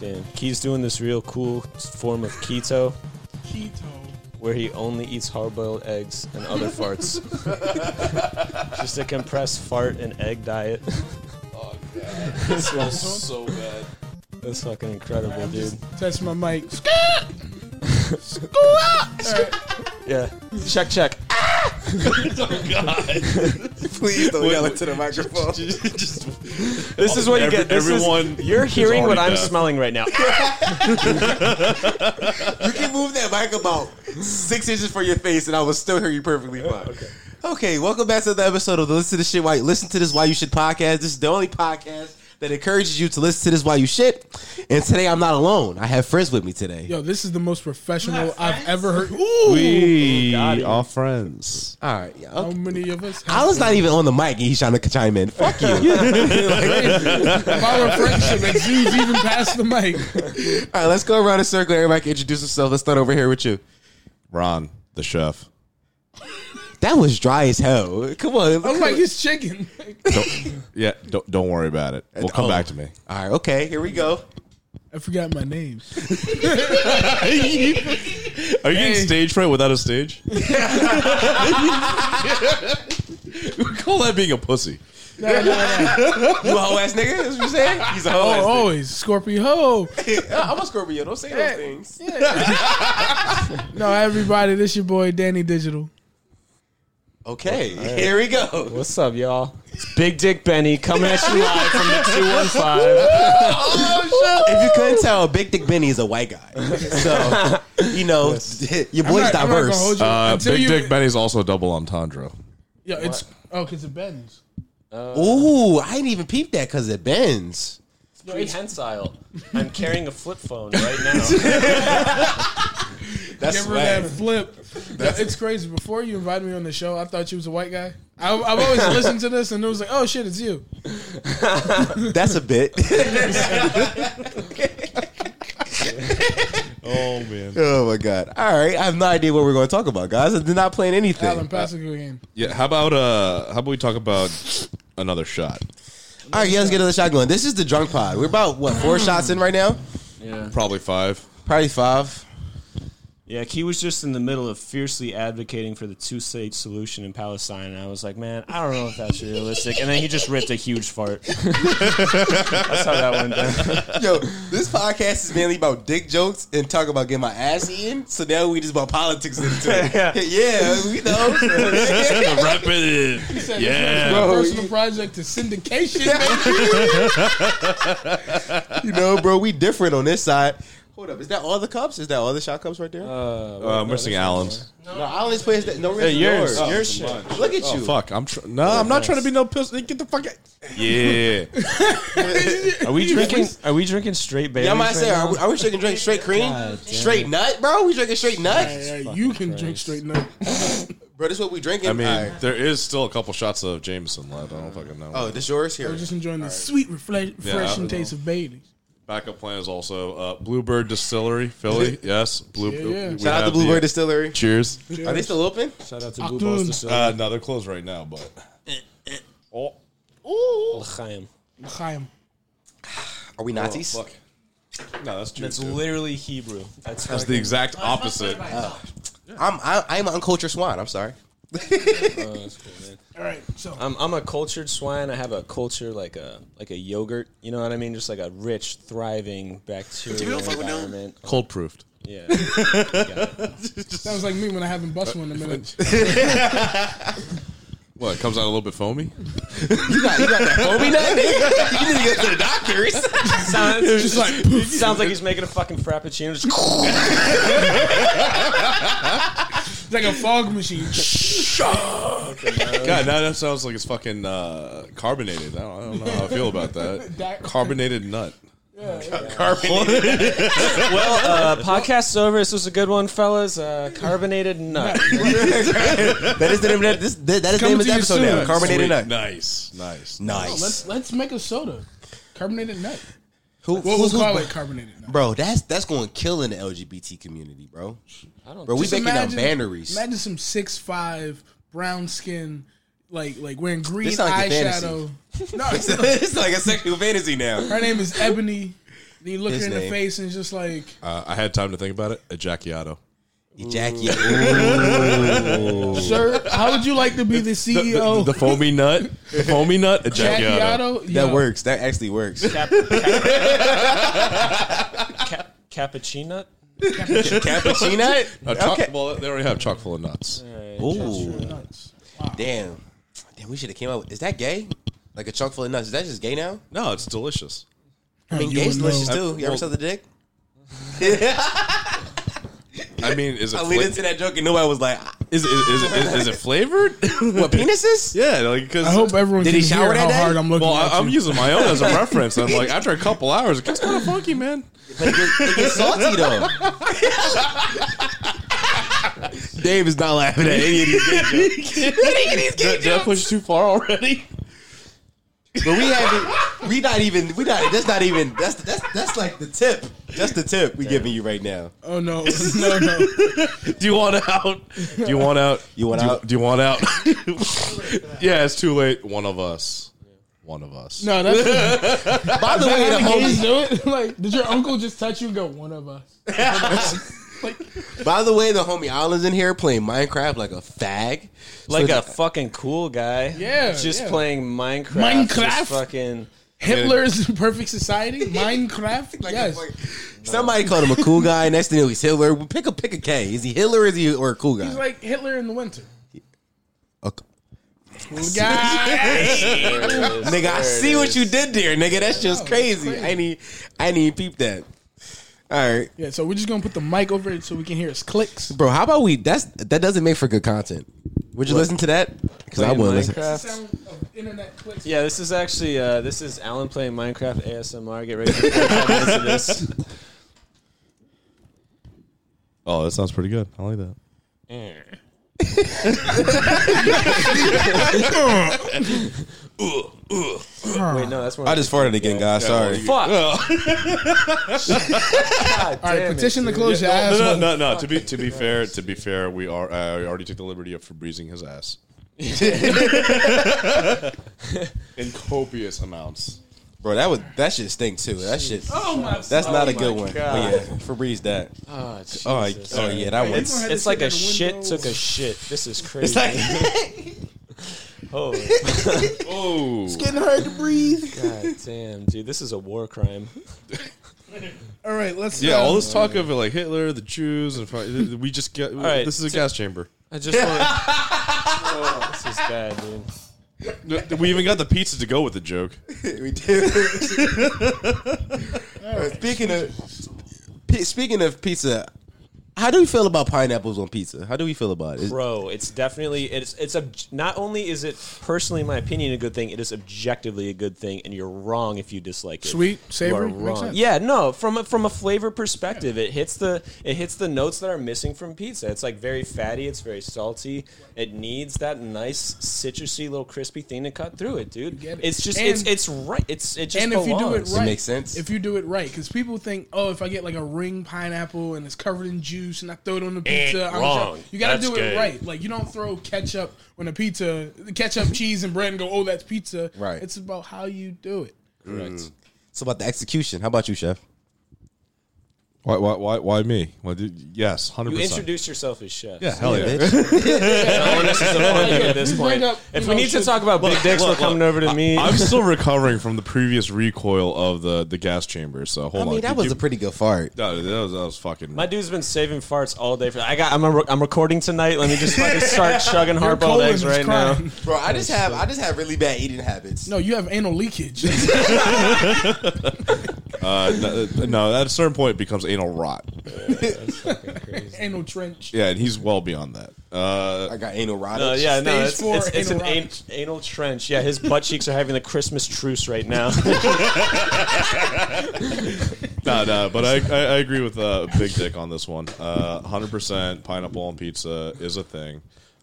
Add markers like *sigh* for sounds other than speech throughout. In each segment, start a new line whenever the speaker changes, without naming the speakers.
Damn. Keith's doing this real cool form of keto
Keto.
where he only eats hard boiled eggs and other
*laughs*
farts. Just a compressed fart and egg diet.
Oh god,
This
that's
*laughs* was-
so bad.
That's fucking incredible,
I'm
dude.
just touching my mic. Scoot! Scoot up! All right.
Yeah. Check, check.
Oh god.
Please don't yell into the microphone.
Just- just-
This is what you
Every-
get. This is-
everyone
you're
is
hearing what
already
I'm
deaf.
smelling
*laughs*
right now.
You can move that mic about six inches from your face, and I will still hear you perfectly fine. Okay. welcome back to the episode of the Listen to This Shit Why Listen to This Why You Should podcast. This is the only podcast that encourages you to listen to this while you shit. And today I'm not alone. I have friends with me today.
Yo, this is the most professional
Not
I've
friends.
ever heard. Ooh!
We are friends.
All right, yeah,
How
okay.
many of us?
I
Have
was not even on the mic, and he's trying to chime
*laughs*
in. Fuck you.
if our friendship exudes even past the mic.
All right, let's go around in a circle. Everybody can introduce themselves. Let's start over here with you.
Ron, the chef.
That was dry as hell. Come on.
I'm like, it's chicken.
*laughs* Yeah, don't, don't worry about it. We'll come
Oh.
back to me.
All right, okay, here
*laughs*
we go.
I forgot my name.
Are you getting
Hey.
stage fright without a *laughs* stage? we call that being a pussy.
No, no, no.
You a hoe ass nigga? That's what you're saying? He's a hoe ass
Oh, always Scorpio. Ho.
*laughs* I'm a Scorpio. Don't say
Hey.
things.
No, everybody, this your boy Danny Digital.
Okay, here we go.
What's up, y'all? It's Big Dick Benny coming at you live from *laughs* the 215.
Oh,
*laughs* If you couldn't tell, Big Dick Benny is a white guy. So,
*laughs*
you know, *laughs* your
I'm
boy's
not- I'm not gonna hold
diverse.
you.
Uh,
Until
Big
you-
Dick Benny's also a double entendre.
Yeah, it's oh, cause it bends.
Ooh, I didn't even peep that because it bends.
Prehensile. I'm carrying a flip phone
*laughs*
right now.
That's
Give her that flip. it's crazy. Before you invited me on the show, I thought you was a white guy. I, I've always listened to this and it was like, oh shit, it's you.
That's
*laughs*
a bit.
Oh, man.
oh my god. All right, I have no idea what we're going to talk about, guys. I did not plan anything.
Alan, pass the game.
Yeah, how about uh, how about we talk about another shot?
All right, yeah, let's get another shot going. This is the drunk pod. We're about what
Mm.
four shots in right now?
yeah.
Probably five.
Probably five.
Yeah, he was just in the middle of fiercely advocating for the two state solution in Palestine, and I was like, man, I don't know if that's realistic. And then he just ripped a huge fart. *laughs* that's how that went down.
Yo, this podcast is mainly about dick jokes and talk about getting my ass eaten. So now we just about politics into
*laughs*
it.
Yeah.
yeah. we know.
Rapid. *laughs* Yeah.
Bro,
Personal
you-
project to syndication.
you know, *laughs* bro, we different on this side. Hold up, is that all the cups? Is that all the shot cups right there?
Uh, I'm missing Allen's.
no, I only place that. No,
Hey,
reason
yours,
yours.
your shit.
Look at you.
Oh, Fuck, I'm tr- no, I'm not trying to be no pussy. Get the fuck out. *laughs* Yeah.
Are we drinking? Are we drinking straight beer?
*laughs* Y'all might say, are we, are we drinking drink straight cream?
God damn.
Straight nut, bro? We drinking straight
*laughs*
nut?
Hey, hey, you can drink straight now.
Bro, this is what we drinking.
I mean,
All right.
there is still a couple shots of Jameson left. I don't fucking know.
oh, this yours? Here.
We're just enjoying the sweet, refle- refreshing
I-
taste of Bailey's.
Backup plan is also uh, Bluebird Distillery, *laughs* Philly. Yes, Blue.
Yeah, yeah.
we
Shout out to
have
Bluebird
the-
Distillery.
Cheers.
Are they still open?
Shout out to Blue
Achtung.
Balls Distillery.
Uh, no, they're closed right now, but oh,
L'chaim.
Chaim.
Are
oh,
we Nazis?
fuck. No, that's Jews.
That's
dude.
literally Hebrew. That's,
That's the exact opposite.
I'm I, I'm an uncultured swan.
*laughs*
I'm sorry.
All right, so
I'm, I'm a cultured swine. I have a culture like a like a yogurt. You know what I mean? Just like a rich, thriving bacterial environment.
Cold proofed.
Yeah. *laughs*
sounds like me when I haven't bust one in a
*laughs*
minute.
What? It comes out a little bit foamy.
You got, you got that homie nut? nigga? you need to go to the doctors.
sounds just like sounds like he's making a fucking frappuccino. Just
It's like a fog
*laughs*
machine.
God, now that sounds like it's fucking uh, carbonated. I don't, I don't know how I feel about
*laughs*
that.
That-
Carbonated nut.
well, uh, podcast's over. This was a good one, fellas. Uh, *laughs* carbonated nut.
that is the name of this, that, that is the
Coming
name of
to
the
you
episode
soon.
now. Carbonated
Sweet.
nut.
Nice, nice.
Nice.
Let's let's make a soda, carbonated nut.
Who,
Well, we'll
who's-
call it carbonated nut.
Bro, that's that's going to kill in the LGBT community, bro.
I don't
Bro, we
Just
making up banneries. *laughs*
Imagine some six five brown skin, like like wearing green
sound like a
eyeshadow. no,
*laughs* it's like a sexual fantasy now.
her name is Ebony. Then you look
His
her in the
name.
face and it's just like,
Uh, I had time to think about it. Ejaciato.
Ejaculate.
sir, how would you like to be the E
The, the-
Oh.
CEO?
the
*laughs*
foamy nut. The foamy nut.
Jack
Ejaciato.
Yotto?
that
Yo,
works. That actually works.
*laughs*
Cap, cap- cap- cappuccino.
*laughs*
Cappuccino.
A chock,
Okay.
Well, they already have chock full of nuts.
Ooh,
nuts.
damn. Damn, we should have came out with. Is that gay? Like a chunk full of nuts. Is that just gay now?
No, it's delicious.
I mean,
You
gay's
would
delicious
know.
too. You ever
Well-
saw the dick?
I mean, is it
*laughs* I
fla-
leaned into that joke and nobody was like, "Ah."
is, it- is, it- is, it- is it flavored? *laughs*
"What penises?"
yeah, like because
I hope everyone
Did
can
he shower
hear
that
how
day?
hard I'm looking
Well,
at
I, I'm
you.
using my own
*laughs*
as a reference. I'm like, after a couple hours, it gets kind of funky, man.
But it gets, it gets salty though. Dave is not laughing at any of these gay
*laughs*
jokes. *laughs* Any of these gay
Did, did I push too far
*laughs*
already?
But we haven't. We not even. We not. That's not even. That's that's that's like the tip. That's the tip we giving you right now.
oh,
*laughs*
no. No, no.
Do you want out? Do you want out?
You want
do
out?
Do you
*laughs*
want out? yeah, it's too late. One of us. One of us.
No, *laughs* that's
By the way, the
how the gays
homie.
do *laughs* it. Like, did your uncle just touch you and go, one of us?
By the way, the homie Island's in here playing Minecraft like a fag. So
Like a
it's-
fucking cool guy.
Yeah,
Just
yeah.
playing Minecraft. just
Minecraft?
fucking.
Hitler's perfect *laughs* society? Minecraft?
like a
yes.
fucking- Somebody called him a cool guy. Next thing you know, he's Hitler. Pick a pick a K. Is he Hitler? Or is he or a cool guy?
He's like Hitler in the winter.
Okay.
Guys.
Nigga, I see what you did there, nigga. That's just crazy. I need, I need peep that. All right,
yeah, so we're just going to put the mic over it so we can hear his clicks.
bro. How about we? That's that doesn't make for good content. Would you listen to that? Because I would listen.
Minecraft.
Sound of internet clicks.
Yeah, this is actually uh, this is Alan playing Minecraft ASMR. Get ready for 45 minutes of
*laughs*
this.
Oh, that sounds pretty good. I like that.
Wait, no, that's more.
I just farted again, guys. Sorry.
fuck. Oh. *laughs*
All right,
Damn it,
petition to close your
No,
ass.
no, no, no. To be to be fair, to be fair, we are. I already took the liberty of breezing
*laughs*
his ass in copious amounts.
Bro, that would that shit stink too. That shit.
Oh my
That's
God.
not
my
a good one.
God.
Oh, yeah, Febreze that.
Oh,
Oh,
Jesus.
oh yeah, that one. *laughs*
It's,
had
it's
this
like
thing
a
in the
shit
window.
took a shit. This is crazy.
It's like
Holy
Oh,
getting hard to breathe.
god damn, dude. This is a war crime.
All right, let's.
yeah.
uh,
All this talk of like Hitler, the Jews, and fu- we just get.
right.
This is a gas chamber.
I just want to. this is bad, dude.
We even got the pizza to go with the joke.
*laughs*
we do. speaking of pe- speaking of pizza, how do we feel about pineapples on pizza? How do we feel about it? Is-
Bro, it's definitely it's it's ob- not only is it personally in my opinion a good thing, it is objectively a good thing and you're wrong if you dislike it.
Sweet,
You are
savory, makes
wrong.
sense.
Yeah, no, from a, from a flavor perspective, it hits the it hits the notes that are missing from pizza. It's like very fatty, it's very salty. It needs that nice citrusy little crispy thing to cut through it, dude.
get it.
It's just it's
And-
it's right. It's it just
and if you do it
belongs.
right,
makes sense.
If you do it right, because people think, oh, if I get like a ring pineapple and it's covered in juice and I throw it on the pizza, I'm
wrong.
sure- You got to
That's
do
gay.
it right. Like you don't throw ketchup on a pizza, ketchup, cheese, and bread, and go, oh, that's pizza.
Right.
It's about how you do it.
It's about the execution. How about you, chef?
Why? Why? Why, why me? Why did, yes, hundred
You
percent.
introduce yourself as chef.
yeah, hell yeah.
Bitch.
No, this
*laughs*
is the fun thing at this
You
point.
bring up,
if
you
we
know,
need to
shit-
talk about big dicks, we're coming over to me.
I'm still recovering from the previous recoil of the the gas chamber. So
I
hold
mean,
on.
that was a pretty good fart.
No, that was, that was
*laughs*
fucking.
my dude's been saving farts all day for. I got. I'm. A, I'm recording tonight. Let me just
*laughs*
fucking start chugging hard boiled eggs
colon's
right
crying.
now.
Bro, I just have I just have really bad eating habits.
*laughs* No, you have
*laughs*
anal leakage.
uh, no, no, at a certain point, it becomes anal rot.
anal trench.
Yeah, and he's well beyond that. Uh,
I got anal rottage.
No, yeah, no, it's,
four
it's, it's an
anal
an, anal trench. Yeah, his butt cheeks are having the Christmas truce right now. *laughs*
no, no, but I, I, I agree with uh, Big Dick on this one. Uh, 100% pineapple on pizza is a thing.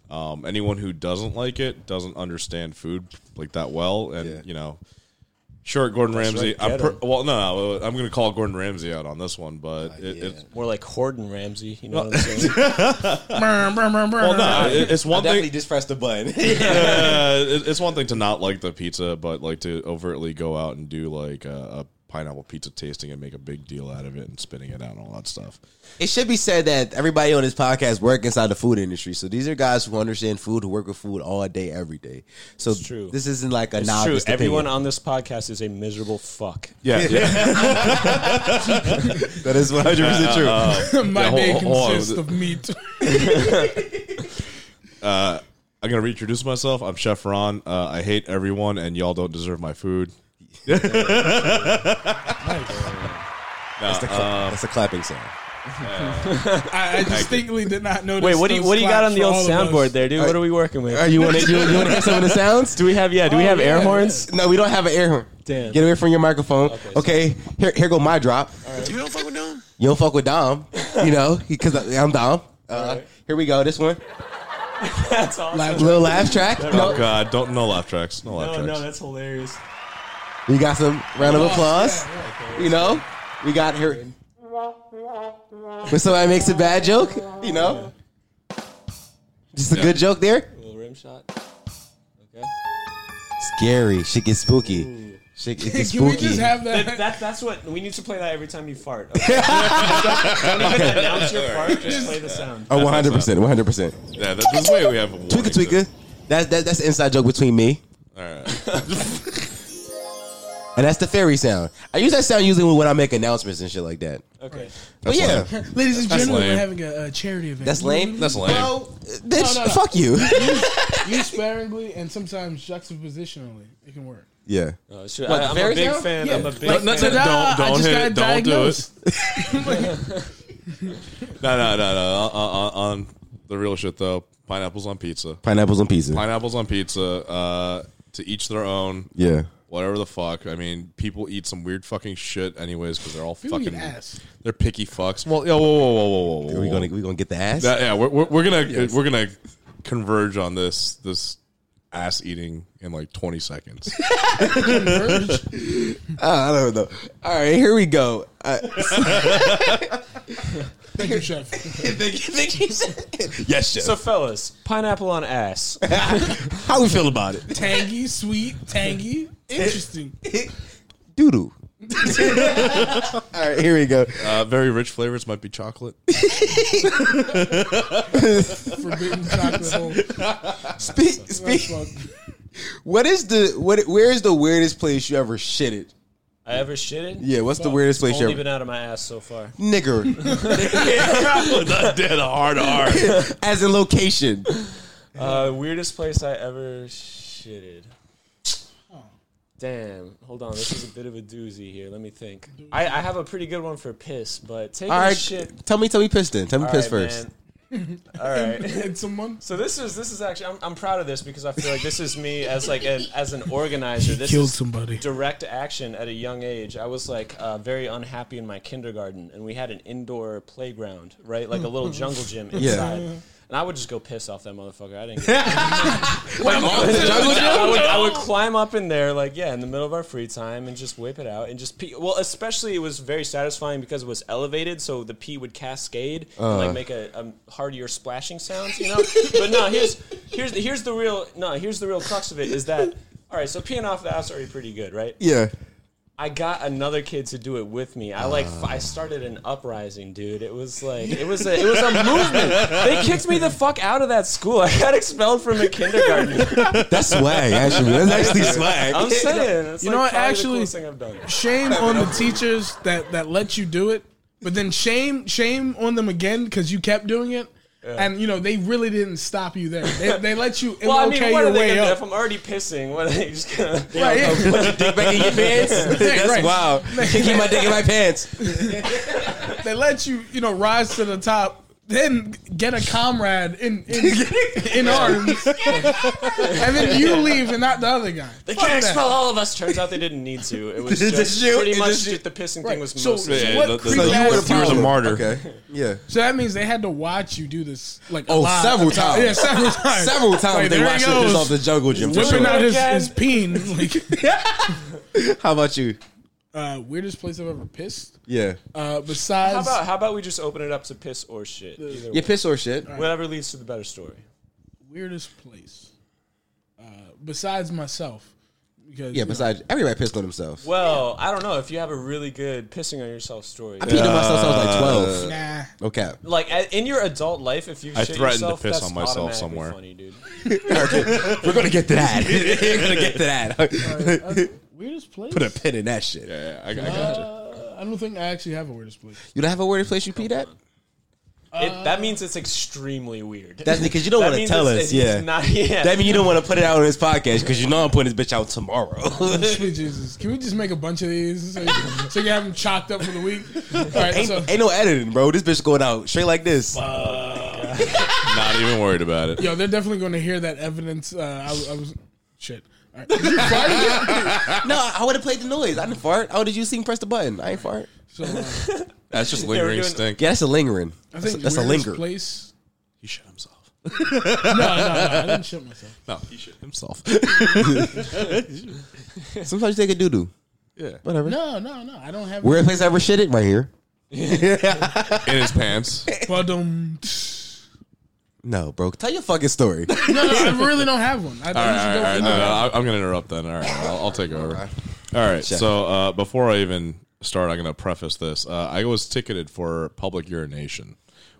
Um, anyone who doesn't like it doesn't understand food like that well, and
Yeah.
you know, sure, Gordon Ramsay.
right,
I'm
get
per-
him.
well, no, no, I'm going to call Gordon Ramsay out on this one, but it,
yeah.
it's
More like Horton Ramsey. You know what I'm
*laughs*
saying?
well,
Well,
no, it- it's
I
one
definitely
thing.
just pressed the
*laughs*
button. *laughs*
Uh, it- it's one thing to not like the pizza, but like to overtly go out and do like a, a pineapple pizza tasting and make a big deal out of it and spitting it out and all that stuff.
It should be said that everybody on this podcast work inside the food industry. So these are guys who understand food, who work with food all day, every day. So
true.
this isn't like a
It's true.
novice.
Everyone on this podcast is a miserable fuck.
Yeah, yeah. *laughs*
opinion. *laughs* that is one hundred percent
Uh,
true.
*laughs* My
Yeah, hold-
day
hold- hold on.
consists of meat. *laughs*
I'm gonna reintroduce myself. I'm Chef Ron. Uh, I hate everyone, and y'all don't deserve
*laughs*
my food.
that's,
uh,
the
uh,
cla- that's a clapping sound.
I, I distinctly did not notice.
Wait, what do you
those
what do you got
claps
on the
for
old
all of us.
soundboard there, dude? What are we working with?
you want to you, want to hear some of the *laughs* sounds?
do we have yeah? Do we
Oh,
have air horns?
No, we don't have an air horn.
Damn.
Get away from your microphone. Okay, here here go my drop.
You don't fuck with them?
You don't fuck with Dom, you know, because I'm Dom. Uh, Here we go. This one,
That's awesome.
Laugh- little laugh track.
Oh
No,
God, don't no laugh tracks. No
Oh,
laugh
No,
tracks.
no, that's hilarious.
we got some round of applause.
Yeah,
You know, we got here. When somebody makes a bad joke, you know, just a good joke there.
little rim shot.
Scary. Shit gets spooky. Shit it
yeah.
*laughs*
*laughs*
gets
Can we
spooky.
just have
*laughs*
that?
That, that, that's what we need to play that every time you fart.
*laughs*
Okay? Don't even announce your fart. Just play the sound.
Oh, 100 percent, 100 percent.
Yeah, that, this way we have a
*laughs* Tweaker, tweaker. That's that, that's the inside joke between me
All right. *laughs*
and that's the fairy sound. I use that sound usually when I make announcements and shit like that.
Okay.
But yeah,
*laughs* Ladies and gentlemen,
lame.
we're having a, uh charity event.
that's lame.
That's lame.
Bro, bitch,
No, no, no.
fuck you.
Use sparingly and sometimes juxtapositionally. It can work.
*laughs* yeah.
Oh, shoot,
What, the
I, am a
fairy
big
sound?
fan. I'm a big
No, no,
fan.
no, Don't- don't
I just
hit
got
it. Don't do
diagnosed.
No, no, no, no. On, on, on the real shit though, pineapples on pizza.
Pineapples on pizza.
Pineapples on pizza. Uh, to each their own.
yeah.
Whatever the fuck. I mean, people eat some weird fucking shit anyways because they're all
People eat
fucking
ass.
They're picky fucks. Well, yeah. Whoa, whoa, whoa, whoa, whoa. whoa.
Are we gonna we gonna get the ass?
That- yeah, we're, we're, we're gonna we're gonna converge on this this ass eating in like 20 *laughs* seconds.
I don't know. All right, here we go. *laughs* Uh,
*laughs* Thank you, chef.
*laughs* yes, chef.
So, fellas, pineapple on
*laughs*
ass.
how we feel about it?
Tangy, sweet, tangy, interesting.
Doodoo. *laughs* All right, here we go.
Uh, very rich flavors might be chocolate.
Forbidden
*laughs*
chocolate hole.
Speak, speak.
Fuck.
What is the what? Where is the weirdest place you ever shitted?
I ever shitted?
Yeah, what's the weirdest place you
Only
ever?
been out of my ass so
*laughs*
far.
Nigger,
Not *laughs* dead hard hard.
as in location.
Uh, weirdest place I ever shitted. Damn. Hold on. This is a bit of a doozy here. Let me think. I, I have a pretty good one for piss, but taking
All
a
right,
shit.
tell me, tell me, piss then. Tell me,
All
piss
right,
first.
man. All
*laughs*
right.
And someone.
So this is this is actually I'm, I'm proud of this because I feel like this is me as like an as an organizer. This
killed
is
somebody.
Direct action at a young age. I was like uh, very unhappy in my kindergarten, and we had an indoor playground, right, like a
*laughs*
little jungle gym inside. And I would just go piss off that motherfucker. I didn't. Get I would, I would climb up in there, like, yeah, in the middle of our free time and just whip it out and just pee. Well, especially it was very satisfying because it was elevated, so the pee would cascade and, like, make a, a heartier splashing sound, you know? but no, here's, here's, the, here's the real, no, here's the real crux of it is that, all right, so peeing off the ass already pretty good, right?
Yeah.
I got another kid to do it with me. I like f- I started an uprising, dude. It was like it was a it was a movement. They kicked me the fuck out of that school. I got expelled from a kindergarten.
That's swag, actually. That's
*laughs*
actually swag. *laughs*
I'm saying. It's
You
like
know what,
probably
actually-
the coolest thing I've done.
Shame on the teachers that that let you do it, but then shame shame on them again because you kept doing it. And you know they really didn't stop you there. They, they let you
Well, I
okay
mean, what
your
are they
way
gonna do?
up.
If I'm already pissing, *laughs* what are they just gonna?
Right, yeah. *laughs*
dick back in your
*laughs*
pants. That's
right.
wow. Kicking my dick in my pants.
They let you you know rise to the top, then get a comrade
*laughs*
in in, in arms, and then you leave and not the other guy.
They
Fuck
can't
that.
expel all of us. Turns out they didn't need to. It was
It's
just
just you,
pretty
it's
much
just you.
just the pissing
Right.
thing was
So-
mostly.
Yeah, What creep ass
were the
You was a
problem.
martyr.
Okay. Yeah.
So that means they had to watch you do this like
Oh,
a lot.
several times.
*laughs*
Yeah, several times.
Several times
Like,
they
there he
watched the piss
goes.
off the jungle gym. for
Whipping
sure.
out his,
Again. *laughs*
his peen. Like
How about you?
uh, weirdest place I've ever pissed.
Yeah.
Uh,
How
besides,
about how about we just open it up to piss or shit? Either
You piss or shit.
way. Whatever leads to the better story.
weirdest place. Uh, besides myself, because
Yeah, besides everybody pissed on themselves.
Well, I don't know if you have a really good pissing on yourself story.
I peed on myself since I was like twelve.
nah.
*laughs*
No cap.
Like a- in your adult life, if you
I
shit
threatened to
yourself,
piss
that's
on myself
automatically
somewhere.
Funny, dude.
We're gonna get to that. We're gonna get to that.
Weirdest place?
*laughs* Put a pin in that shit.
Yeah, I, I got you.
I don't think I actually have a weirdest place.
You don't have a weird place you peed at?
it, that means it's extremely weird.
That's because you don't
That
want to
means
tell
it's-
us.
it's
Yeah.
not- *laughs* yeah.
That means you don't want to put it out on this podcast because you know I'm putting this bitch out tomorrow. *laughs*
Sweet *laughs* Jesus. Can we just make a bunch of these so you, so you have them chalked up for the week? All right,
ain't,
so
ain't no editing, bro. This bitch going out straight like this.
Not even worried about it.
yo, they're definitely going to hear that evidence. Uh, I, I was shit. All right. Did you fart again?
No, I would have played the noise. I didn't fart. Oh, did you see him press the button? I ain't fart.
So, uh,
That's just
were
lingering
doing-
stink.
Yeah, that's a lingering.
I
That's,
think
a, that's a
weirdest
linger.
place.
He shit himself.
No, no, no, I didn't shit
*laughs*
myself.
No, he shit himself.
Sometimes you take a doo doo.
Yeah.
Whatever.
No, no, no, I don't have.
Weird place I ever shit it right here.
In his *laughs* pants.
Ba-dum.
No, bro. Tell your fucking story.
No, no, I really don't have one. I usually
All right, all
go
right, all right.
for
No,
the-
no, I- I'm going to interrupt then. All right, I'll, I'll take over. All right, so uh, before I even start, I'm going to preface this. Uh, I was ticketed for public urination,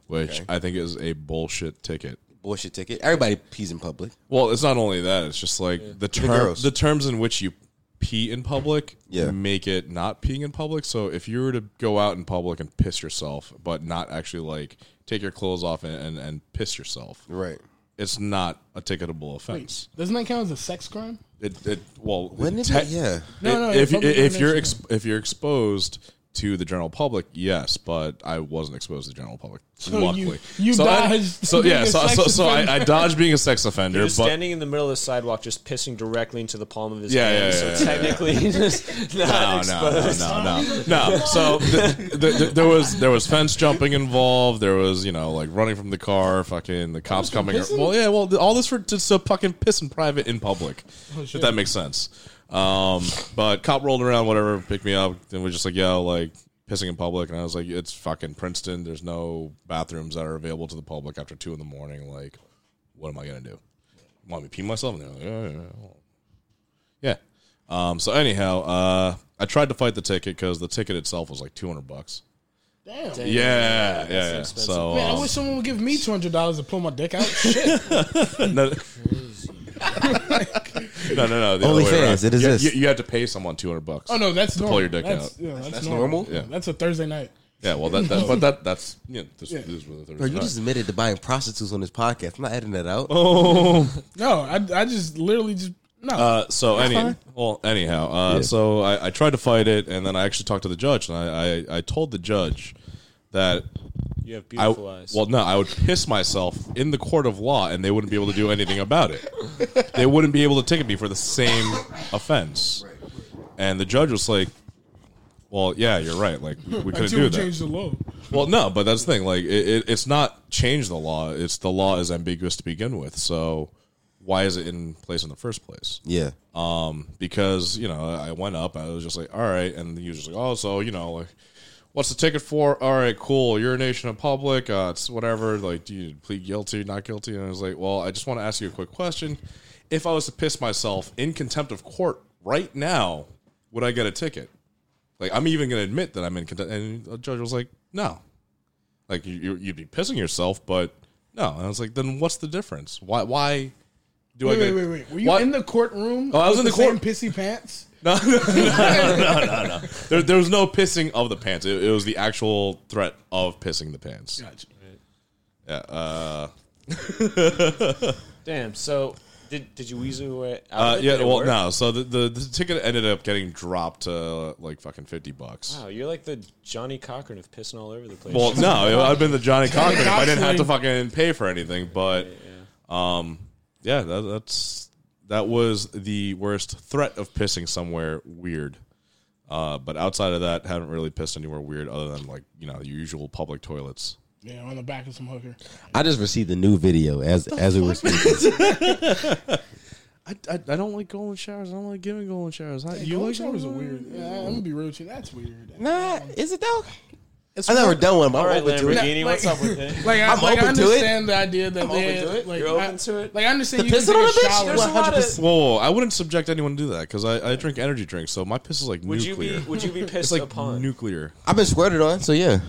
which I think is a bullshit ticket.
*laughs* Bullshit ticket. Everybody pees in public.
Well, it's not only that; it's just like the term,
gross.
the terms in which you pee in public
Yeah.
make it not peeing in public. So if you were to go out in public and piss yourself, but not actually like take your clothes off and, and, and piss yourself,
Right.
it's not a ticketable offense.
Doesn't that count as a sex crime?
It, it well,
Wouldn't it
te-
be? Yeah.
No, no,
if,
yeah, public
if you're
urination,
exp- if you're exposed to the general public, yes, but I wasn't exposed to the general public.
So you-
luckily,
you
I,
dodged
so
being
yeah,
a
so,
sex
so, so I, I
offender.
dodged being a sex offender,
You're just
but
standing in the middle of the sidewalk, just pissing directly into the palm of his
Yeah,
hand.
yeah, yeah,
so
yeah,
technically, *laughs* just
no,
not
no, no,
exposed.
no, no, no. So th- th- th- there was there was fence jumping involved. There was you know like running from the car, fucking the cops coming.
pissing?
Well, yeah, well th- all this for just to fucking piss in private in public. If
Oh, shit.
that makes sense. Um, but cop rolled around, whatever, picked me up, and was just like, yo, like pissing in public, and I was like, it's fucking Princeton. There's no bathrooms that are available to the public after two in the morning. Like, what am I gonna do? Want me to pee myself? And they're like, yeah, yeah, yeah. well, yeah. Um, so anyhow, uh, I tried to fight the ticket because the ticket itself was like two hundred bucks.
Damn.
Yeah, yeah. yeah.
expensive.
So
Man, I
um,
wish someone would give me two hundred dollars to pull my dick out. Shit.
no, no, no, no. the
Only
other way
fans,
around.
it
You-
exists.
You, you had to pay someone two hundred bucks.
Oh no, that's normal.
pull your dick
that's,
out.
Yeah, that's,
normal?
normal.
Yeah.
That's a Thursday night.
Yeah, well, that, that but that that's yeah. This, this is really
Bro, you just admitted to buying prostitutes on this podcast. I'm not editing that out.
oh.
No, I, I just literally just no.
Uh, so any well anyhow, uh, so I, I tried to fight it, and then I actually talked to the judge, and I I, I told the judge that
You have
I,
beautiful eyes.
well, no, I would piss myself in the court of law, and they wouldn't be able to do anything about it. They wouldn't be able to ticket me for the same offense. And the judge was like, "Well, yeah, you're right. Like we, we couldn't
until
do
we
that.
change the law.
Well, no, but that's the thing. Like it, it, it's not change the law. It's the law is ambiguous to begin with. So why is it in place in the first place?
Yeah.
Um, because you know I went up. I was just like, all right, and he was just like, oh, so you know, like, what's the ticket for? All right, cool. Urination in public. Uh, it's whatever. Like, do you plead guilty, not guilty? And I was like, well, I just want to ask you a quick question. If I was to piss myself in contempt of court right now, would I get a ticket? Like, I'm even going to admit that I'm in contempt. And the judge was like, no. Like, you, you- you'd be pissing yourself, but no. And I was like, then what's the difference? Why? Why? Do
Wait,
I get
wait, wait, wait. Were you
Why-
in the courtroom?
Oh, I was
with
in the court-
Same pissy pants.
no, no, no, no, no, no. There, there was no pissing of the pants. It, it was the actual threat of pissing the pants.
Gotcha.
Yeah. Uh,
Damn. So did did you weasel your way out?
uh,
of it?
yeah.
Did it
Well,
work?
no. So the, the the ticket ended up getting dropped to like fucking fifty bucks.
Wow, you're like the Johnny Cochran of pissing all over the place.
Well, no, I've been the *laughs* Johnny Cochran if I didn't have to
Cochran.
fucking pay for anything. But, um, yeah, that, that's that was the worst threat of pissing somewhere weird. Uh, but outside of that, haven't really pissed anywhere weird other than like you know the usual public toilets.
Yeah, on the back of some hooker.
I just received a new video as as we were *laughs* speaking.
I, I, I don't like golden showers. I don't like giving golden showers. I, you
Golden
like
showers are
golden-
weird. Yeah, I'm gonna be real with you. That's weird.
Nah, is it though?
It's
I've never
more-
done one, but
All right,
I'm open to it.
Lamborghini, what's up with
*laughs*
it?
Like, I,
I'm
like, I
open to it.
understand the idea that
I'm
they
open to it.
Like,
You're
I-
open to it?
Like I understand
The
you can
piss
take
on a
a
bitch?
shower.
There's a lot of.
Whoa, whoa, whoa, I wouldn't subject anyone to do that because I, I drink energy drinks, so my piss is like
Would you
nuclear.
be? Would you be pissed
it's like
upon?
nuclear.
I've been squirted on, so yeah.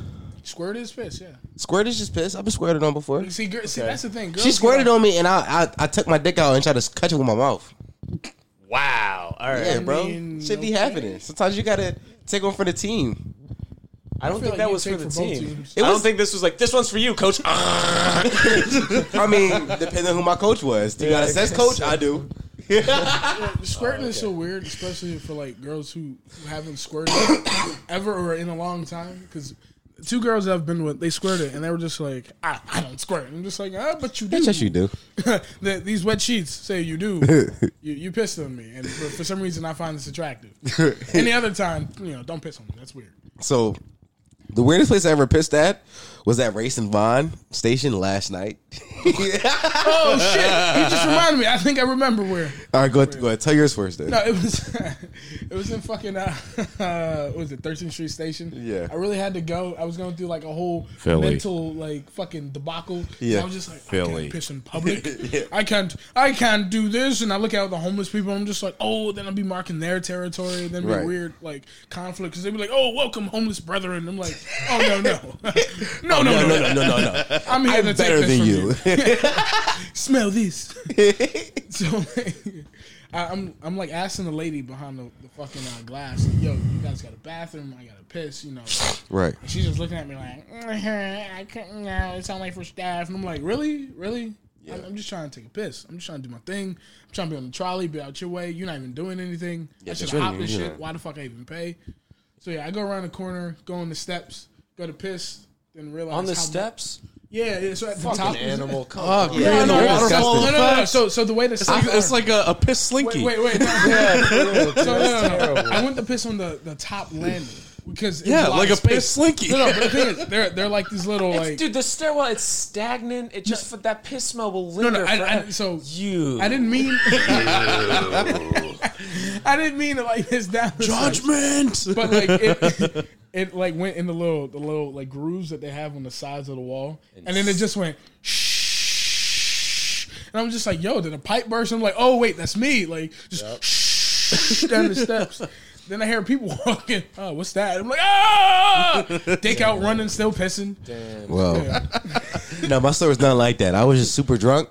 Squirt is piss, yeah.
Squirt is just piss. I've been squirted on before.
See, gir- see, that's the thing. Girls
She
get
squirted
like-
on me, and I, I I took my dick out and tried to catch it with my mouth.
wow. All right.
Yeah, bro.
mean,
Should be
okay.
happening. Sometimes you gotta take one for the team.
I don't think
feel like
that
you
was for
take
the
for both
team.
teams.
I
It
don't
was-
think this was like this one's for you, coach.
*laughs* I mean, depending on who my coach was. Do you got a sex coach? I do.
Squirting is so weird, especially for like girls who, who haven't squirted *coughs* ever or in a long time. Because two girls I've been with, they squirted and they were just like, I, I don't squirt. I'm just like, ah, but you do.
do.
*laughs* The- These wet sheets say you *laughs* do. you, you pissed on me, and for, for some reason I find this *laughs* attractive. Any other time, you know, don't piss on me. That's weird.
So, the weirdest place I ever pissed at was at Race and Vaughn station last night. *laughs*
Oh shit! You just reminded me. I think I remember where.
All right, go ahead, go ahead. Tell yours first then.
No, it was *laughs* it was in fucking uh, uh *laughs* what was it 13th Street Station?
Yeah.
I really had to go. I was going through like a whole
Philly.
mental like fucking debacle.
Yeah.
So I was just like, I
Philly.
can't piss in public.
*laughs*
I can't I can't do this. And I look at all the homeless people. I'm just like, oh, then I'll be marking their territory. Then be
Right.
weird like conflict because they'd be like, oh, welcome homeless brethren. I'm like, oh no *laughs* no no no no no.
Oh, no, no, no.
I'm here to
I'm
take
better
this
than
from
you.
smell this. *laughs* so like, I, I'm I'm like asking the lady behind the, the fucking uh, glass, like, yo, you guys got a bathroom? I got to piss, you know.
*laughs* right.
And she's just looking at me like, *laughs* "Mhm, I couldn't. No, it's only for staff. And I'm like, really, really. I'm, I'm just trying to take a piss. I'm just trying to do my thing. I'm trying to be on the trolley, be out your way. You're not even doing anything. I should
that's right,
hop and
you know.
shit. Why the fuck I even pay? So yeah, I go around the corner, go on the steps, go to piss, then realize
on the
how-
steps.
Yeah, yeah. So at the top,
Come
Oh,
on.
*laughs* yeah,
man,
no,
you're
no,
disgusting.
no, no, no, no. So, so the way the steps are-
like a, a piss slinky.
wait, wait, wait.
*laughs*
no.
Yeah,
*laughs* So, no, no, no. I went to piss on the, the top landing because it
Yeah,
was lot
like
of
a
space.
piss slinky.
No, no, but the thing
*laughs*
is, they're they're like these little like.
Dude, the stairwell, it's stagnant. It just, that piss smell will
no,
linger
no, I, I,
forever.
so
you.
I didn't mean. *laughs* I didn't mean to like this down. It's like-
Judgment.
but like
*laughs*
it, it like went in the little the little like grooves that they have on the sides of the wall, and, then it just went. shh. And I'm just like, yo, did a pipe burst? I'm like, oh wait, that's me. Like just shh
*laughs*
down the steps. Then I hear people *laughs* walking. Oh, what's that? I'm like, ah! Dick out running, still pissing.
Well, *laughs* no, my story's not like that. I was just super drunk,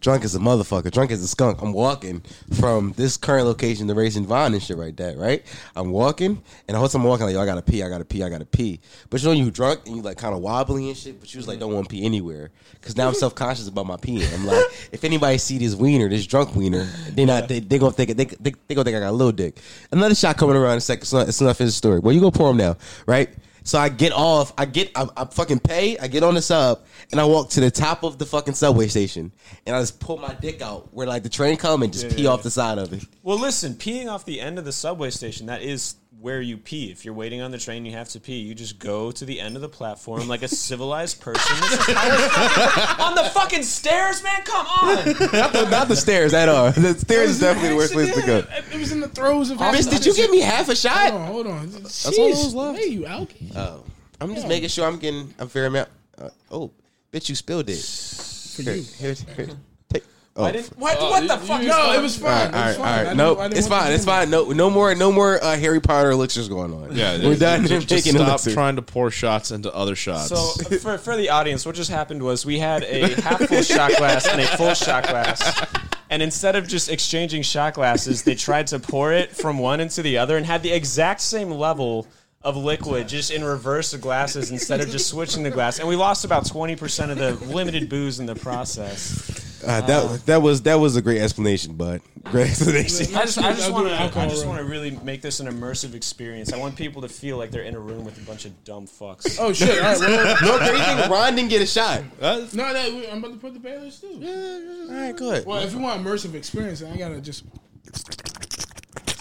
drunk as a motherfucker, drunk as a skunk. I'm walking from this current location to Racing Vine and shit like that, right? I'm walking, and the whole time I'm walking, like, yo, I gotta pee, I gotta pee, I gotta pee. But you know, when you drunk and you like kind of wobbly and shit, but you was like, don't want to pee anywhere. Cause now I'm self conscious about my peeing. I'm like, if anybody see this wiener, this drunk wiener, they not, they, they gonna think, it- they, they, they gonna think I got a little dick. Another shot coming around in a second. It's not, it's not finished story. Well, you go pour him now, right? So I get off, I get, I, I fucking pay, I get on the sub, and I walk to the top of the fucking subway station, and I just pull my dick out where like the train come and just pee off the side of it.
Well, listen, peeing off the end of the subway station, that is where you pee. If you're waiting on the train, you have to pee. You just go to the end of the platform like a civilized person. This is how it's- on the fucking stairs, man? Come on.
not, the, not the stairs at all. The stairs is definitely the worst place to go.
It, it was in the throes of.
Bitch, did you give me half a
Hold
shot?
on, hold on. That's
all that was left.
Hey, you alky.
Oh, I'm just making sure I'm getting a fair amount. Uh, oh, bitch, you spilled it.
For you.
Here, here, take. Oh,
I didn't, what, what the fuck? is
No,
going-
it was
all
fine.
right,
It
all
was fine. I
right, all right.
didn't-
No,
I didn't
it's
want to
fine. It's
do that.
fine. No, no more, no more uh, Harry Potter elixirs going on.
Yeah,
we're done. *laughs*
Just, just
taking
stop
elixirs.
trying to pour shots into other shots.
So for, for the audience, what just happened was we had a half full shot glass and a full shot glass. And instead of just exchanging shot glasses, they tried to pour it from one into the other and had the exact same level of liquid just in reverse of glasses instead of just switching the glass. And we lost about 20% of the limited booze in the process.
Uh, that that was that was a great explanation, bud. Great *laughs* explanation.
I just, I just
I'll
want
do
to
an
I
alcohol
just
run.
want to really make this an immersive experience. I want people to feel like they're in a room with a bunch of dumb fucks.
Oh shit! All right, well,
no, if anything, Ron didn't get a shot.
Uh,
no, that, we- I'm about to put the Baylor's too.
All right, go ahead.
Well, if you want immersive experience, then I gotta just.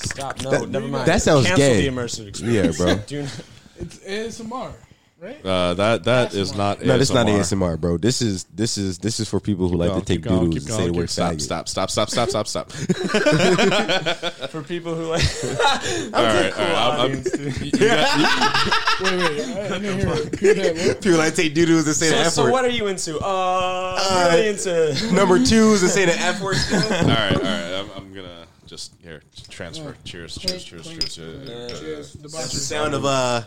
Stop. No,
That-
never mind.
that sounds
Cancel
gay.
the immersive experience. *laughs*
Yeah, bro.
Do not-
It's ASMR. Right?
Uh, that that is not
No, this is not
ASMR.
ASMR, bro. This is this is this is for people who like
Keep
to take
going,
doodles and
keep going,
say the
keep-
word
stop,
faggot.
stop, stop, stop, stop, stop, stop.
for people who like.
all right, all right. I'm, I'm,
audience, dude.
you got, you,
Wait, wait. I, I didn't hear it. Repeat that, *laughs* what?
*laughs* People like to take doodles and say the
So,
F
so
word.
what are you into? Uh, I'm really into.
Number twos and say the F word.
all right, all right. I'm, I'm gonna just here transfer. Cheers, cheers, cheers, cheers. Uh,
Cheers. Debauchery.
That's the sound of uh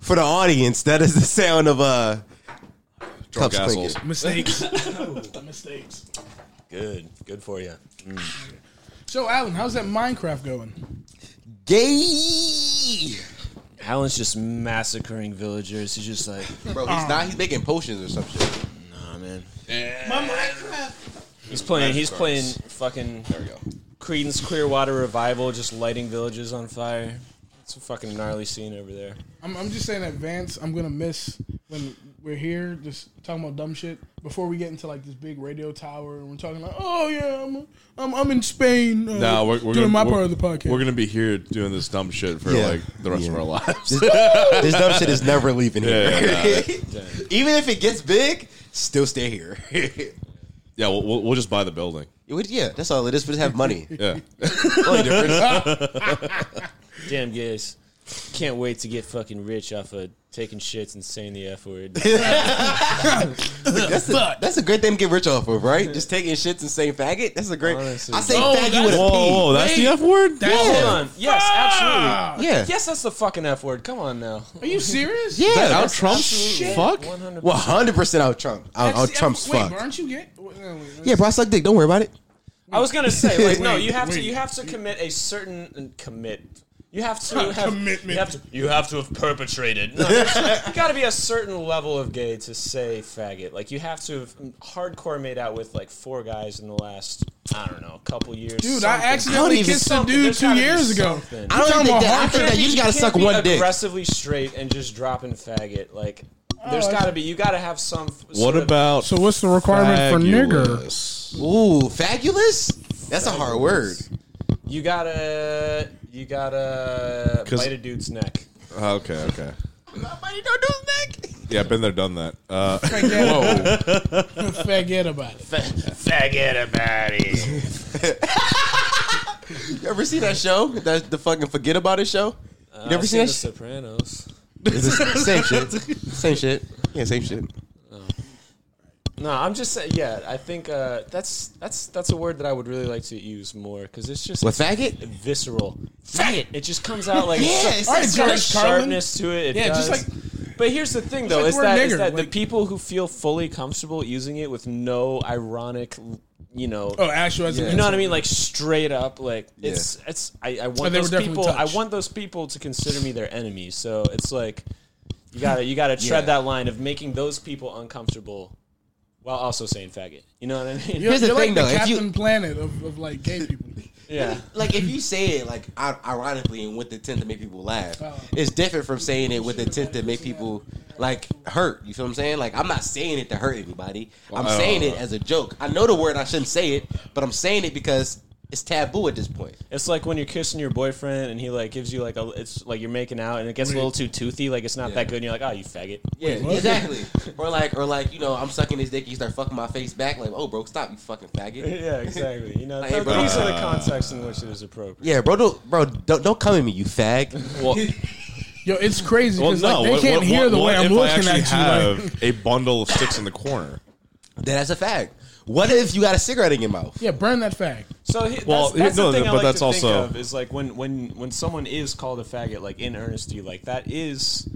for the audience. That is the sound of uh
drunk
Cups
assholes. *laughs*
Mistakes. *laughs* Mistakes.
Good, good for you.
So, Alan, how's that Minecraft going?
gay.
Alan's just massacring villagers. He's just like,
Bro, he's not. He's making potions or some shit.
nah, man. He's playing. He's playing fucking
There we go.
Creedence Clearwater Revival, just lighting villages on fire. It's a fucking gnarly scene over there.
I'm, I'm just saying, advance. I'm gonna miss when we're here, just talking about dumb shit. Before we get into like this big radio tower, and we're talking like, oh yeah, I'm I'm, I'm in Spain. Uh,
No, we're, we're
doing
gonna,
my
we're,
part of the podcast.
We're gonna be here doing this dumb shit for
Yeah.
like the rest
Yeah.
of our lives.
This dumb shit is never leaving here.
Yeah,
*laughs*
yeah,
Even if it gets big, still stay here.
*laughs*
*laughs*
yeah, we'll, we'll, we'll just buy the building.
It would- yeah, that's all it is. We just have money.
Yeah,
Only difference.
Damn gays. Can't wait to get fucking rich off of taking shits and saying the F word. *laughs*
That's a, that's a great thing to get rich off of, right? Just taking shits and saying faggot. That's a great.
Honestly.
I say
Oh,
faggot with
that's-
a P.
Whoa, whoa, that's the F word?
That's-
Hold on. Yes, absolutely.
Yeah.
Yes, that's the fucking F word. Come on now.
Are you serious?
Yeah.
That out
that's-
Trump's
absolutely-
fuck?
100%.
Well, hundred percent out Trump. Out,
That's-
out Trump's
wait,
fuck.
But aren't you gay? Wait, no, wait,
Yeah, bro, I suck dick. Don't worry about it.
I was gonna say, like, no,
Wait,
you have to,
wait.
you have to commit a certain uh, commit. You have to have
Commitment.
You have to, you have to have perpetrated. No,
*laughs*
there's- you got to be a certain level of gay to say faggot. Like you have to have hardcore made out with like four guys in the last I don't know couple years.
Dude, I
something.
I don't
accidentally
even-
kissed a
Something.
dude
There's
two
gotta be
years ago.
something.
I don't
You're
even
talking
think
about
that. I
hard
think that
dick?
you just gotta
can't
suck
be
one dick.
Aggressively straight and just dropping faggot. Like there's
Oh, I-
got to be. You got to have some. f-
What
sort of-
about
So what's the requirement for nigger?
fabulous?
Ooh, fabulous. That's a hard word.
you gotta you gotta
'Cause-
bite a dude's neck.
Oh, Okay, okay.
Nobody don't do his neck.
Yeah, been there, done that. Uh,
Oh.
Forget Forget about it.
Faggot about it.
*laughs* You ever see that show? That the fucking forget about it show. You
Uh, I've
ever seen that?
The
sh-
Sopranos.
It's the *laughs* same shit. Same shit. Yeah, same shit.
No, I'm just saying. Yeah, I think uh, that's that's that's a word that I would really like to use more because it's just
What faggot?
visceral. Faggot. It just comes out like
Yeah,
so-
it's
it's
like
got a
George Carlin.
sharpness to it. it
Yeah,
does.
just
But here's the thing, though,
like
is
we're
that,
nigger,
is that the
like-
people who feel fully comfortable using it with no ironic, you know,
Oh, Asher as
You know what I mean? Like straight up, like it's it's. I, I want
they were
those
definitely
people.
touched.
I want those people to consider me their enemy. So it's like you gotta you gotta tread
Yeah.
that line of making those people uncomfortable while also saying faggot. You know what I mean?
You're,
Here's the
you're like
thing, though,
the
if you-
Captain Planet of, of like gay people.
*laughs* yeah.
Like if you say it like i- ironically and with the intent to make people laugh, it's different from saying it with the intent to make people like hurt. You feel what I'm saying? Like I'm not saying it to hurt anybody. I'm
Well, I
saying
don't
it as a joke. I know the word I shouldn't say it, but I'm saying it because it's taboo at this point.
It's like when you're kissing your boyfriend and he like gives you like a. It's like you're making out and it gets a little too toothy. Like it's not that good. and You're like, oh, you faggot.
Yeah, exactly. or like, or like, you know, I'm sucking his dick. You start fucking my face back. Like, oh, bro, stop, you fucking faggot.
*laughs* yeah, exactly. You know,
Like, hey,
th-
bro.
these are the contexts in which it is appropriate.
Yeah, bro, don't, bro, don't, don't come at me, you fag.
well,
Yo, it's crazy
well,
because
no.
like, they
what-
can't
what-
hear the
what
way I'm
if I
looking
actually
at you. like-
have a bundle of sticks in
*laughs*
the corner.
That's a fag. What if you got a cigarette in your mouth?
yeah, burn that fag.
So he,
Well,
that's, that's
no,
the thing I
but
like
that's
to think
also-
of is like when when when someone is called a faggot, like in earnesty, like that is.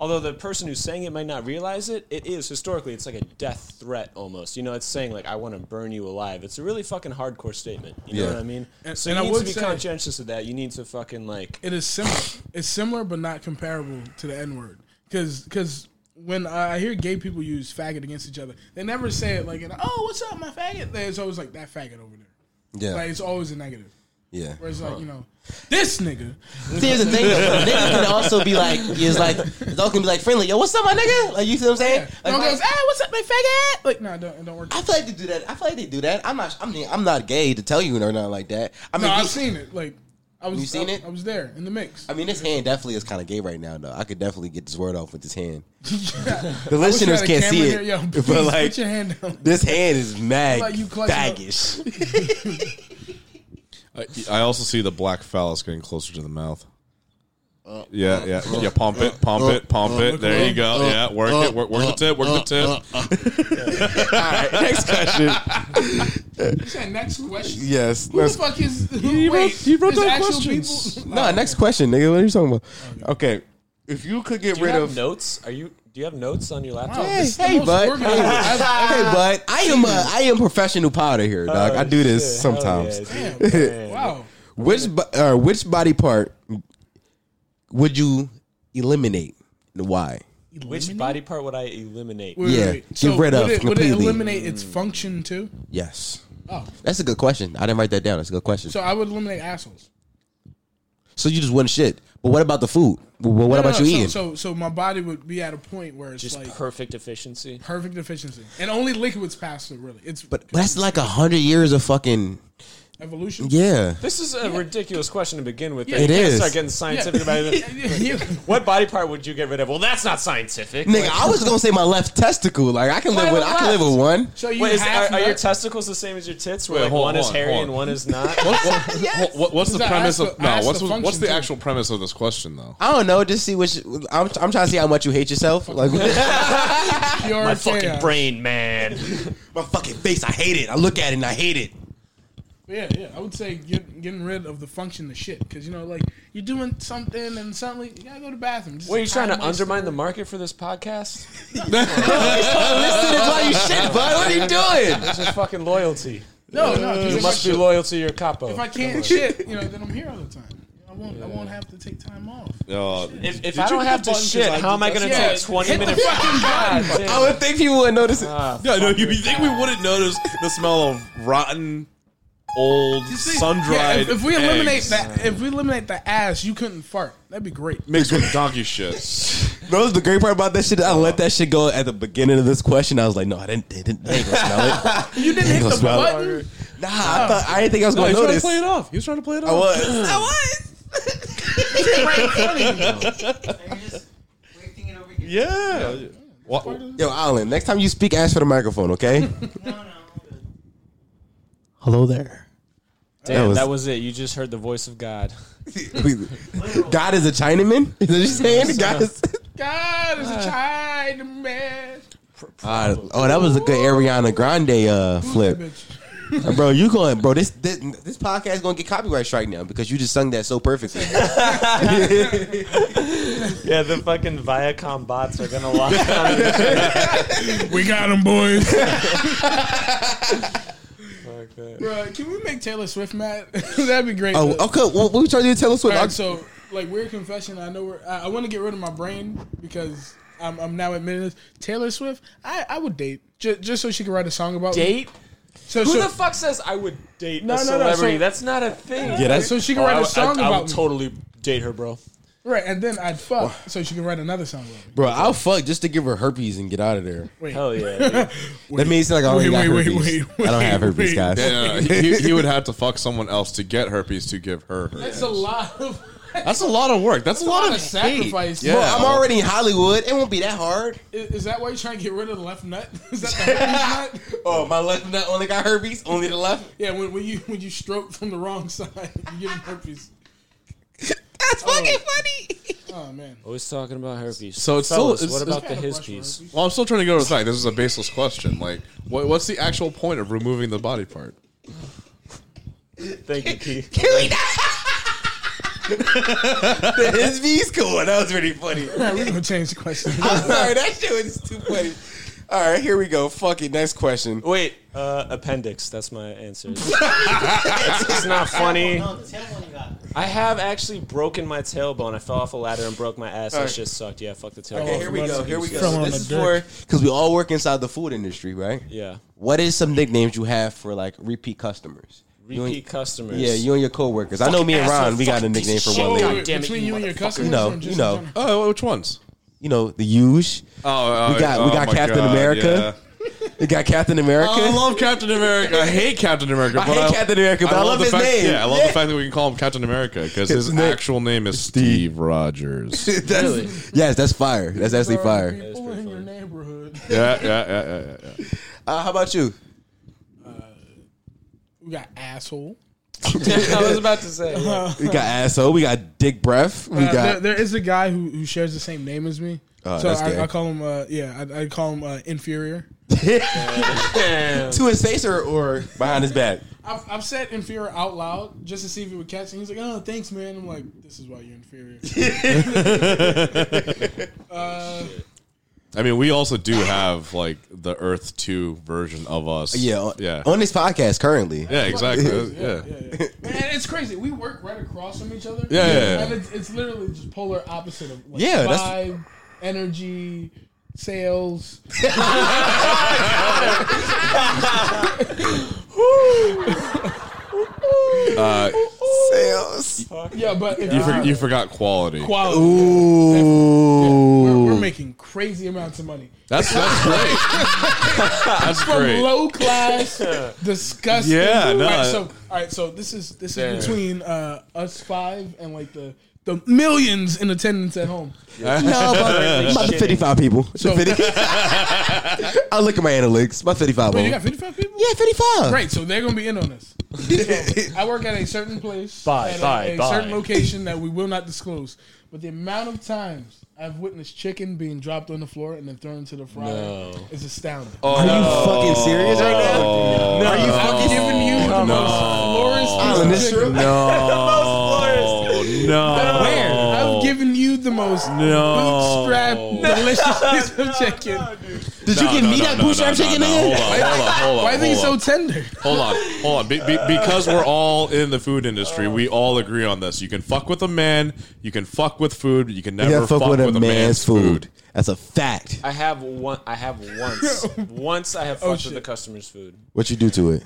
Although the person who's saying it might not realize it, it is historically it's like a death threat almost. You know, it's saying like I want to burn you alive. It's a really fucking hardcore statement. You know
Yeah.
what I mean?
And-
so
and I
you need
would
to be
say-
conscientious of that. You need to fucking like
It is similar. It's similar, but not comparable to the N word. Because when I hear gay people use faggot against each other, they never say it like, in, "Oh, what's up, my faggot?" It's always like that faggot over there.
Yeah,
Like it's always a negative.
yeah.
Whereas like you know, this nigga.
Here's the thing, though. niggas can also be like, is like, dog can be like friendly. Yo, what's up, my nigga? Like, you feel what I'm saying?
no
Like,
one
my-
goes, "Ah, what's up, my faggot?" Like no, it don't it don't work.
I feel like they do that. I feel like they do that. I'm not. I'm. I'm not gay to tell you or nothing like that. I mean,
No, I've
we-
seen it. Like I was,
You seen
I-
it?
I was there in the mix.
I
*laughs*
mean, *laughs* this hand definitely is kind of gay right now, though. I could definitely get this word off with this hand. The
I wish we
listeners
had a
can't
camera
see
here.
it,
Yo, please
but like
put your hand down.
this hand is mad
Like you clutching up-
baggish.
*laughs*
I, I also see the black phallus getting closer to the mouth.
Uh,
Yeah, yeah, yeah. Pump it, pump it, pump it. There you go.
uh,
Yeah, work it, work, work the tip, work the tip.
You said next question.
Yes.
Who
let's-
the fuck is?
he wrote-
wait,
he wrote
is
down
actual
questions.
people-
Nah, next question, nigga. What are you talking about? Okay, if you could get
Do you
rid
have
of
notes? Are you? Do you have notes on your laptop?
Wow,
Hey,
this is the
hey,
most
bud.
organized I've
Hey,
ever- Oh,
bud, I am a, I am professional powder here, dog. I do this
shit. Hell
sometimes.
yeah, dude.
*laughs*
Wow.
Which bo- uh, which body part would you eliminate and why?
Which body part would I eliminate?
Wait, wait,
Yeah,
wait.
get rid
would
of
it, would it
completely.
eliminate its function too?
Yes,
Oh,
that's a good question. I didn't write that down. That's a good question.
so
So,
I would eliminate assholes.
you just wouldn't shit. But what about the food? Well, what
No, no,
about
no,
you
so,
eating?
So, so my body would be at a point where it's
Just
like
perfect efficiency.
perfect efficiency, and only liquids pass through. Really, it's
but, but that's like a hundred years of fucking
evolution.
yeah.
This is a ridiculous question to begin with.
It
you can't
is.
Start getting scientific about it.
*laughs* Yeah.
What body part would you get rid of? Well, that's not scientific.
Nigga, I was gonna say my left testicle. Like I can live with, I can live with one.
So you
Wait, is,
have
are, are your
nuts?
testicles the same as your tits? Where
Wait,
like
hold
one is
on,
hairy
hold on.
and one is not?
*laughs* What, what, what- what- what's the
Because I
premise
asked
of
the- I
no?
asked
What's
the
the, what's the
function, too.
actual premise of this question though?
I don't know. Just see which. I'm, I'm trying to see how much you hate yourself.
*laughs*
Like
Pure
My fucking
chaos.
brain, man.
my fucking face. I hate it. I look at it and I hate it.
Yeah, yeah. I would say get, getting rid of the function of shit because you know, like you're doing something and suddenly you gotta go to the bathroom. Just
What are you trying to
hide my
undermine the
story.
market for this podcast?
Listen, it's why you shit, bud. What are you doing?
It's just
*laughs*
fucking loyalty.
No, no. 'cause
You
if,
must
I,
be loyal to your capo.
if I can't shit, you know, then I'm here all the time. I won't. I won't have to take time off.
Uh,
If,
did
I
you
don't
hit
have
the
to
button 'cause
shit,
I
how am
did
I
that?
going to
Yeah,
take 20
hit the
minutes?
fucking
God damn.
I would think people would notice it.
Ah,
Yeah, no, you would think we wouldn't notice the smell of rotten, old, sun
Yeah,
dried.
if, if we eliminate that, if we eliminate the ass, you couldn't fart. That'd be great.
mixed with
*laughs*
donkey shit,
No, the great part about that shit. I let that shit go at the beginning of this question. I was like, no, I didn't. They, didn't, they ain't gonna smell it.
You didn't hit
gonna
the
smell it.
button.
*laughs* Nah, I thought I didn't think I was gonna
he was trying to
notice.
play
I
it off. He was trying to play it off.
was.
was.
Right in front of you.
Are you just wasting it over your
Yeah. Wha-
*clears throat* Yo, Alan. Next time you speak, ask for the microphone, okay?
*laughs* No, no, I'm good.
Hello there. *laughs*
damn,
was-
that was it. You just heard the voice of God.
God is a Chinaman. Is that what you saying? God is. *laughs*
God is a
Ah.
child, man.
Uh, oh, that was a good Ariana Grande uh, flip.
Bitch.
bro, you going, bro? This this, this podcast is gonna get copyright strike now because you just sung that so perfectly.
Yeah, the fucking Viacom bots are going to lock on.
We got him, boys.
Fuck that.
Bro, can we make Taylor Swift mad? That'd be great.
*laughs* oh, okay. What, what we trying to do, Taylor Swift?
All
I-
right, so like weird confession. I know we're. I, I want to get rid of my brain because I'm, I'm now admitting this. Taylor Swift, I, I would date just, just so she could write a song about me.
Date?
So,
Who
so,
the fuck says I would date
No,
a
no, no,
celebrity?
so-
That's not a thing.
yeah, that's
so she could
Oh,
write
I
a
would- I-
song
I,
about
would
me.
totally date her, bro.
right, and then I'd fuck so she could write another song about me.
bro. I'll fuck just to give her herpes and get out of there.
Wait,
Hell yeah. dude.
that means like I already
wait,
got
wait,
herpes.
wait, wait,
I don't have herpes,
wait.
guys.
Yeah, no, no, he, he would have to fuck someone else to get herpes to give her herpes.
that's a lot of
That's a lot of work. That's, a lot, of hate.
sacrifice.
Yeah.
Bro, I'm already in Hollywood. It won't be that hard.
I- Is, that why you're trying to get rid of the left nut? *laughs* Is that the
*laughs*
herpes nut?
Oh, my left nut only got herpes. Only the left.
Yeah, when, when you when you stroke from the wrong *laughs* side, you give him herpes.
That's fucking funny.
Oh man.
Always talking about herpes.
So it's
Fellas,
still- it's-
what
it's
about
Got
the
a
his
brush for
piece?
herpes.
Well, I'm still trying to go to the fact. This is a baseless question. Like, what, what's the actual point of removing the body part?
Thank you, Keith.
*laughs* The his V's cool. That was pretty funny.
All right, we're gonna change the question.
*laughs* I'm sorry, that shit was too funny. All right, here we go. Fuck it. Next question.
Wait, uh, appendix. That's my answer. it's, it's not funny.
No, the tail one you got.
I have actually broken my tailbone. I fell off a ladder and broke my ass. That
Alright.
shit sucked. Yeah, fuck the tailbone.
Okay, Oh, here we go. Here we
From
go.
on
This
the
is for
dirt.
because we all work inside the food industry, right?
Yeah.
What is some nicknames you have for like repeat customers? You and-
Repeat customers. *laughs*
yeah, you and your coworkers. I know me and Ron, we got a nickname for one.
Oh,
Lady.
wait,
damn it,
between
you
you and your customers,
You know,
or just
you know.
in general?
Oh, which ones?
Uh,
You know the Huge.
Oh,
We got- we got Captain America. It got Captain America. *laughs*
I love Captain America. I hate Captain America.
I hate Captain America, but I love
the
his
fact,
name.
Yeah, I love
Yeah.
the fact that we can call him Captain America because his
name-
actual name is
*laughs*
Steve Rogers.
That's- Yes, that's fire. That's actually
There are
fire.
People in your neighborhood.
yeah, yeah, yeah, yeah, yeah, yeah.
Uh, how about you?
We got asshole.
I was about to say. *laughs*
*laughs*
We got asshole. We got dick breath. We
Uh, there,
got
there is a guy who, who shares the same name as me.
Oh,
so
that's
I,
gay.
I call him, uh, yeah, I, I call him uh, inferior.
*laughs* to his face or, or behind his back.
I've, I've said inferior out loud just to see if he would catch, and he's like, "Oh, thanks, man." I'm like, "This is why you're inferior."
I mean, we also do have like the Earth Two version of us.
Yeah,
yeah,
On this podcast currently. *laughs*
yeah, exactly.
yeah,
yeah.
yeah. And it's crazy. We work right across from each other.
Yeah, yeah, yeah.
And it's, it's literally just polar opposite of like,
Yeah, that's-
vibe, energy, sales. *laughs*
Uh,
Sales.
Yeah, but if
you,
it's
for, you forgot quality.
quality. We're, we're
Ooh.
making crazy amounts of money.
*laughs*
That's that's great. That's
From
great.
low
*laughs*
class, disgusting.
Yeah, no,
All right,
I-
so all right, so this is this is between uh, us five and like the the millions in attendance at home.
No, about, about 55 people.
*laughs* So-
50. *laughs* I look at my analytics. About 55
Wait, you
of
got
them.
fifty five people.
Yeah, 55.
Right, so they're gonna be in on this.
*laughs*
So, I work at a certain place,
Bye,
at
bye,
a, a
bye.
certain location that we will not disclose. But the amount of times I've witnessed chicken being dropped on the floor and then thrown into the fryer is astounding.
Oh.
Are you fucking serious right now? No. Are you
I'm
fucking
giving you the most
Oh,
florist
in
piece
this
of chicken.
room?
No, no.
I've given you the most
No. *laughs*
bootstrap delicious piece of chicken.
Did you get me that bootstrap chicken,
Hold on,
nigga?
hold on, hold on.
Why is it
hold
so
on.
tender? *laughs*
Hold on, hold on. Be, be, because we're all in the food industry, we all agree on this. You can fuck with a man, you can fuck with food, you can
You
never
gotta fuck with a man's food. That's a fact.
I have one. I have once. once I have fucked with the customer's food.
What you do to it?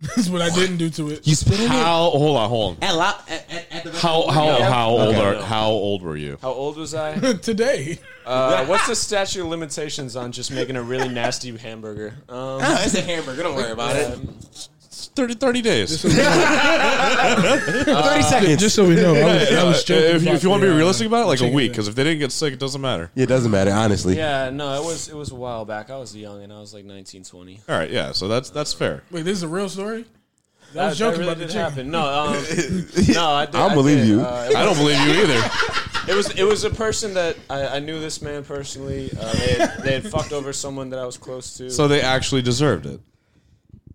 That's what I didn't do to it.
You spit in it?
How? Hold on, hold on.
At, lo- at, at, at the
How how
Yeah.
how old
Okay.
are how old were you?
How old was I?
*laughs* Today,
Uh, *laughs* what's the statute of limitations on just making a really nasty hamburger? Um,
Oh, it's a hamburger. Don't worry about it.
um,
30, 30 days.
30 seconds.
just so we know, I was, I was
Uh,
joking
if you,
about
if you want to be
the, uh,
realistic about it, like a
chicken
week,
thing.
because if they didn't get sick, it doesn't matter.
it doesn't matter, honestly. *laughs*
yeah, no, it was it was a while back. I was young and I was like 19, 20.
All right, yeah. So that's that's fair.
Wait, this is a real story.
That,
was
that
joking
really
about the
did
chicken.
happen. No, um, no, I did,
I'll
I
believe
did.
you.
Uh,
I don't believe you either.
It was it was a person that I, I knew this man personally. Uh, they, had, they had fucked over someone that I was close to.
So they actually deserved it.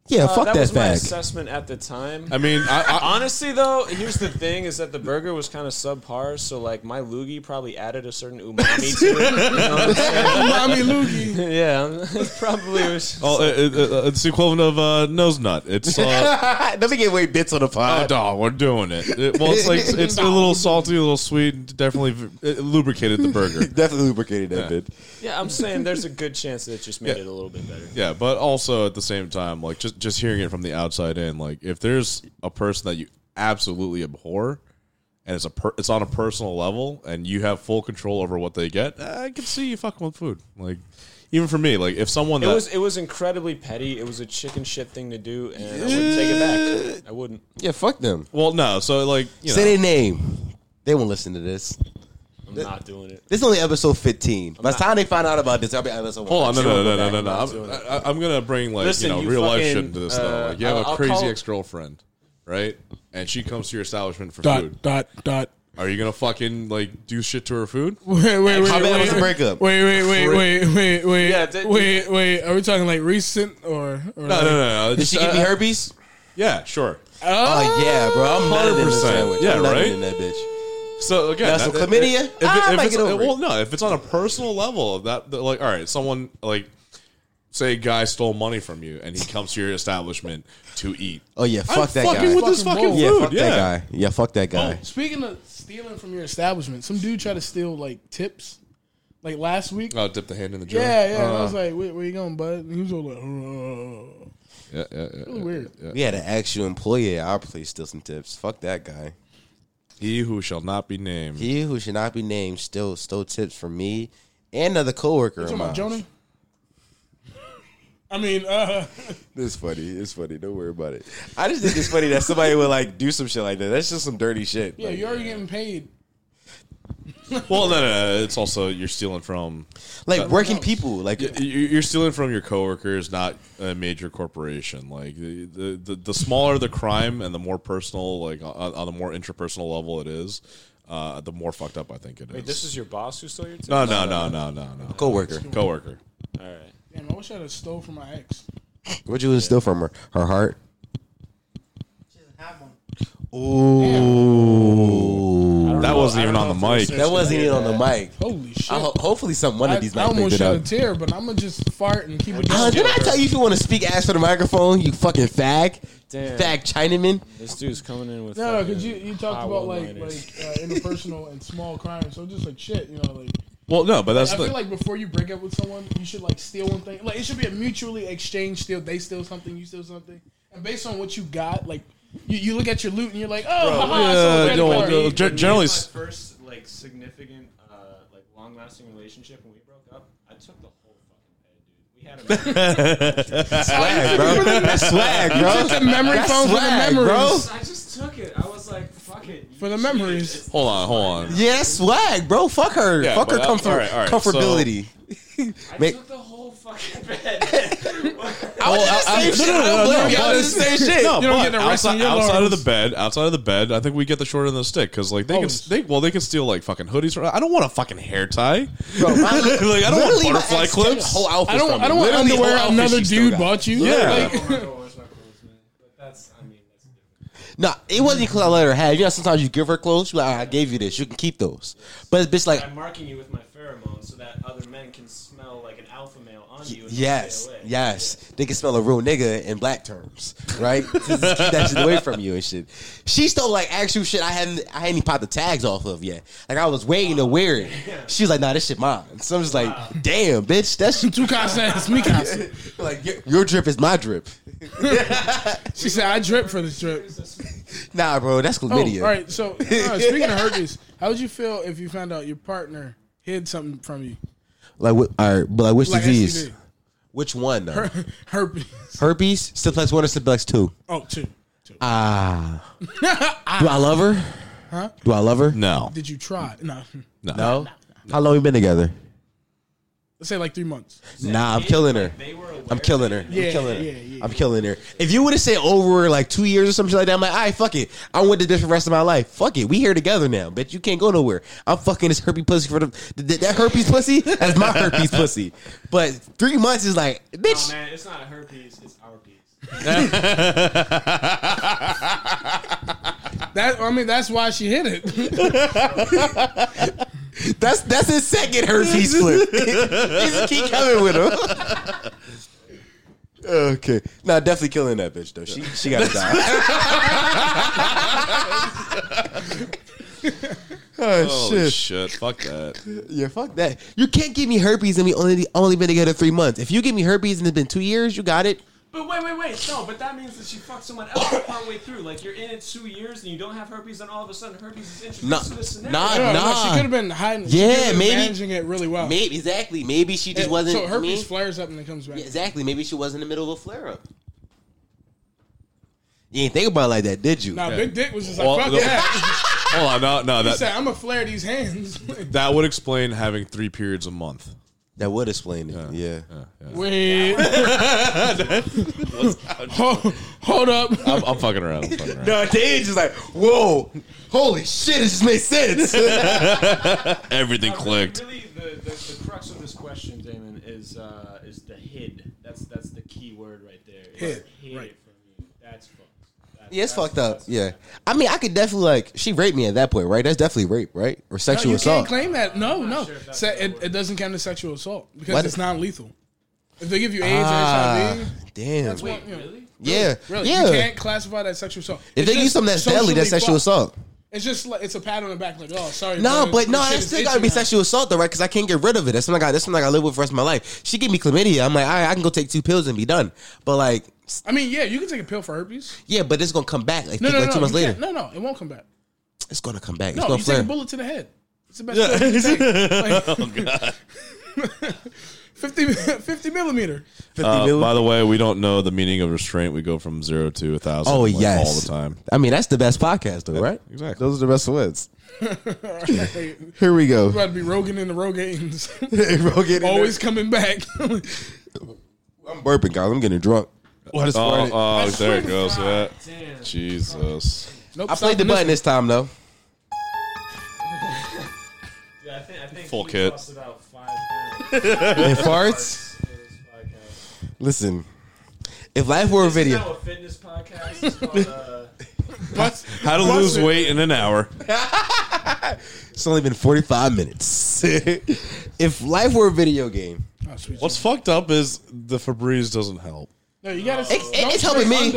Yeah,
Uh,
fuck
that
that,
was my
fact.
assessment at the time.
I mean, I, I,
Honestly, though, here's the thing: is that the burger was kind of subpar, so like my loogie probably added a certain umami to it. *laughs* You know what I'm saying?
*laughs* Mommy Loogie.
yeah, *laughs* it probably was. just-
Oh, it, it, it- it's the equivalent of uh, nose nut. It's *laughs* uh,
*laughs* Let me get way bits on the
oh,
pod.
dog, we're doing it. It- Well, it's like it's a *laughs* little salty, a little sweet. and Definitely v- it lubricated the burger. *laughs*
Definitely lubricated that bit.
Yeah, I'm saying there's a good chance that it just made it a little bit better.
Yeah, but also at the same time, like just just hearing it from the outside in, like if there's a person that you absolutely abhor, and it's a per- it's on a personal level, and you have full control over what they get, I can see you fucking with food. Like even for me, like if someone
It
that
was it was incredibly petty. It was a chicken shit thing to do, and I wouldn't take it back. I wouldn't.
Yeah, fuck them.
well, no, so like you
Say
know,
their name. They won't listen to this.
I'm not doing it.
This is only episode 15. By the time they find out about this, I'll be episode
Hold on, no, no, no, no, no,
I'm not
no.
doing
I'm, I, I'm gonna bring like
Listen,
you know
you
real life
fucking,
shit into this though.
uh,
Like you have
I'll-
a
I'll
crazy
call-
ex girlfriend, right? And she comes to your establishment for food.
Dot dot dot.
Are you gonna fucking like do shit to her food?
Wait, wait, wait.
How bad was
wait,
the breakup?
Wait, wait, wait, wait, wait, wait.
Yeah, that-
wait, wait. Are we talking like recent or? or
No, no, no. no.
Did she give me herpes?
Yeah, sure.
uh,
Oh, yeah, bro. I'm hundred
100%. Yeah,
I'm
right?
in that bitch.
So again,
Now,
that-
some
that-
chlamydia?
If,
Ah, I
if
might
it's,
get over
well,
it.
no, if it's on a personal level, that that, like all right, someone like say a guy stole money from you and he comes to your establishment to eat.
Oh yeah, fuck
I'm
that
fucking
guy.
with this
Fucking
fucking
bull.
food.
yeah,
Yeah, Oh,
fuck that guy. Yeah, fuck that guy.
Speaking of stealing from your establishment, some dude tried to steal like tips, like last week.
Oh, dip the hand in the jar.
yeah, yeah. and I was
Uh,
Uh-huh.
like, where, where you going, bud? And he was all like, oh.
yeah, yeah, yeah, yeah.
weird.
We had an actual employee at our place steal some tips. Fuck that guy.
He who shall not be named.
He who should not be named still stole tips from me and another coworker
Talking
of mine.
about Jonah? I mean, uh,
It's funny. It's funny. Don't worry about it. I just think it's funny that somebody would like do some shit like that. That's just some dirty shit.
yeah,
Like,
you're already getting paid.
Well, no, no, no. It's also you're stealing from
like working people. Like
you- you're stealing from your coworkers, not a major corporation. Like the the, the, the smaller the crime and the more personal, like on, on the more interpersonal level it is, uh, the more fucked up I think it is.
Wait, this is your boss who stole your tip?
no, no,
Uh,
no, no, no, no.
coworker.
Coworker.
All right.
Damn, I wish I'd have stole from my ex.
What'd you steal from her? Her heart.
She doesn't have one.
Ooh.
That wasn't even on the mic.
That wasn't even on the mic.
Holy shit!
I ho- hopefully, some one
I,
of these
I
might pick
almost
it
shed a
up.
tear, but I'm gonna just fart and keep it
Uh,
going.
did I tell you if you want to speak, ask for the microphone? You fucking fag,
Damn.
fag Chinaman.
This dude's coming in with.
No, no,
fucking
because you, you talked
high
about like like
one-liners.
uh, interpersonal and small crimes, so just like shit, you know, like
Well, no, but that's
I
the
feel like before you break up with someone, you should like steal one thing. Like it should be a mutually exchange. Steal, they steal something, you steal something, and based on what you got, like you, you look at your loot and you're like, oh, haha, *laughs* I sold
yeah,
that
no,
car.
no,
When
gen-
me
generally,
and
s-
my first like significant, uh, like long-lasting relationship when we broke up, I took the whole fucking bed, dude. We
*laughs*
had a.
Swag, bro. That's swag, bro.
Took the memory
That's
phone
swag,
for the memories.
bro.
I just took it. I was like, fuck it.
For the memories.
hold on, hold on.
Yeah, that's swag, bro. Fuck her.
Yeah,
Fuck her
but, uh,
comfort,
all right, all right,
comfortability.
I
Make-
took the whole fucking bed.
I would just say shit. I don't blame you. I would just say shit.
No,
You don't get
but
an arrest in
outside,
your
outside of the
arms.
bed, outside of the bed, I think we get the short end of the stick because
Oh.
like they can,
Always.
they, well, they can steal like fucking hoodies. From, I don't want a fucking hair tie. *laughs*
Bro, my- *laughs*
like I don't want
literally my
butterfly
ex took the
clips.
Whole outfit
I don't.
from
I don't
me.
want
Literally the whole
underwear
outfit
another
she still
dude
got.
bought you.
Yeah.
*laughs*
Oh,
Like, *laughs*
No, it wasn't because I let her have. You know, sometimes you give her clothes. She's like, I gave you this. You can keep those. But it's bitch, like,
I'm marking you with my pheromones so that other men can smell like an alpha male on you. And
yes,
stay away.
yes, they can smell a real nigga in black terms, right? Just keep that shit away from you and shit. She stole like actual shit. I hadn't, I hadn't even popped the tags off of yet. Like I was waiting to wear it. She was like, Nah, this shit mine. So I'm just like, Damn, bitch, that's
Two casas, mi casa.
*laughs* like your, your drip is my drip.
She said, "I drip for this drip."
Nah, bro, that's
Oh,
chlamydia.
all right. So uh, speaking of herpes, how would you feel if you found out your partner hid something from you,
Like, what, all right, but like which
like
disease?
STD,
Which one? Though?
Her- herpes?
Herpes, simplex one, or simplex two?
Oh, two. two.
Ah. Do I love her? Huh? Do I love her?
No,
Did you try? No.
No. How long we been together?
Let's say like three months.
Nah, I'm killing her.
They were aware.
I'm killing her.
Yeah,
I'm killing her.
yeah, yeah,
I'm killing her. If you would have said over like two years or something like that, I'm like, all right, fuck it. I want this for the rest of my life. Fuck it. We here together now, bitch. You can't go nowhere. I'm fucking this herpes pussy for the th- that herpes pussy. That's my herpes pussy. But three months is like,
Oh
bitch.
man, it's not her piece. It's our piece.
That I mean, that's why she hid it. *laughs*
That's that's his second
*laughs*
herpes flip. He's keep coming with him. *laughs* okay, nah, definitely killing that bitch though. She she gotta die. *laughs* oh
holy shit, fuck that.
Yeah, fuck that. You can't give me herpes and we only only been together three months. If you give me herpes and it's been two years, you got it.
But wait, wait, wait. No, but that means that she fucked someone else partway through. Like you're in it two years and you don't have herpes, and all of a sudden herpes is introduced
Nah,
to the scenario.
nah,
No, no,
Nah.
she could have been hiding. she
Yeah,
could have been
maybe.
managing it really well.
Maybe exactly. Maybe she just
Yeah,
wasn't.
Eh, so herpes
me.
flares up and it comes back.
Yeah, exactly. Maybe she was in the middle of a flare up. You ain't think about it like that, did you?
Nah, Big Dick was just like,
Well,
fuck
*laughs*
the-
that.
Hold on, no, no,
He said,
that
I'm going to flare these hands. *laughs*
that would explain having three periods a month.
That would explain it. Yeah.
Yeah, yeah.
Wait. hold, hold up.
I'm, I'm fucking around. I'm fucking
*laughs*
around.
No, they just like, whoa, holy shit, it just makes *laughs* sense.
Everything
Really,
clicked.
really, the, the, the crux of this question, Damon, is uh, is the hid. That's that's the key word right there. It's
Hid,
hid
right.
it from you. That's fucked. That's,
yeah, it's
that's-
fucked up.
that's-
Yeah. I mean, I could definitely, like, she raped me at that point, right? That's definitely rape, right? Or
No,
sexual
you can't
assault.
claim that. No, no.
sure if that's
Se-
the
it,
word.
it doesn't count as sexual assault because
What?
it's non lethal. If they give you AIDS or
ah,
HIV,
damn.
Wait,
Yeah.
really?
yeah.
really,
yeah.
you can't classify that sexual assault.
If
It's
they use
just
something that's deadly, that's
socially
sexual
fu-
assault.
It's just like it's a pat on the back, like, oh, sorry.
No,
bro,
but no,
your shit
that
is
still gotta be
itching now.
sexual assault, though, right? Because I can't get rid of it. That's something I got. That's something I gotta live with for the rest of my life. She gave me chlamydia. I'm like, all right, I can go take two pills and be done. But like, s-
I mean, yeah, you can take a pill for herpes.
yeah, but it's gonna come back. Like,
No,
think,
no,
like
no,
two months
you
later,
can't- No, no, it won't come back.
it's gonna come back. It's
No,
gonna
you
flare.
*laughs*
*laughs* Oh,
take a bullet to the head. It's the best. pill you can take. Like, 50, 50 millimeter.
50
Uh,
million.
by the way, we don't know the meaning of restraint. We go from zero to a thousand.
oh
like,
yes,
all the time.
I mean, that's the best podcast, though, right?
Exactly.
Those are the best wins.
Hey,
Here we
*laughs*
go.
about to be Rogan in the Rogaines. *laughs*
Bro, get in
Always coming back. *laughs*
there. I'm burping, guys. I'm getting drunk. What is
Oh,
oh,
oh, there it goes. Yeah. Jesus.
Nope,
I played the button this time,
*laughs*
though.
Yeah, I think, I think
Full we kit. lost
about five
*laughs*
pounds.
And farts.
uh,
Listen, if life were a video,
a fitness podcast. It's called, uh,
How to lose weight in an hour?
it's only been 45 minutes. *laughs* if life were a video game,
Oh, sweet
What's fucked up is the Febreze doesn't help.
No, you gotta.
It's- it's helping me.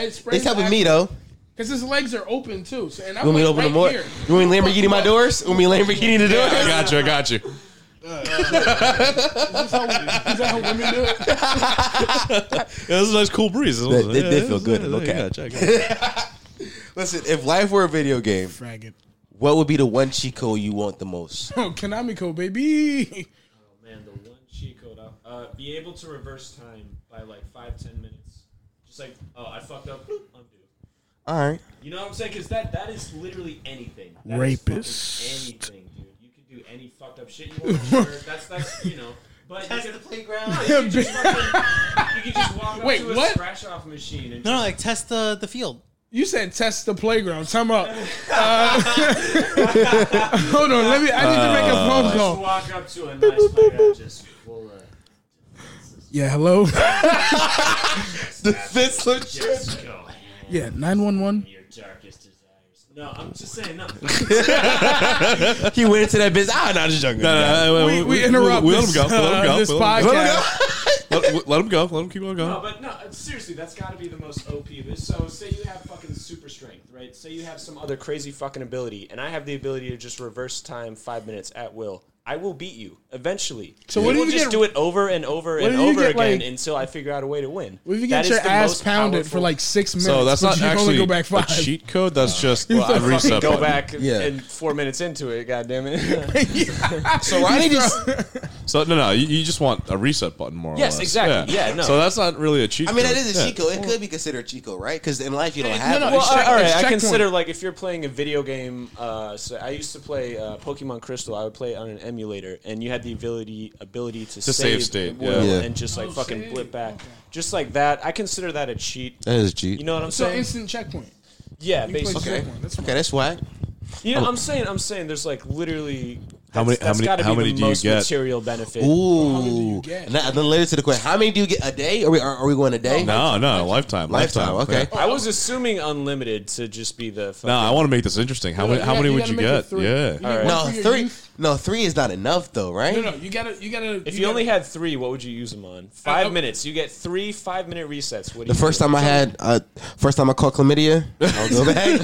it's helping me though.
because his legs are open too. So, and I'm
You want me
like
to open
right
them more?
here.
You want me Lamborghini my doors? You want me Lamborghini the doors?
I got you. I got you.
Is that how, is that how women do it?
Yeah, this is a nice cool breeze.
That- that did feel good. Look at
it. it.
Listen, if life were a video game,
Faggot.
what would be the one cheat code you want the most?
Oh, Konamiko, baby.
oh man, the one cheat code. I'll- Uh, be able to reverse time by like five ten minutes. Just like, oh, I fucked up. Boop, undo.
All right.
You know what I'm saying? Because that that is literally anything. That is fucking anything, dude. You can do any fucked up shit you want. Sure,
*laughs*
that's that's you know. But you
That's
can,
the
you
playground.
can just fucking, you can just walk up
Wait,
to a
what?
scratch off machine and
No, no, like test the, the field.
You said test the playground. Time out. Uh, *laughs* hold on. Let me. I need to make a
Uh,
phone
just
call.
walk up to a nice playground just full of
Yeah. Hello.
This looks
just go ham.
Yeah. Nine one one.
your darkest desires. No, I'm just saying no.
He went into that business. Ah, not just joking.
We, we interrupt
Let him
this,
go. Let him
uh,
go.
this
Let him go.
podcast.
Let- Let him go. Let him keep on
No,
going.
but no, seriously, that's got to be the most OP. of it. So, say you have fucking super strength, right? Say you have some other crazy fucking ability, and I have the ability to just reverse time five minutes at will. I will beat you eventually. So
what if
will
you
just
get-
do it over and over and
if you
over
get,
again
like-
until I figure out a way to win.
What if you
That
get
is
your
the
ass
most
pounded for
powerful-
like six minutes?
So that's
but
not
you can only go
actually
back
a
five.
cheat code. That's just a
Fucking
reset
go
button.
back
Yeah.
and four minutes into it. God damn *laughs* it!
So why did he *laughs* just?
So no, no, you, you just want a reset button more.
Yes,
or less.
exactly. Yeah, no.
So that's not really a cheat.
I mean, that
code.
is
Yeah.
a cheat code. It could be considered a cheat code, right? Because in life you don't have.
no,
it.
no,
Well,
It's
all
check-
all right.
it's
I
checkpoint.
consider like if you're playing a video game. Uh, so I used to play uh, Pokemon Crystal. I would play it on an emulator, and you had the ability ability to,
save state,
the world
yeah. Yeah.
and just like fucking blip back, just like that. I consider that a cheat.
That is a
You
cheat.
know what I'm
So
saying?
instant checkpoint.
Yeah,
You play
basically.
checkpoint. That's
Okay, that's why.
You know, I'm saying, I'm saying, there's like literally.
Oh. How many-
that's-
how
that's
many-
gotta
how
be
many
the
do you
most
get?
Material benefit.
do
Ooh.
you get?
Now, then later to the question: How many do you get a day? Are we are, are we going a day?
No, no, lifetime,
Lifetime.
lifetime.
Okay.
Yeah.
I was assuming unlimited to just be the.
No, I want to make this interesting. How many? How
gotta-
many would
gotta
you
make it
get?
three.
Yeah.
You gotta make
No
it for your
three.
youth.
No three is not enough though, right?
No, no. You gotta. You gotta.
If you
gotta-
only had three, what would you use them on? Five
uh,
minutes. You get three five minute resets. What do
The
you
first
do?
time I had, uh, first time I
*laughs*
caught chlamydia, I'll go back.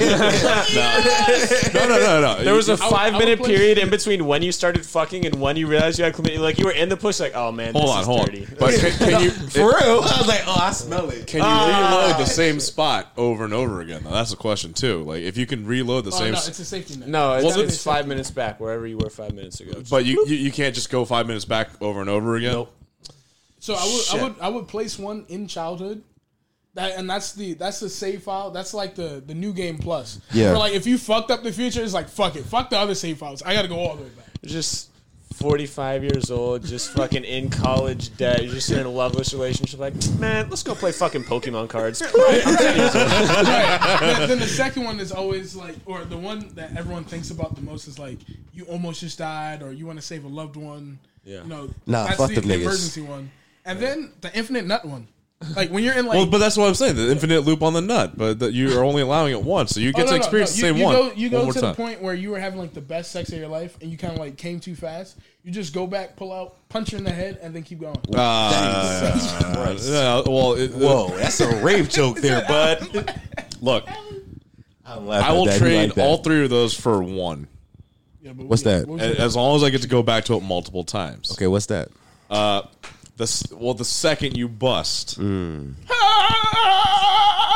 No, no,
*laughs*
no, no.
There was a
You-
would-
five
I would
minute
play-
period in between when you started fucking and when you realized you had chlamydia. Like you were in the push, like oh man,
hold
this
on,
is
hold
dirty.
on. But can, can you
*laughs* For real, Ah. I was like, oh, I smell it.
can you reload the same spot over and over again? Now, that's a question too. Like if you can reload the
Oh,
same,
no,
s-
it's a safety net.
No, it's,
Well,
it's
it's-
five minutes back wherever you were five minutes ago.
but you, you you can't just go five minutes back over and over again.
So I would,
Shit.
I would, I would place one in childhood. That and that's the that's the save file. That's like the the new game plus.
Yeah.
Where like if you fucked up the future, it's like fuck it, fuck the other save files. I gotta go all the way back.
just forty five years old, just fucking in college debt, you're just in a loveless relationship. Like man, let's go play fucking Pokemon cards.
then, then the second one is always like, or the one that everyone thinks about the most is like, you almost just died, or you want to save a loved one.
Yeah.
You know,
Nah, fuck
the,
them
the
niggas.
emergency one, and then the infinite nut one. Like when you're in like,
Well, but that's what I'm saying. The infinite loop on the nut, but that you are only allowing it once, so you
Oh,
get to experience
You-
the same
you
one.
Go, you
one
go
more
to
time.
the point where you were having like the best sex of your life, and you kind of like came too fast. You just go back, pull out, punch her in the head, and then keep going. *laughs*
Uh, yeah, well, it,
Whoa, that's a rape
*laughs*
joke there, bud.
look,
I'm
I will trade
like
all three of those for one,
Yeah, but
what's
yeah,
that?
what was your-
a- as long as I get to go back to it multiple times.
Okay, what's that?
Uh, the s- well, the second you bust,
Mm. Uh,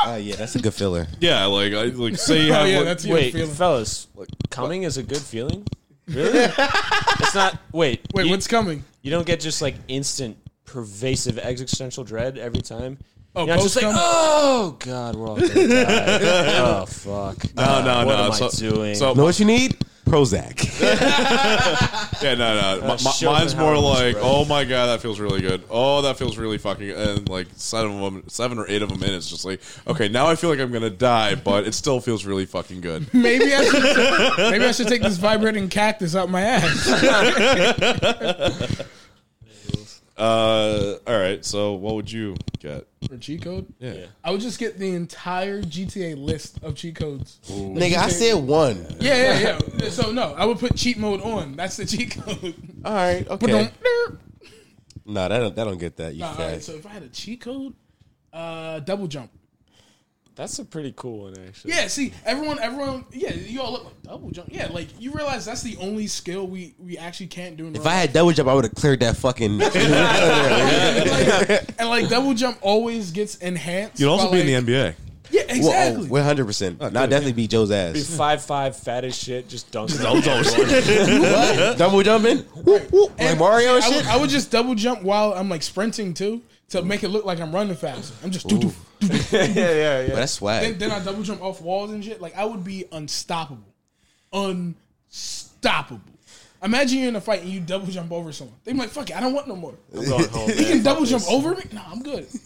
Oh yeah, that's a good filler.
yeah, like I, like say you
*laughs*
Oh
have
yeah,
like-
that's your
Wait,
feeling.
fellas, coming is a good feeling. It's not. Wait.
Wait,
you,
what's coming?
You don't get just like instant pervasive existential dread every time.
Oh,
You're not just
ghosts
like,
come?
oh god, we're all gonna die. oh fuck.
No, no,
what
no.
am I
so,
doing?
so-
Know what you need? Prozac.
yeah, no, no. My, my-
showing
mine's
how
more
it was
like,
spread.
oh my god, that feels really good. Oh, that feels really fucking. Good. And like seven of them, seven or eight of them in, it's just like, okay, now I feel like I'm gonna die, but it still feels really
*laughs*
fucking good.
Maybe I should. maybe I should take this vibrating cactus out my ass.
Uh, all right. So, what would you get?
For cheat code,
Yeah.
I would just get the entire GTA list of cheat codes.
Nigga, I said one.
Yeah, yeah, yeah. So no, I would put cheat mode on. That's the cheat code.
All right,
But
okay.
*laughs* don't.
no, that don't, that don't get that. You
Nah, all right,
fast.
so if I had a cheat code, uh, double jump.
That's a pretty cool one, actually.
Yeah, see, everyone, everyone, yeah, you all look like double jump. Yeah, like you realize that's the only skill we we actually can't do. In
If I had double jump, I would have cleared that
*laughs*
fucking.
and like double jump always gets enhanced.
You'd also
by,
be
like-
in the NBA.
Yeah,
Well,
exactly.
one hundred percent. Now definitely beat Joe's
Be
ass.
five five, fat as shit, just dunk. it.
Double jumping, whoop, whoop, like
And
Mario and
I would,
shit.
I would just double jump while I'm like sprinting too to make it look like I'm running fast. I'm just doo doo.
But that's
Then,
swag.
then I double jump off walls and shit. Like I would be unstoppable, unstoppable. Imagine you're in a fight and you double jump over someone. They be like, "Fuck it, I don't want no more."
I'm going home.
He can
man.
double
Fuck
jump
this.
over me. No, I'm good. *laughs*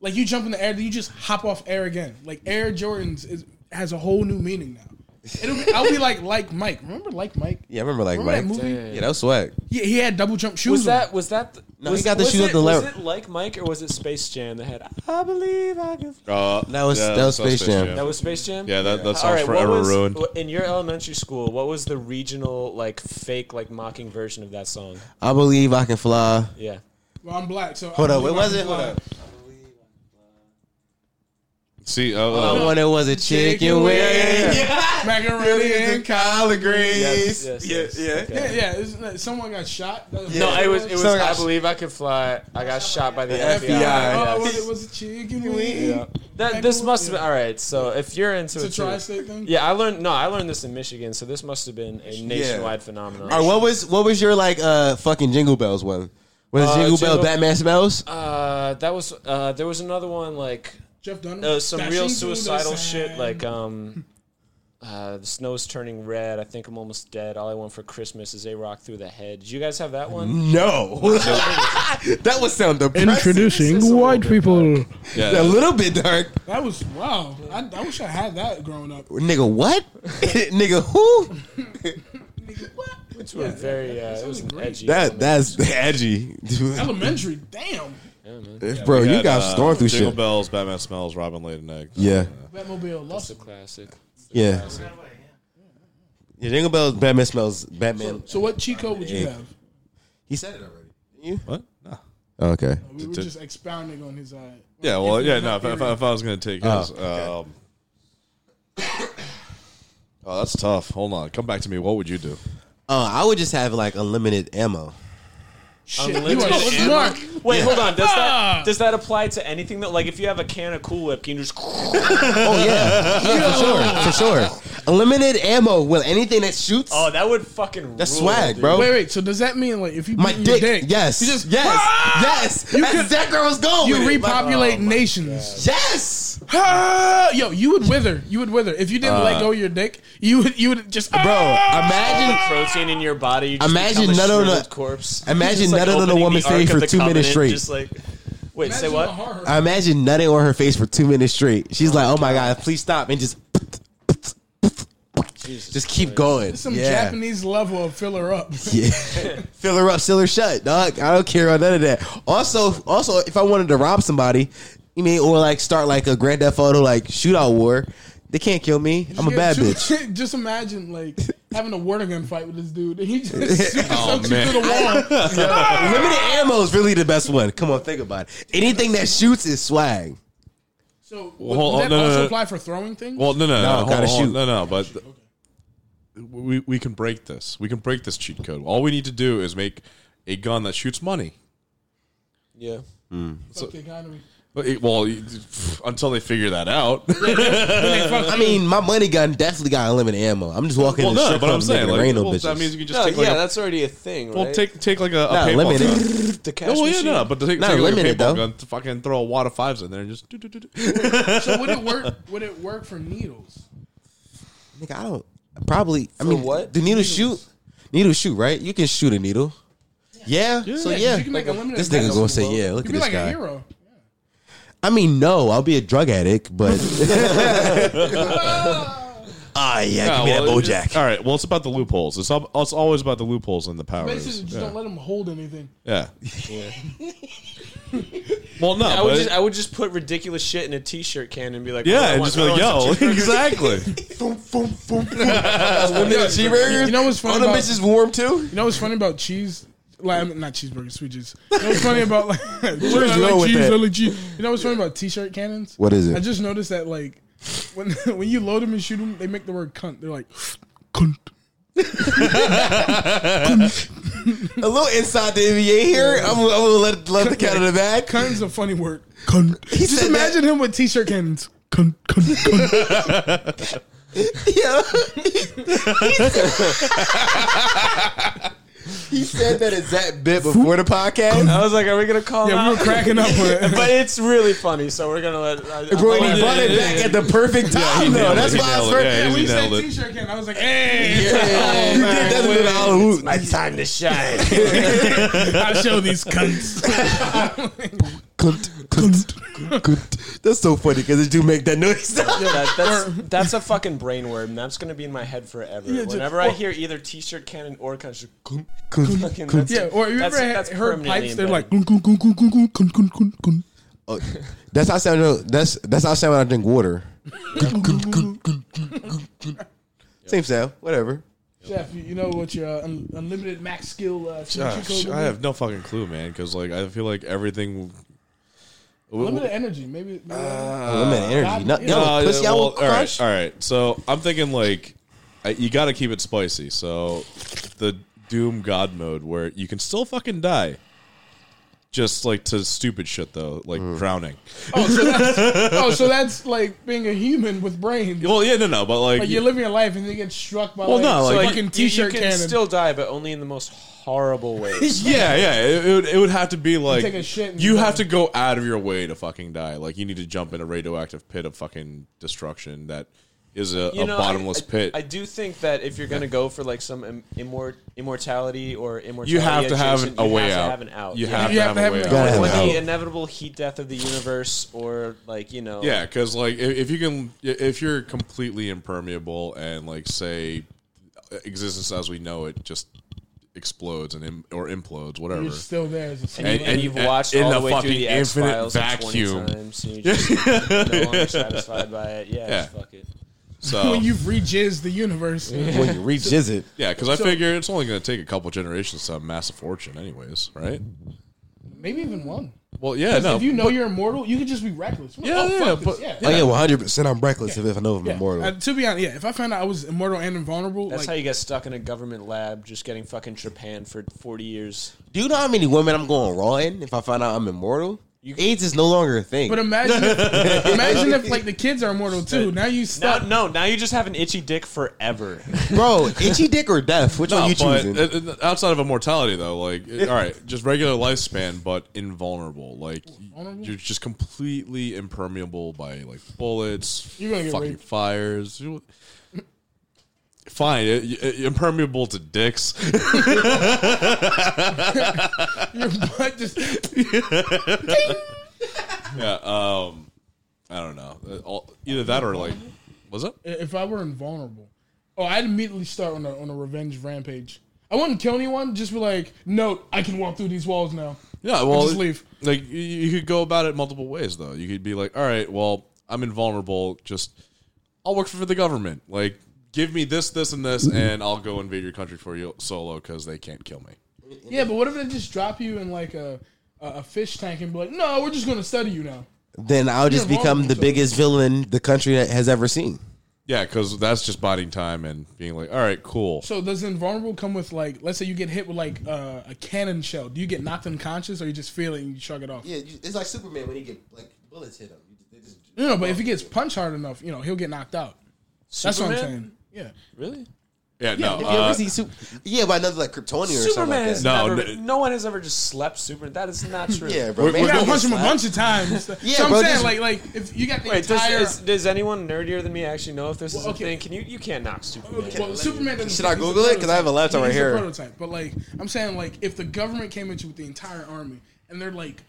Like you jump in the air, then you just hop off air again. Like Air Jordans is, has a whole new meaning now. It'll be,
*laughs*
I'll be like like Mike. Remember like Mike?
Yeah, I remember like
Remember
Mike.
that movie?
Yeah, that was swag.
Yeah, he had double jump shoes.
Was
on.
that was that?
No,
was,
he got the
was
shoe
it,
with the
Was
lever.
it like Mike or was it Space Jam that had? I believe I can.
Uh,
That was- that was Space Jam.
That was Space Jam.
Yeah, that, that
All
sounds
right, what
forever
was
ruined.
wh- in your elementary school? What was the regional like fake like mocking version of that song?
I believe I can fly.
Yeah,
Well, I'm black, so
Hold
I
up, what
believe
was
I'm
it? Hold
*laughs*
black.
up.
See, uh,
Oh.
I
uh,
want it was a chicken wing.
Macaroni and co-
collard greens.
Yes, yes, yes. Okay.
yeah, yeah. it's- uh, someone got shot. That was-
No, it was it was.
Someone
I
got sh-
believe I could fly. I got shot by the FBI.
FBI.
Oh,
Yes.
was it was a chicken wing.
That, this must have been all right. So if you're into
It's a
it, too-
tri-state thing.
yeah, I learned. No, I learned this in Michigan. So this must have been a nationwide phenomenon.
Or what was what was your like uh fucking Jingle Bells one? Was
Uh,
it Jingle Bell
Jingle-
Batman Smells?
Uh, that was uh, there was another one like
Jeff Dunham.
uh, some real
Dashing through the
suicidal shit
sand.
like um uh, the snow's turning red. I think I'm almost dead. All I want for Christmas is a rock through the head. Did you guys have that
Mm-hmm.
one?
No, *laughs* that would sound depressing.
Introducing
white
people.
A little bit dark,
That was wow. I, I wish I had that growing up.
nigga. What, *laughs* nigga? Who?
Nigga, what?
It's were very uh, it was an edgy.
That that's edgy,
Elementary. Damn.
bro.
we
Oh, You
had,
guys
uh,
storm through
Jingle
shit.
Bells, Batman Smells, Robin Laid an Egg.
Yeah,
Batmobile lost
a
it.
classic.
yeah. Yeah, Jingle Bells, Batman Smells, Batman.
So what cheat code would you have?
He said it already. You?
What? No.
Okay.
We were just expounding on his. Uh,
Yeah, well, yeah, no. If, if, if I was gonna take his, um, oh, that's tough. Hold on, come back to me. What would you do?
Oh, I would just have like unlimited ammo.
shit, you
Unlimited
are smart.
Wait, hold on. Does that does that apply to anything though? Like if you have a can of Cool Whip, can you just
Oh yeah, yeah *laughs* for sure, for sure. Unlimited ammo with anything that shoots.
Oh, that would fucking
that's
rule,
swag,
dude.
bro.
Wait, wait. So does that mean like if you
My
beat your
dick, yes,
you just Ah!
yes, yes.
You
That's
could-
exactly where I was going.
you
with it. Like,
repopulate nations?
yes,
Ah, yo, you would wither. You would wither if you didn't let go of your dick. You would. You would just.
bro.
ah!
Imagine,
protein in your body. You just
Imagine
become a
nutting on a-
shriveled corpse.
imagine
Just,
nutting on a
opening
woman's
the Ark
face
of
for
the
two
Covenant,
minutes straight.
Just like, wait,
Imagine
say
the
what?
Uh,
horror.
imagine nutting on her face for two minutes straight. She's like, oh my god, please stop, and just just keep going.
Some
yeah.
Japanese level of fill her up.
*laughs*
Yeah. Fill her up, seal her shut, dog. I don't care about none of that. Also, also, if I wanted to rob somebody, you mean, or like start like a Grand Theft Auto like shootout war, they can't kill me. I'm a
Yeah, *laughs*
bad
just-
bitch.
Just imagine like having a water gun fight with this dude, and he just super sucks you
man.
through the wall.
Limited ammo is really the best one. Come on, think about it. Anything that shoots is swag.
So would,
hold
would that
on, no, no,
also
no.
apply for throwing things?
Well, no, no,
No,
no, hold,
gotta
on, hold,
shoot.
on. no, no. But we we can break this. We can break this cheat code. All we need to do is make a gun that shoots money.
Yeah.
Fuck the economy.
Well, it- Well, you- *laughs* until they figure that out.
I mean, my money gun definitely got unlimited ammo. I'm just walking
well,
in the
no,
strip
but
club
I'm
and
saying
making
like,
rain on
well, that
bitches.
means you can just
No,
take like
yeah,
a,
that's already a thing, right?
well, take take like a, a
Not
paintball
limited.
gun.
the cash
No, well, Oh, yeah,
machine.
no, but to take,
Not
take like a
limited,
paintball
though.
gun to fucking throw a wad of fives in there and just do do do do.
So would it work? Would it work for needles?
Nigga, I don't. Probably. I mean,
what?
Do needles shoot? Needles shoot, right? You can shoot a needle. Yeah. So
Yeah, 'cause
yeah,
you can make
Like a-
unlimited
this nigga
ammo.
gonna say yeah.
You'd
Look at
be
this
like a
guy.
hero.
I mean, no, I'll be a drug addict, *laughs* but. Ah yeah, give me
Yeah, well, it-
that BoJack.
All right, well, it's about the loopholes. It's, al- it's always about the loopholes and the
Basically,
powers.
just
Yeah.
don't let him hold anything.
yeah. well, no,
I
but
would, just, I would just put ridiculous shit in a t-shirt can and be like,
yeah,
I
and
want
just be like,
those.
yo, exactly. *laughs*
cheeseburgers.
You know what's funny
All the
about-
bitches warm too.
You know what's funny about cheese? Like, I mean, not cheeseburgers, sweet cheese. You know what's funny about like, *laughs* cheese,
is
I
wrong
like
with
cheese,
that?
I like cheese. You know what's funny about t-shirt cannons?
What is it?
I just noticed that like when *laughs* when you load them and shoot them, they make the word cunt. They're like cunt.
A little inside the NBA here. I'm, I'm gonna let, let the cat out of the bag.
Cunt's a funny word. Cunt. just
said
imagine him with t-shirt cannons. Cunt, cunt, cunt.
*laughs* Yeah. *laughs* he said that exact bit before the podcast.
I was like, are we gonna call?
Yeah,
him
we were
out?
cracking up *laughs* with it.
But it's really funny, so we're gonna let. I, I'm
Bro, and
gonna-
he brought it back at the perfect time,
nailed
though.
it.
That's
He
why I
nailed it.
swear.
Yeah,
when
he
you said
nailed it.
t-shirt cannon, I was like, hey,
*laughs* you did that with all
My time to shine.
I show these cunts.
That's so funny because it do make that noise.
That- that's, that's a fucking brain word, and that's gonna be in my head forever.
Yeah, just-
Whenever I hear either T-shirt cannon or kind of fucking, that's-
*laughs* Yeah, or you ever
that's-
had-
that's
heard
permanently
pipes? They're
embedded.
like, "Gun, gun, gun, gun, gun, gun, gun, gun, gun, gun."
Oh, that's how I sound. when- That's that's how I sound when I drink water. Same sound, whatever.
Jeff, you, you know what your uh, un- unlimited max skill uh, signature
Gosh,
code
I
would
have no fucking clue, man. Because like, I feel like everything.
be? Limited energy, maybe. maybe
I'm at energy. No,
God,
no,
Uh,
pussy, I
well,
will
all
crush.
right, all right. So I'm thinking like, I, you got to keep it spicy. So the Doom God mode where you can still fucking die. Just like to stupid shit though, like
Mm.
drowning.
oh,
*laughs*
so that's like being a human with brains.
Well, yeah, no, no, but like,
Like you're living your life and you get struck by
Well,
like,
no,
some
like,
Like,
fucking
you-
t-shirt
you, can
cannon.
still die, but only in the most horrible ways.
*laughs* yeah, yeah. It, it, would, it would have to be like
take a shit and
you
die.
have to go out of your way to fucking die. Like you need to jump in a radioactive pit of fucking destruction that is a, a
You know,
bottomless
I, I-
pit.
I do think that if you're gonna go for like some im- immor- immortality or immortality,
you have to have
adjacent,
a
you
way
have
out.
To have an out.
You
yeah.
have
You
to
have to have
have, a way
an
out.
out.
Gotta have
When
an out.
the inevitable heat death of the universe, or like you know,
Yeah, because like if, if you can, if you're completely impermeable and like say existence as we know it just explodes and Im- or implodes, whatever.
You're still there as a single
and,
And-
you- and you've
man.
and- and
watched
in
all the,
the
way through
fucking
the X
infinite
Files
vacuum.
Like 20 times, and
*laughs*
you're just like, no longer satisfied by it. Yeah, just
Yeah.
fuck it.
*laughs*
so
when you've rejizzed the universe.
When you reach is it?
yeah, because I figure it's only going to take a couple generations to amass a fortune, anyways, right?
Maybe even one.
Well, yeah, no,
if you know you're immortal, you can just be reckless.
Yeah,
oh,
yeah,
fuck this,
but-
yeah.
Oh yeah, one hundred percent. I'm reckless if I know I'm
Yeah.
immortal.
Uh, to be honest, yeah. If I found out I was immortal and invulnerable,
That's
like,
how you get stuck in a government lab, just getting fucking trepaned for 40 years.
Do you know how many women I'm going raw in if I find out I'm immortal? AIDS is no longer a thing.
But uh, imagine, if, imagine if like the kids are immortal too. Now you
No, *laughs*
stuck.
no, now you just have an itchy dick
*laughs*
forever.
Bro, itchy dick or death? Which one
No,
Oh, you
but
choosing?
uh, uh, outside of immortality, though, like, it- all right, just regular lifespan, but invulnerable. Like, y- you're just completely impermeable by like bullets,
You're gonna get
fucking
raped.
fires. You- Fine, it, it- impermeable to dicks. *laughs*
Your butt just
yeah, um, I don't know. Uh, all- Either that or like, was it?
if I were invulnerable, oh, I'd immediately start on a on a revenge rampage. I wouldn't kill anyone. Just be like, no, I can walk through these walls now.
Yeah, well,
just leave.
Like you, you could go about it multiple ways, though. You could be like, all right, well, I'm invulnerable. Just I'll work for the government. Like, give me this, this, and this, and I'll go invade your country for you solo because they can't kill me.
Yeah, but what if they just drop you in like a a, a fish tank and be like, no, we're just gonna study you now.
then I'll just
you're
become the
vulnerable, so-
biggest villain the country that has ever seen.
Yeah, because that's just biding time and being like, all right, cool.
So does invulnerable come with like, let's say you get hit with like uh, a cannon shell? Do you get knocked unconscious or you just feel it and you shrug it off?
Yeah, it's like Superman when he get like bullets hit him. You just- they just-
No, no, but if he gets punched hard enough, you know, he'll get knocked out. That's what I'm
Superman?
saying. Yeah.
Really?
Yeah, no,
You
uh,
ever see Sup- yeah, by another like Kryptonian or something
Superman
like
is
that.
No,
never.
no-
no one has ever just slept Superman. That is not true.
Yeah, bro.
We're-
man,
You
we're
I
gotta
get
punch him a
slapped.
bunch of
*laughs*
times.
Yeah,
so I'm
bro,
saying,
this-
like, like if you got the
Wait, does,
entire
is, does anyone nerdier than me actually know if this is
Well, okay.
a thing? Can you you can't knock Superman.
well, Superman doesn't.
Should I
he's a
Google it? 'Cause I have a laptop
prototype.
right
He's a
here.
Prototype, but like I'm saying, like if the government came into with the entire army and they're like,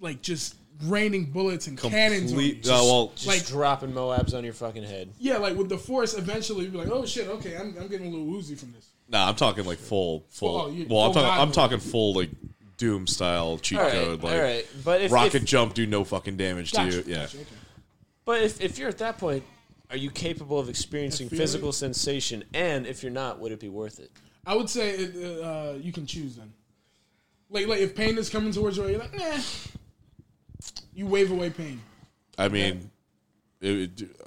like just raining bullets and cannons, on you.
Complete. Uh, well,
Just
like-
dropping Moabs on your fucking head.
yeah, like with the force, eventually you'd be like, oh shit, okay, I'm, I'm getting a little woozy from this.
nah, I'm talking like full, full.
Well, you-
well, I'm
full
talking, I'm
Godwin.
talking full like Doom style cheat
All right,
code, like
all right. But if,
rocket
if-
jump do no fucking damage to you. Yeah,
but if, if you're at that point, are you capable of experiencing
Feeling?
physical sensation? And if you're not, would it be worth it?
I would say it, uh, you can choose then. Like, like if pain is coming towards you, you're like, nah. You wave away pain.
I mean, it, it-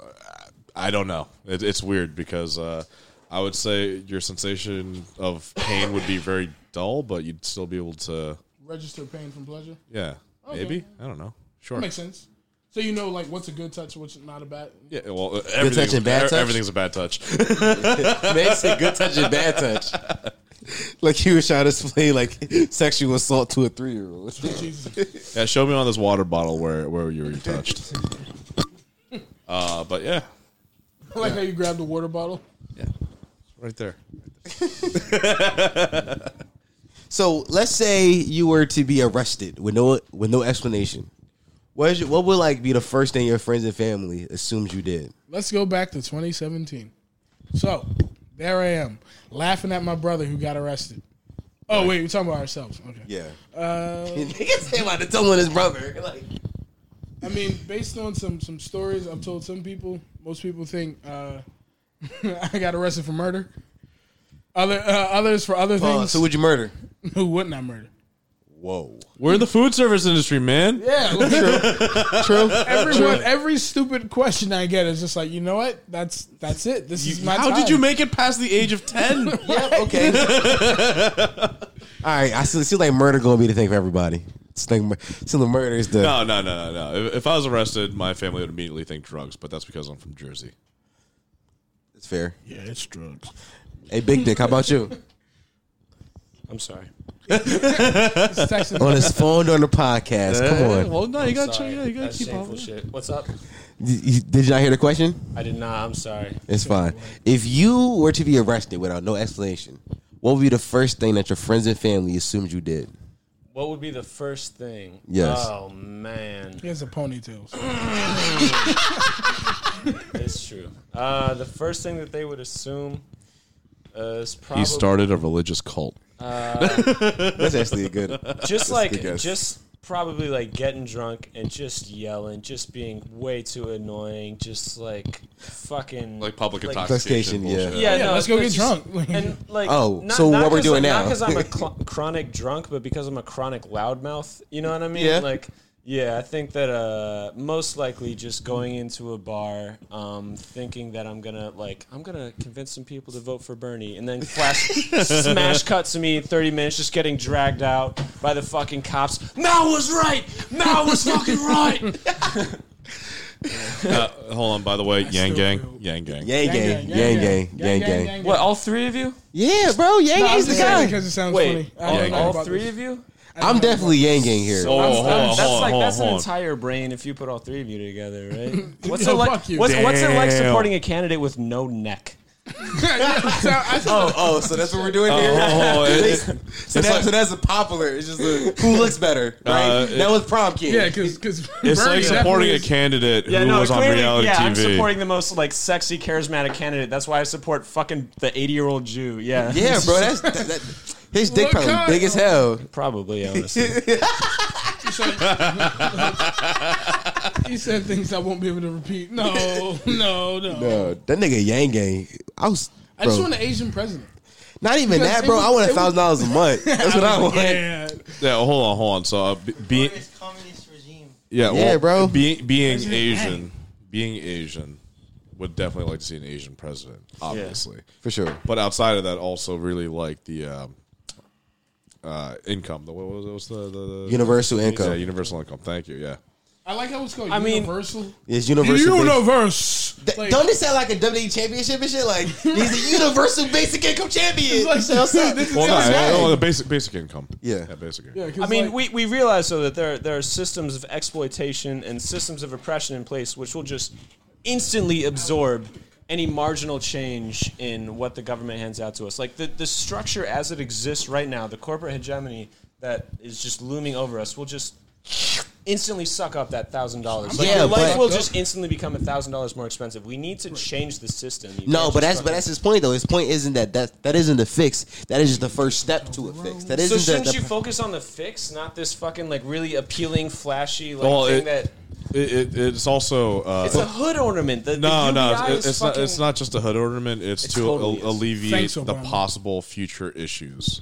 I don't know. It, it's weird because uh, I would say your sensation of pain would be very dull, but you'd still be able to.
Register pain from pleasure.
Yeah, maybe I don't know. Sure.
Makes sense. So you know, like, what's a good touch, what's not a bad.
Yeah, well, everything,
touch and bad
e-
touch?
everything's a bad touch.
Man said good touch and bad touch. *laughs* Like he was trying to explain like sexual assault to a three year old.
Jesus.
yeah, show me on this water bottle where where you were touched. uh, but yeah,
I like how you grabbed the water bottle.
right there.
*laughs* So let's say you were to be arrested with no with no explanation. What, is your, what would like be the first thing your friends and family assumes you did?
Let's go back to 2017. So there I am, laughing at my brother who got arrested. Oh wait, we're talking about ourselves. Okay.
Yeah. Um, *laughs* Niggas say about to tell on his brother. *laughs* Like,
I mean, based on some some stories I've told some people, most people think uh, *laughs* I got arrested for murder. Other uh, others for other
uh,
things
so would you murder?
*laughs* who wouldn't I murder?
Whoa.
We're in the food service industry, man.
*laughs* Yeah, look,
*laughs*
everyone. Every stupid question I get is just like, you know what? That's that's it. This is my.
How did you
time."
make it past the age of ten?
Okay. All right. I see, see like murder gonna be the thing for everybody. It's like mur- see like murder is the
No, no, no, no, no. If, if I was arrested, my family would immediately think drugs, but that's because I'm from Jersey.
it's fair.
Yeah, it's drugs.
Hey, big dick. How about you?
I'm sorry.
It's texting.
*laughs* on his phone during the podcast. Come on.
Well, no, you got
Sorry.
to you got
That's
to keep
shameful
on.
shit. What's up?
Did you- did you not hear the question?
I did not. I'm sorry.
It's fine. If you were to be arrested without no explanation, what would be the first thing that your friends and family assumed you did?
What would be the first thing?
Yes.
Oh man,
He has a ponytail. so-
it's true. Uh, the first thing that they would assume uh, is probably
He started a religious cult.
That's actually a good.
*laughs*
just like
guess.
just probably like getting drunk and just yelling, just being way too annoying, just like fucking
Like public
Like-
Intoxication,
intoxication.
yeah.
bullshit.
Yeah,
Yeah,
no,
let's go
it's
get
just-
drunk.
And like,
Oh, so what we're
'cause, like,
doing now.
Not because I'm
*laughs*
a cl- chronic drunk, but because I'm a chronic loudmouth. You know what I mean?
Yeah.
Like, yeah, I think that uh, most likely just going into a bar, um, thinking that I'm gonna like I'm gonna convince some people to vote for Bernie, and then
*laughs*
flash smash cut to me 30 minutes just getting dragged out by the fucking cops. Mal was right. Mal was fucking right.
Uh, hold on, by the way, Yang
still
Gang,
feel-
Yang
Yang
Gang.
gang, yang gang, yang gang.
what? All three of you?
Yeah, bro, yang
I'm
gang's the
just saying
guy.
because it sounds
Wait,
funny. I don't know
yeah, yeah.
all,
*laughs*
all
about
three
this.
of you?
I don't
I'm
know
definitely yang gang here.
Oh, hold on,
that's
hold on,
like
hold on,
that's an
hold on.
entire brain if you put all three of you together,
*laughs*
right? What's
Yo,
it like?
fuck you.
What's, what's it like
Damn.
supporting a candidate with no neck?
about- So I said-
Oh, oh, so that's what we're doing here.
Oh, it- it-
*laughs* so, that, so that's a popular. It's just a, who
*laughs*
looks better,
Uh,
right?
it-
that was prom king.
yeah, because because
it's like supporting a candidate who was on reality
yeah,
TV.
I'm supporting the most like sexy, charismatic candidate. That's why I support fucking the 80 year old Jew. Yeah,
yeah,
*laughs*
bro. That's that, that, his dick
What
probably
kind
big as hell.
*laughs* probably honestly.
He said things I won't be able to repeat. No, *laughs* no, no.
No, that nigga Yang Gang. I was.
I just
bro,
want an Asian president.
not even
because
that,
it
bro.
was-
I want
it
a
was-
thousand dollars
*laughs*
a month. That's Oh, what I want.
Yeah,
yeah, hold on, hold on. So, uh, be, be-
It's communist regime.
yeah,
Yeah,
well,
bro.
Being being Asian, being Asian, would definitely like to see an Asian president, obviously.
For sure.
But outside of that, also really like the um, uh, income. The, what was it? What's the, the, the
Universal income.
Yeah, universal income. Thank you. Yeah.
I like how it's called
I mean-
universal.
It's universal. basic-
universe.
Th-
Like,
Don't it sound like a WWE championship and shit? Like he's a universal basic income
*laughs*
champion.
like-
You know what
*laughs*
I'm saying?
this is
Well,
That's
no,
right.
no, the basic basic income.
Yeah.
basic income.
yeah, 'cause
I mean,
like,
we, we realize though that there there are systems of exploitation and systems of oppression in place, which will just instantly absorb any marginal change in what the government hands out to us. Like the the structure as it exists right now, the corporate hegemony that is just looming over us will just instantly suck up that thousand dollars. Like
Yeah,
your life
but-
will just instantly become a thousand dollars more expensive. We need to change the system. You
No,
can't
but
just
that's but
fucking-
that's his point though. His point isn't that that that isn't the fix. That is just the first step to a fix. That
So
isn't
shouldn't
the, the
you focus on the fix, not this fucking like really appealing, flashy like
Well,
thing
it-
that
It, it, it's also uh,
It's a hood ornament. The,
no,
the
no,
UBI
it's,
is
it's not.
fucking-
It's not just a hood ornament. It's, to
totally is.
al- alleviate
Thanks,
the
Obama.
possible future issues.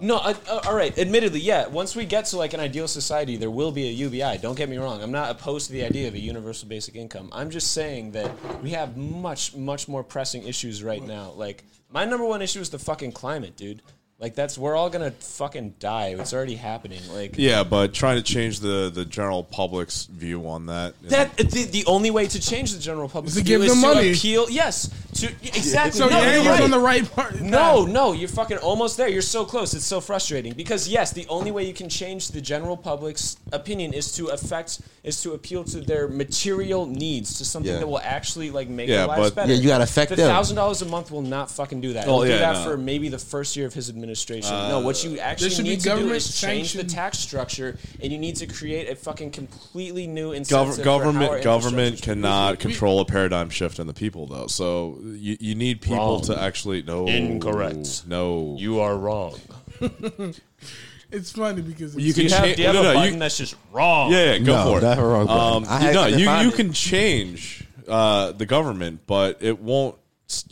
No, uh, uh, all right. Admittedly, yeah. Once we get to like an ideal society, there will be a UBI. Don't get me wrong. I'm not opposed to the idea of a universal basic income. I'm just saying that we have much, much more pressing issues right now. Like my number one issue is the fucking climate, dude. Like that's we're all gonna fucking die. It's already happening. Like
Yeah, but trying to change the the general public's view on that.
That the, the only way to change the general public
to give them money.
appeal. Yes, to exactly.
so
No, you're
yeah, he was
right.
on the right part.
No, no, you're fucking almost there. You're so close. It's so frustrating because yes, the only way you can change the general public's opinion is to affect is to appeal to their material needs to something
Yeah.
that will actually like make
Yeah,
their lives
but-
better.
Yeah, you gotta affect
the
them.
thousand dollars a month will not fucking do that.
Oh,
It'll do
yeah,
that
no. Uh,
for maybe the first year of his administration. no, what you
There
actually
should be
need to do
government
is change the
sanctioned-
tax structure, and you need to create a fucking completely new incentive.
Gov-
for how our
government government
infrastructure should be.
cannot control a paradigm shift in the people though. So you, you need people
Wrong.
to actually no
Incorrect.
No,
You are wrong.
It's funny because it's,
You
Do you have,
change-
do you have
no,
a
no,
button
you-
that's just wrong?
Yeah, yeah, go
No,
for it.
that's wrong, bro.
Um,
I
you,
had
no,
to
you,
define
you
it.
can change uh, the government, but it won't.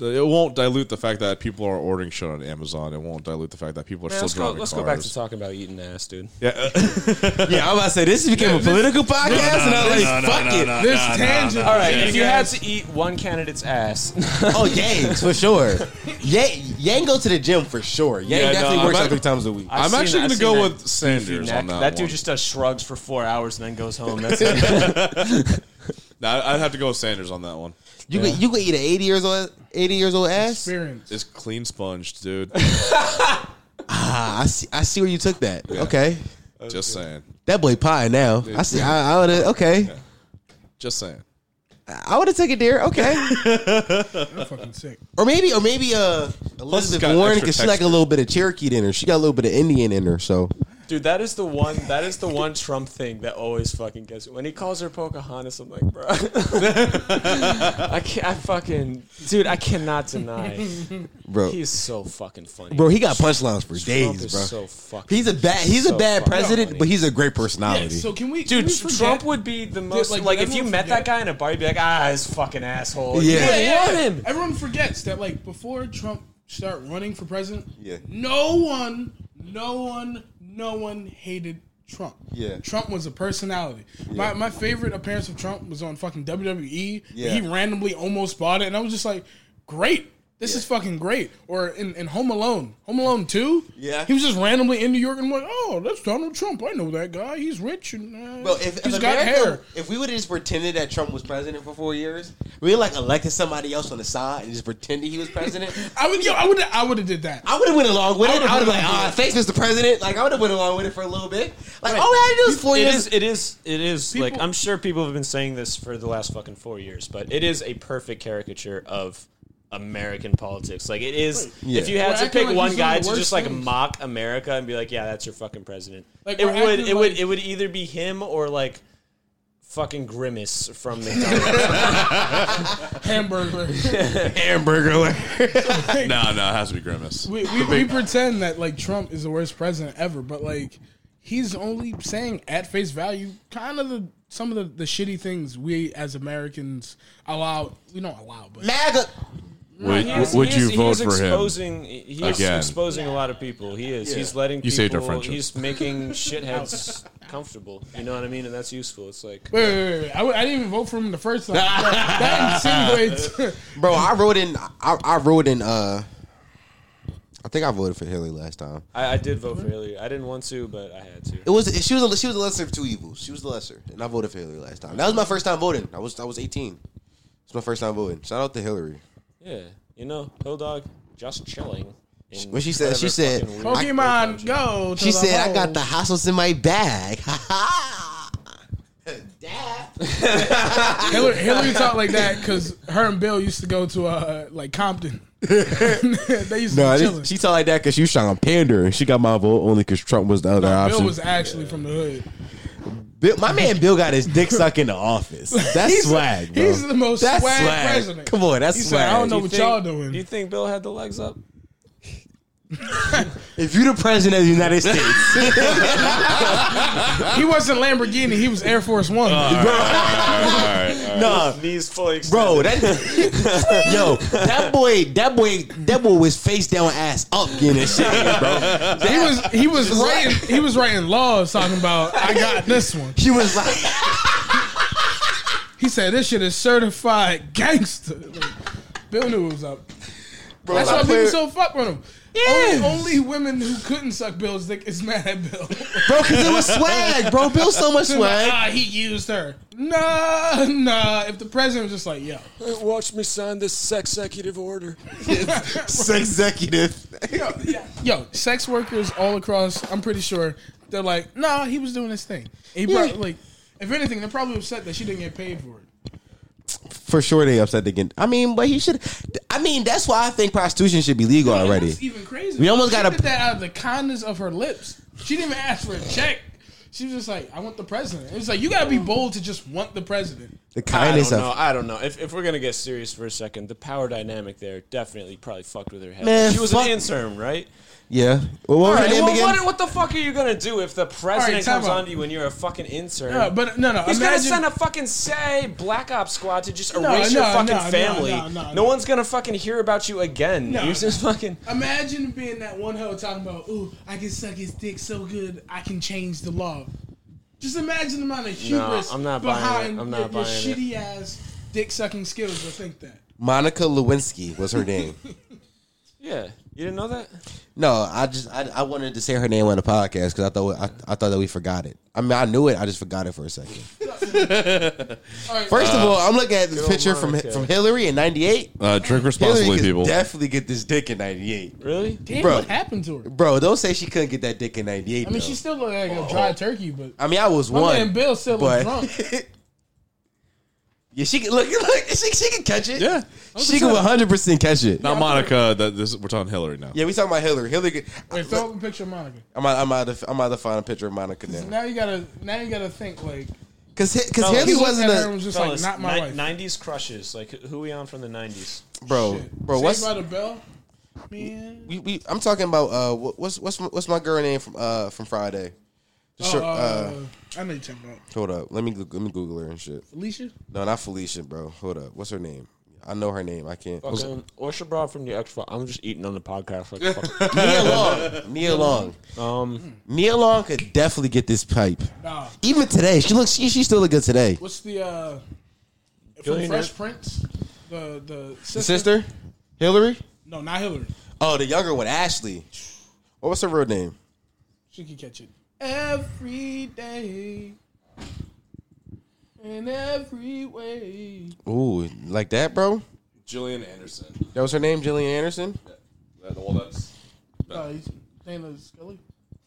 It won't dilute the fact that people are ordering shit on Amazon. It won't dilute the fact that people are
Man,
still
let's go,
driving
let's
cars.
go back to talking about eating ass, dude.
Yeah, I'm about to say this became a political podcast, and I'm like, fuck it.
this tangent.
All right, if you had to eat one candidate's ass, *laughs*
Oh, Yang for sure. Yang, Yang go to the gym for sure. Yang
Yeah, no,
definitely
I'm
works out
not-
three times a week.
*laughs* I've
I'm
seen
actually
that-
going to
I've
go
seen
with Sanders
neck,
on
that,
that.
dude
one.
just does shrugs for four hours and then goes *laughs* home. That's it.
No, I'd have to go with Sanders on that one.
You could you could eat an 80 years old 80 years old ass.
experience.
It's clean
*laughs*
sponged, dude.
Ah, I see I see where you took that. Okay,
just saying.
that boy pie now. I see. I, I would have okay.
Just saying.
I would have took a deer. Okay.
I'm fucking sick.
Or maybe, or maybe uh,
it's
Elizabeth
got
Warren
extra
because she like a
texture.
little bit of Cherokee in her. She got a little bit of Indian in her. So
Dude, that is the one. That is the one Trump thing that always fucking gets me. When he calls her Pocahontas, I'm like, bro, *laughs* I can't. I fucking dude, I cannot
*laughs*
deny.
bro,
He's so fucking funny.
bro, he got punchlines for
Trump
days,
is
bro.
so fucking.
he's a bad, he's a
so
bad
fucking
president,
funny.
but he's a great personality.
So can we, can
Dude,
we forget-
Trump would be the most
like,
like, if you
everyone
met
forget-
that guy in a bar, you'd be like, ah, his fucking asshole. You
Yeah.
Yeah,
wouldn't
yeah,
want
yeah.
him.
Everyone forgets that like before Trump start running for president,
Yeah.
no one, no one, no one hated Trump.
Yeah.
Trump was a personality. My my favorite appearance of Trump was on fucking WWE.
Yeah.
He randomly almost bought it, and I was just like, great. This is fucking great. Or in, in Home Alone, Home Alone Two.
Yeah.
he was just randomly in New York, and I'm like, oh, that's Donald Trump. I know that guy. He's rich and uh,
Bro, if, if
he's got
America-
hair.
if we would have just pretended that Trump was president for four years, we like elected somebody else on the side and just pretended he was president.
I would, yo, I would, I would have did that.
*laughs* I would have went along with it.
would've
I would have
went
like,
along
ah,
with
thanks, Mr. President. Like, I would have went along with it for a little bit. Like, all we had to do was four
It
years.
is. It is. It is. like
People-
I'm sure people have been saying this for the last fucking four years, but it is a perfect caricature of American politics. Like it is.
Yeah.
If you had
We're
to
acting
pick
like
one
he's doing
guy
the
to
worst
just like
things.
mock America and be like, "Yeah, that's your fucking president,"
Like,
it
we're
would.
acting
It would.
like-
It would either be him or like fucking grimace
*laughs*
from McDonald's.
Hamburger.
*laughs* hamburger.
No, no, it has to be Grimace.
we, we, we pretend that like Trump is the worst president ever, but like he's only saying at face value kind of the some of the, the shitty things we as Americans allow. We don't allow, but
MAGA.
Would,
He is-
would
he
you
is- he
vote
is
for him?
exposing, He's
Again.
exposing a lot of people. He is. He's letting people.
You saved our friendship.
He's
*laughs*
making shitheads comfortable. You know what I mean? And that's useful. It's like.
wait, wait, wait, wait. I, w- I didn't even vote for him the first
*laughs*
time. that, that insinuates.
Bro, I wrote in. I, I wrote in. uh I think I voted for Hillary last time.
I, I did vote for Hillary. I didn't want to, but I had to.
It was she was a, she was the lesser of two evils. She was the lesser, and I voted for Hillary last time. That was my first time voting. I was I was eighteen. It's my first time voting. Shout out to Hillary.
Yeah, you know, Hill Dog just chilling. in
When she said- she
whatever
said,
fucking weird
*laughs* Pokemon
country.
Go. to
She said, "I got
hole."
the hassles in my bag." *laughs* Ha *laughs*
Hillary, Hillary talked like that because her and Bill used to go to uh, like
*laughs*
Compton. *laughs* they used to
No,
be
this-
chilling.
she talked like that because she was trying to pander, and she got my vote only because Trump was the other
Bill
option.
was actually from the hood.
Bill- my man Bill got his dick stuck in
*laughs*
the office. That's swag, bro.
He's the most
That's
swag,
swag.
president.
Come on, that's
he
swag.
Said, I don't know
You
what
think-
y'all doing.
Do you think Bill had the legs up?
if you're the president of the *laughs* United States,
he wasn't Lamborghini. He was Air Force One.
Uh.
no,
Knees fully extended.
bro, that *laughs* yo, that boy, that boy, that boy was face down, ass up, getting his shit, in, bro. *laughs*
he was he was writing he was writing laws talking about I got this one.
She was like.
He said this shit is certified gangster. Like, Bill knew it was up. That's why people so fuck with him. Only, only women who couldn't suck Bill's dick is mad at Bill.
bro, because it was swag, bro. Bill so much swag.
*laughs* ah, he used her. Nah, nah. If the president was just like, yo,
Watch me sign this sex executive order.
Executive.
yo, sex workers all across, I'm pretty sure they're like, nah, he was doing his thing. He probably, like, if anything, they're probably upset that she didn't get paid for it.
For sure, they upset again. I mean, but he should. I mean, that's why I think prostitution should be legal
That's
already.
even crazy.
We almost
she
gotta-
did that out of the kindness of her lips. She didn't even ask for a check. She was just like, I want the president. It was like, you gotta be bold to just want the president.
I
The
don't
kindness
know.
of
I don't know. If, if we're gonna get serious for a second, the power dynamic there definitely probably fucked with her head.
Man,
she was
fuck-
an intern, right?
yeah. Well, what was her
Alright,
name
well, what,
again?
what the fuck are you gonna do if the president
Alright, time
comes
out.
on to you when you're a fucking intern?
No, Uh, but no, no.
He's
imagine,
gonna send a fucking say black ops squad to just erase
no,
your fucking
no, no,
family.
no, no, no.
one's gonna fucking hear about you again.
No.
You're just fucking.
imagine being that one hoe talking about, ooh, I can suck his dick so good, I can change the law. Just imagine the amount of hubris
I'm not buying it.
behind
I'm not
your, your
buying it.
shitty ass dick sucking skills to think that.
Monica Lewinsky was her name.
Yeah, you didn't know that?
no, I just I, I wanted to say her name on the podcast because I thought I, I thought that we forgot it. I mean, I knew it. I just forgot it for a second.
All right, uh,
First of all, I'm looking at this picture from
Monica.
from Hillary in '98.
Uh, drink
Hillary
responsibly,
could
people.
definitely get this dick in '98,
Really?
damn,
bro.
what happened to her?
bro. Don't say she couldn't get that dick in '98.
I mean, she still looked like a dry turkey, but
I mean, I was
my
one.
man Bill still
but
looked drunk.
*laughs* yeah, she can look. Look, she, she can catch it.
Yeah.
she can 100 percent catch it.
Not Monica. That this we're talking Hillary now.
Yeah, we talking about Hillary. Hillary. Could,
Oh.
Wait, throw up a picture of Monica.
I'm out. I'm out. Of, I'm out to find a picture of Monica now.
Now you gotta, now you gotta think like
Because because
Fellas.
Hillary
He
he
wasn't
at her and
a
was just
Fellas,
like not my
ni-
wife.
90s crushes. Like, who we on from the 90s?
bro. Oh, Bro,
Saved
what's
by the bell? Man,
we, we? I'm talking about uh, what- what's what's my- what's my girl name from uh from Friday? The
oh,
short-
uh,
uh,
I know you're talking about
hold up. Let me Goog- let me Google her and shit.
Alicia.
No, not Felicia, bro. Hold up. What's her name? I know her name. I can't.
Fucking Orsha Broad from the X Files. I'm just eating on the podcast. *laughs* Like, fuck.
Nia Long. Nia Long.
um,
Nia Long could definitely get this pipe.
Nah,
Even today, she looks. She, she still look good today.
what's the uh, from
Billionaire.
Fresh Prince? The the sister?
Sister, Hillary.
No, not Hillary.
Oh, the younger one, Ashley. What was her real name?
She can catch it every day. In every way,
Ooh, like that, bro.
Jillian Anderson.
That was her name, Jillian Anderson.
Well, that's
uh, he's- Dana Scully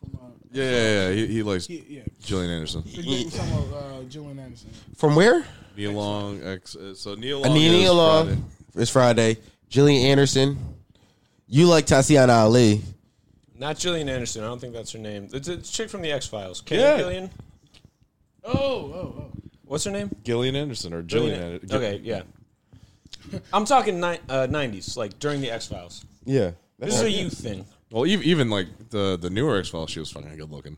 from uh,
yeah, yeah, yeah. He, he likes
yeah, yeah.
Jillian Anderson.
Big Dick was talking about uh, Jillian Anderson.
From where?
Neil Long. Ex, uh, so Neil Long.
Anina
is
Long.
Friday.
uh, It's Friday. Jillian Anderson. You like Tatiana Ali?
not Jillian Anderson. I don't think that's her name. It's a chick from the X Files.
Yeah.
Gillian?
Oh, oh, oh.
What's her name?
Gillian Anderson or Jillian. Anderson.
Okay, yeah. I'm talking ni- uh, 90s, like during the X Files.
Yeah.
This is a youth thing.
Well, even, even like the the newer X Files, she was fucking good looking.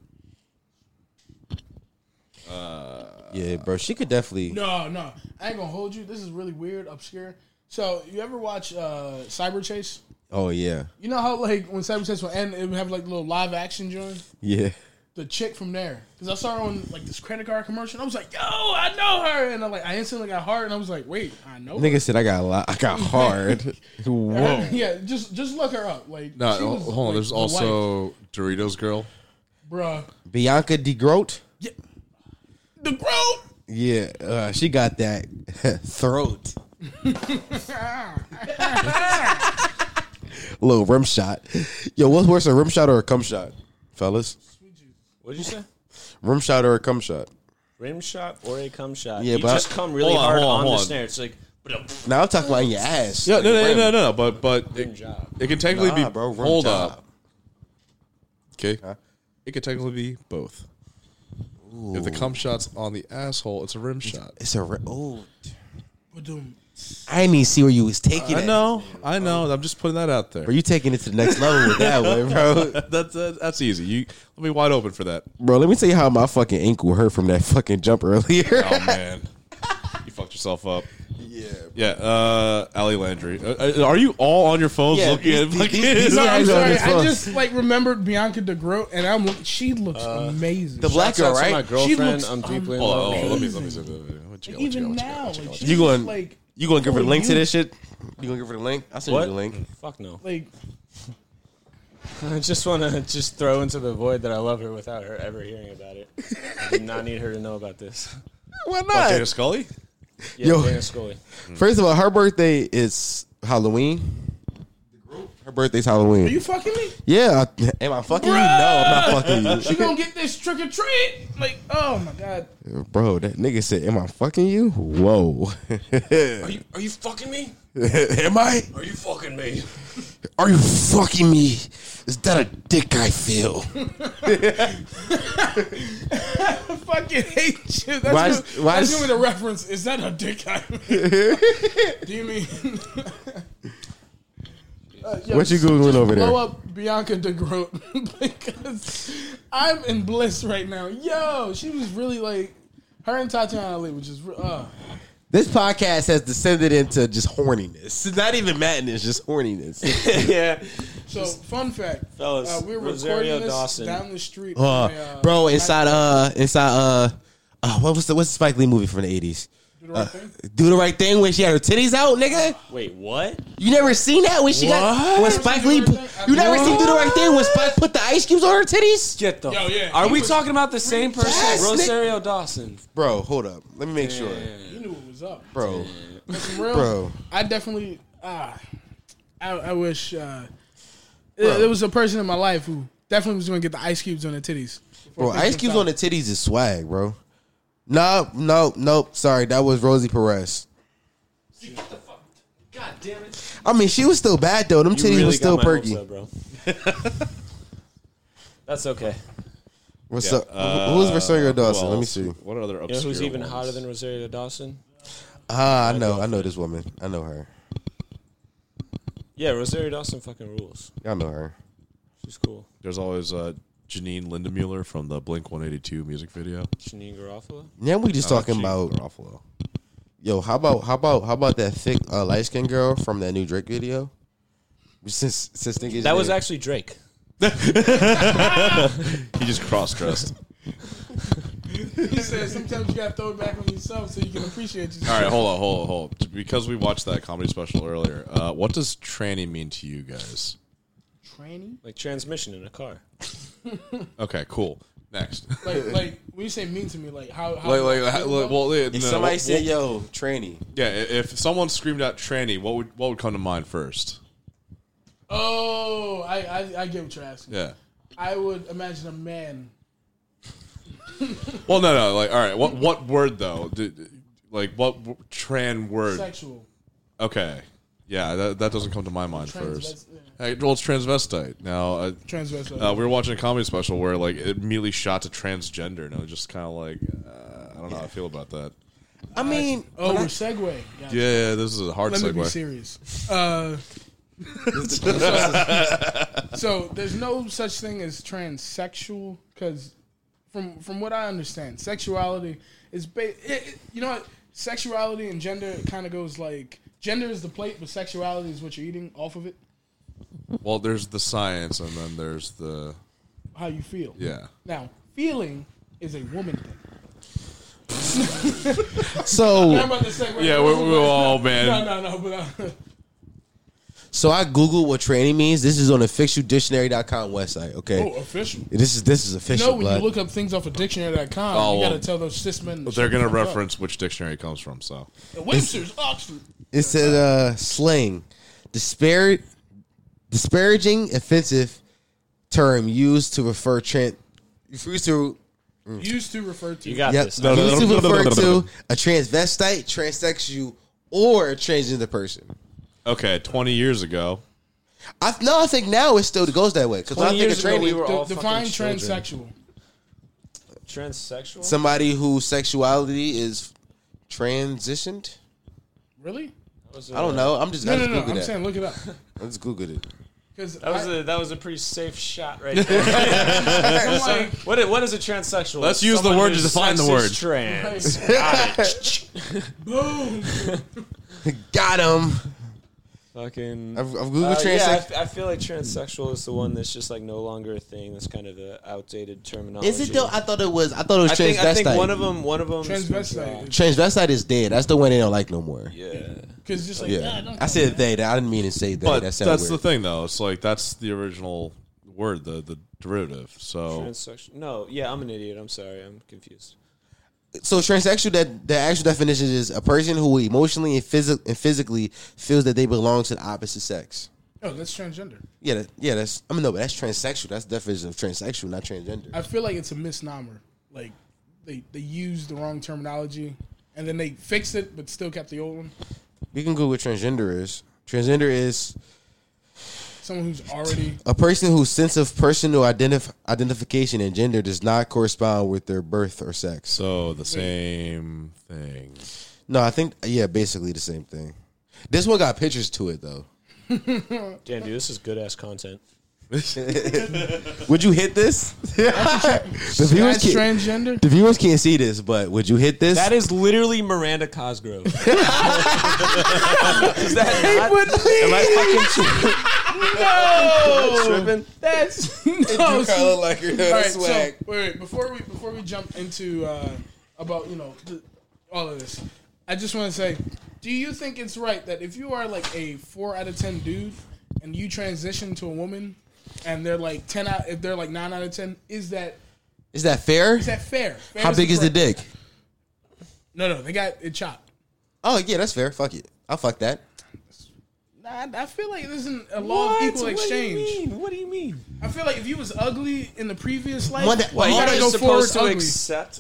Yeah, bro. She could definitely.
No, no. I ain't gonna hold you. This is really weird, obscure. So you ever watch uh, Cyber Chase?
Oh yeah.
You know how like when Cyber Chase will end, it would have like little live action joint.
Yeah.
the chick from there because I saw her on like this credit card commercial. And I was like, "Yo, I know her," and I like I instantly got hard, and I was like, "Wait, I know." her.
Nigga said I got a lot. I *laughs* got hard. Whoa.
*laughs* yeah, just just look her up. Like,
No,
she was,
hold on.
like,
There's
the
also Doritos girl.
wife. bruh,
Bianca DeGroat.
the growth.
Yeah, uh, she got that *laughs* throat. Little rim shot. Yo, what's worse, a rim shot or a cum shot, fellas?
What'd you say?
Rim shot or a cum shot?
Rim shot or a cum shot?
Yeah,
you
but-
just come really
Hold on,
hard
hold on,
on,
hold
the
on.
snare. It's like
Now I'm talking about in your ass.
Yeah, no, no, no, no, no. But but
rim
it,
job.
it can technically
Nah,
be.
bro, rim
hold
job.
up. Okay. It could technically be both. If the cum shot's on the asshole, it's a rim shot.
It's a ri- oh.
Badum.
I didn't even see where you was taking
I
it.
know, I know. I'm just putting that out there.
Bro, you taking it to the next level with that one,
*laughs*
bro.
that's uh, that's easy. You let me wide open for that.
Bro, let me tell you how my fucking ankle hurt from that fucking jump earlier.
Oh man, you fucked yourself up.
*laughs*
Yeah, yeah. Uh, Ali Landry, uh, uh, are you all on your phones
Yeah,
looking at
these-
fucking?
these- these
No, I'm
guys on
sorry.
this
I
phone.
just like remembered Bianca DeGroat, and I'm look- she looks amazing.
the black girl,
That's
right?
my girlfriend.
looks
I'm deeply in
oh,
love.
oh,
with her.
let me let me see. the video. What you got, what you got,
even
what you got,
now,
what you got,
like,
what you
she's
You going-
like
You gonna give her
Oh,
the link to
you-
this shit? You gonna give her the link? I'll send
What? Mm.
you the link.
Fuck no.
like
*laughs* I just want to just throw into the void that I love her without her ever hearing about it. I did not need her to know about *laughs* this.
Why not?
got? Dana Scully.
Yeah,
Yo.
Dana Scully.
First of all, her birthday is Halloween. Her birthday's Halloween.
Are you fucking me?
yeah. I- Am I fucking you? No, I'm not fucking you.
She gonna get this trick or treat? Like, oh my god!
Bro, that nigga said, Am I fucking you? Whoa.
Are you, are you fucking me?
Am I?
Are you fucking me?
*laughs* Are you fucking me? Is that a dick I feel?
I fucking hate you. That's
Why
why?
is- why
that's
is-
gonna be the reference. Is that a dick? I
*laughs*
Do you mean? *laughs* Uh, yo,
What you googling over
Blow
there?
up Bianca DeGroat *laughs* because I'm in bliss right now. Yo, she was really like her and Tatiana Ali, which is re- uh,
This podcast has descended into just horniness. It's not even madness, just horniness.
*laughs* yeah.
so. Fun fact,
Fellas,
uh, we were
Rosario
recording this
Dawson.
down the street. by,
Uh, bro, inside uh inside uh, uh what was the what's the Spike Lee movie from the eighties?
Do the right thing?
Do the right thing when she had her titties out, nigga.
Wait, what?
You never seen that when she got when Spike Lee.
Do the
Put,
Right Thing?
you never seen do the right thing when Spike put the ice cubes on her titties,
Get the.
Yo, yeah,
Are
he
we
was-
talking about the same person?
Yes, Nick-
Rosario Dawson.
bro. Hold up, let me make sure,
You knew what was up.
bro.
some real.
Bro.
I definitely. Uh, I, I wish uh, there there was a person in my life who definitely was going to get the ice cubes on their titties. *laughs*
Bro, ice cubes on the titties is swag, bro. No, no, nope. Sorry, that was Rosie Perez.
God damn it.
I mean, she was still bad though. Them
You
titties
really
was still
got my hopes
perky.
up, bro. *laughs* That's okay.
What's
Yeah,
up? Who- Who's
uh,
Rosario
who
Dawson? Let me
else?
see.
What other
You know who's
obscure
even
ones?
hotter than Rosario Dawson?
Ah, I know, I know this woman. I know her.
Yeah, Rosario Dawson fucking rules.
Y'all know her.
She's cool.
There's always uh, Janine Lindemuller from the Blink 182 music video.
Janine Garofalo.
Yeah, we just talking about
Garofalo.
Yo, how about how about how about that thick uh, light skinned girl from that new Drake video? Since since niggas
That was
name-
actually Drake.
He just cross
*laughs*
dressed.
He said sometimes you got to throw it back on yourself so you can appreciate yourself.
All right, hold on, hold on, hold on. Because we watched that comedy special earlier, uh, what does tranny mean to you guys?
Tranny?
Like transmission in a car.
Okay, cool. Next.
*laughs*
Like, like when you say mean to me, like how? how
Like, like, like, well, yeah, no,
if somebody
well,
said yo tranny.
yeah, i- if someone screamed out tranny, what would what would come to mind first?
oh, I, I I get what you're asking.
Yeah.
I would imagine a man.
Well, no, no. Like, all right, what what word though? D- d- Like, what w- tran word?
Sexual.
Okay. Yeah, that, that doesn't come to my mind
Transvest- uh,
first. Hey, well, it's transvestite. Now, uh,
Transvestite.
uh, we were watching a comedy special where like it immediately shot to transgender, and I was just kind of like, uh, I don't know how I feel about that.
I mean,
oh, we're segue. Yeah.
Yeah, yeah, this is a hard
Let me be
segue.
serious. Uh, *laughs* so there's no such thing as transsexual because, from from what I understand, sexuality is ba- it, it- you know what sexuality and gender kind of goes like gender is the plate, but sexuality is what you're eating off of it,
Well, there's the science, and then there's the
how you feel.
yeah.
Now feeling is a woman thing. I'm
So,
about to say, wait,
Yeah,
wait, wait,
we- we
wait.
all, man.
No, no, no, but uh,
so I googled what tranny means. This is on the fictiondictionary.com website. Okay,
*laughs* oh, official.
this is this is
You
official.
know, when
blood.
you look up things off of dictionary.com,
Oh,
you got to
well,
tell those cis men. to
They're
shut
gonna
the fuck up.
reference which dictionary it comes from. So
Webster's, Oxford.
It said uh, slang, disparate, disparaging, offensive term used to refer tran Used to,
Used to refer to.
You got
yep,
this.
used to refer to a transvestite, transsexual, or transgender person.
okay, twenty years ago,
I no, I think now it still goes that way because
20
I think
years
of
ago,
tranny,
we were
De-
all
define
fucking children.
transsexual.
Transsexual?
somebody whose sexuality is transitioned.
Really?
I don't know. I'm just
No,
I
no,
just
no.
googled
I'm
that.
saying look
*laughs*
it up.
I just googled it.
Because
that was a that was a pretty safe shot
*laughs*
right there.
I'm like,
what is, what is a transsexual?
Let's use the
Someone
word
whose
to define the
sex
word.
is Trans. *laughs*
*laughs* boom.
Got him.
Fucking.
I've, I've googled
Uh,
transsexual.
yeah, I, f- I feel like transsexual is the one that's just like no longer a thing. That's kind of the outdated terminology.
Is it though? I thought it was. I thought it was
I think,
transvestite.
I think one of them. One of them.
Transvestite.
Transvestite is dead. That's the one they don't like no more. Yeah,
Yeah.
Because just like, nah, don't tell
I
me
said
that.
they. I didn't mean to say that.
but
that
that's,
sounds
the
weird.
thing, though. It's like that's the original word, the the derivative. So
Transsexual. No. Yeah, I'm an idiot. I'm sorry. I'm confused.
so transsexual. That the actual definition is a person who emotionally and, physi- and physically feels that they belong to the opposite sex.
No, that's transgender.
Yeah, that, yeah. That's I mean no, but that's transsexual. That's the definition of transsexual, not transgender.
I feel like it's a misnomer. Like they they use the wrong terminology, and then they fixed it, but still kept the old one.
We can Google what transgender is. Transgender is
Someone who's already
a person whose sense of personal identif- identification and gender does not correspond with their birth or sex.
so the same thing.
No, I think yeah, basically the same thing. This one got pictures to
*laughs*
it though.
Damn, dude, this is good ass content.
Would you
*laughs*
hit this? the viewers
that's
can't,
*laughs*
transgender.
the viewers can't see this, but would you hit this?
That is literally Miranda
*laughs*
Cosgrove. *laughs* is that not? Am I fucking
*laughs*
tripping?
That's *laughs* no.
Kinda
so-
look like her,
all right,
that's
so
swag.
wait, wait, before we before we jump into uh, about you know the, all of this, I just want to say, do you think it's right that if you are like a four out of ten dude and you transition to a woman, and they're like ten out, if they're like nine out of ten, is that
is that fair?
is that fair? Fair
How big is the
correct-
dick?
No, no, they got it chopped.
Oh yeah, that's fair. Fuck it, I'll fuck that.
Nah, I- I feel like this isn't a law of equal exchange.
mean? What do you mean?
I feel like if you was ugly in the previous life,
One that-
you
one
gotta
that
go
is
forward
supposed to
ugly.
accept.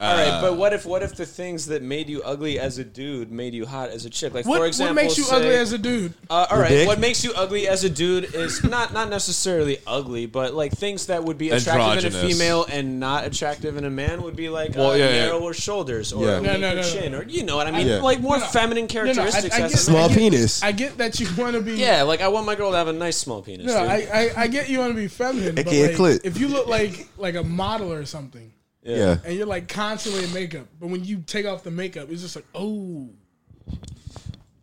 All right, but what if what if the things that made you ugly as a dude made you hot as a chick? Like
what,
for
what
example,
makes you
say,
ugly as a dude?
Uh, all right.
dick?
What makes you ugly as a dude is *laughs* not not necessarily ugly, but like things that would be attractive in a
Androgynous.
female and not attractive in a man would be like
Well,
uh,
yeah, yeah.
narrower shoulders or
Yeah.
a
No,
weaker
no, no, no.
chin or you know what I mean,
Yeah.
like more
No, no.
feminine
No, no, I, I
characteristics.
get,
as a
Small
I get,
penis.
I get that you *laughs* want to be.
yeah, like I want my girl to have a nice small penis.
No,
dude.
I, I, I get you want to be feminine. But
AKA
like,
clit.
if you look like like a model or something,
Yeah,
and you're like constantly in makeup, but when you take off the makeup, it's just like oh.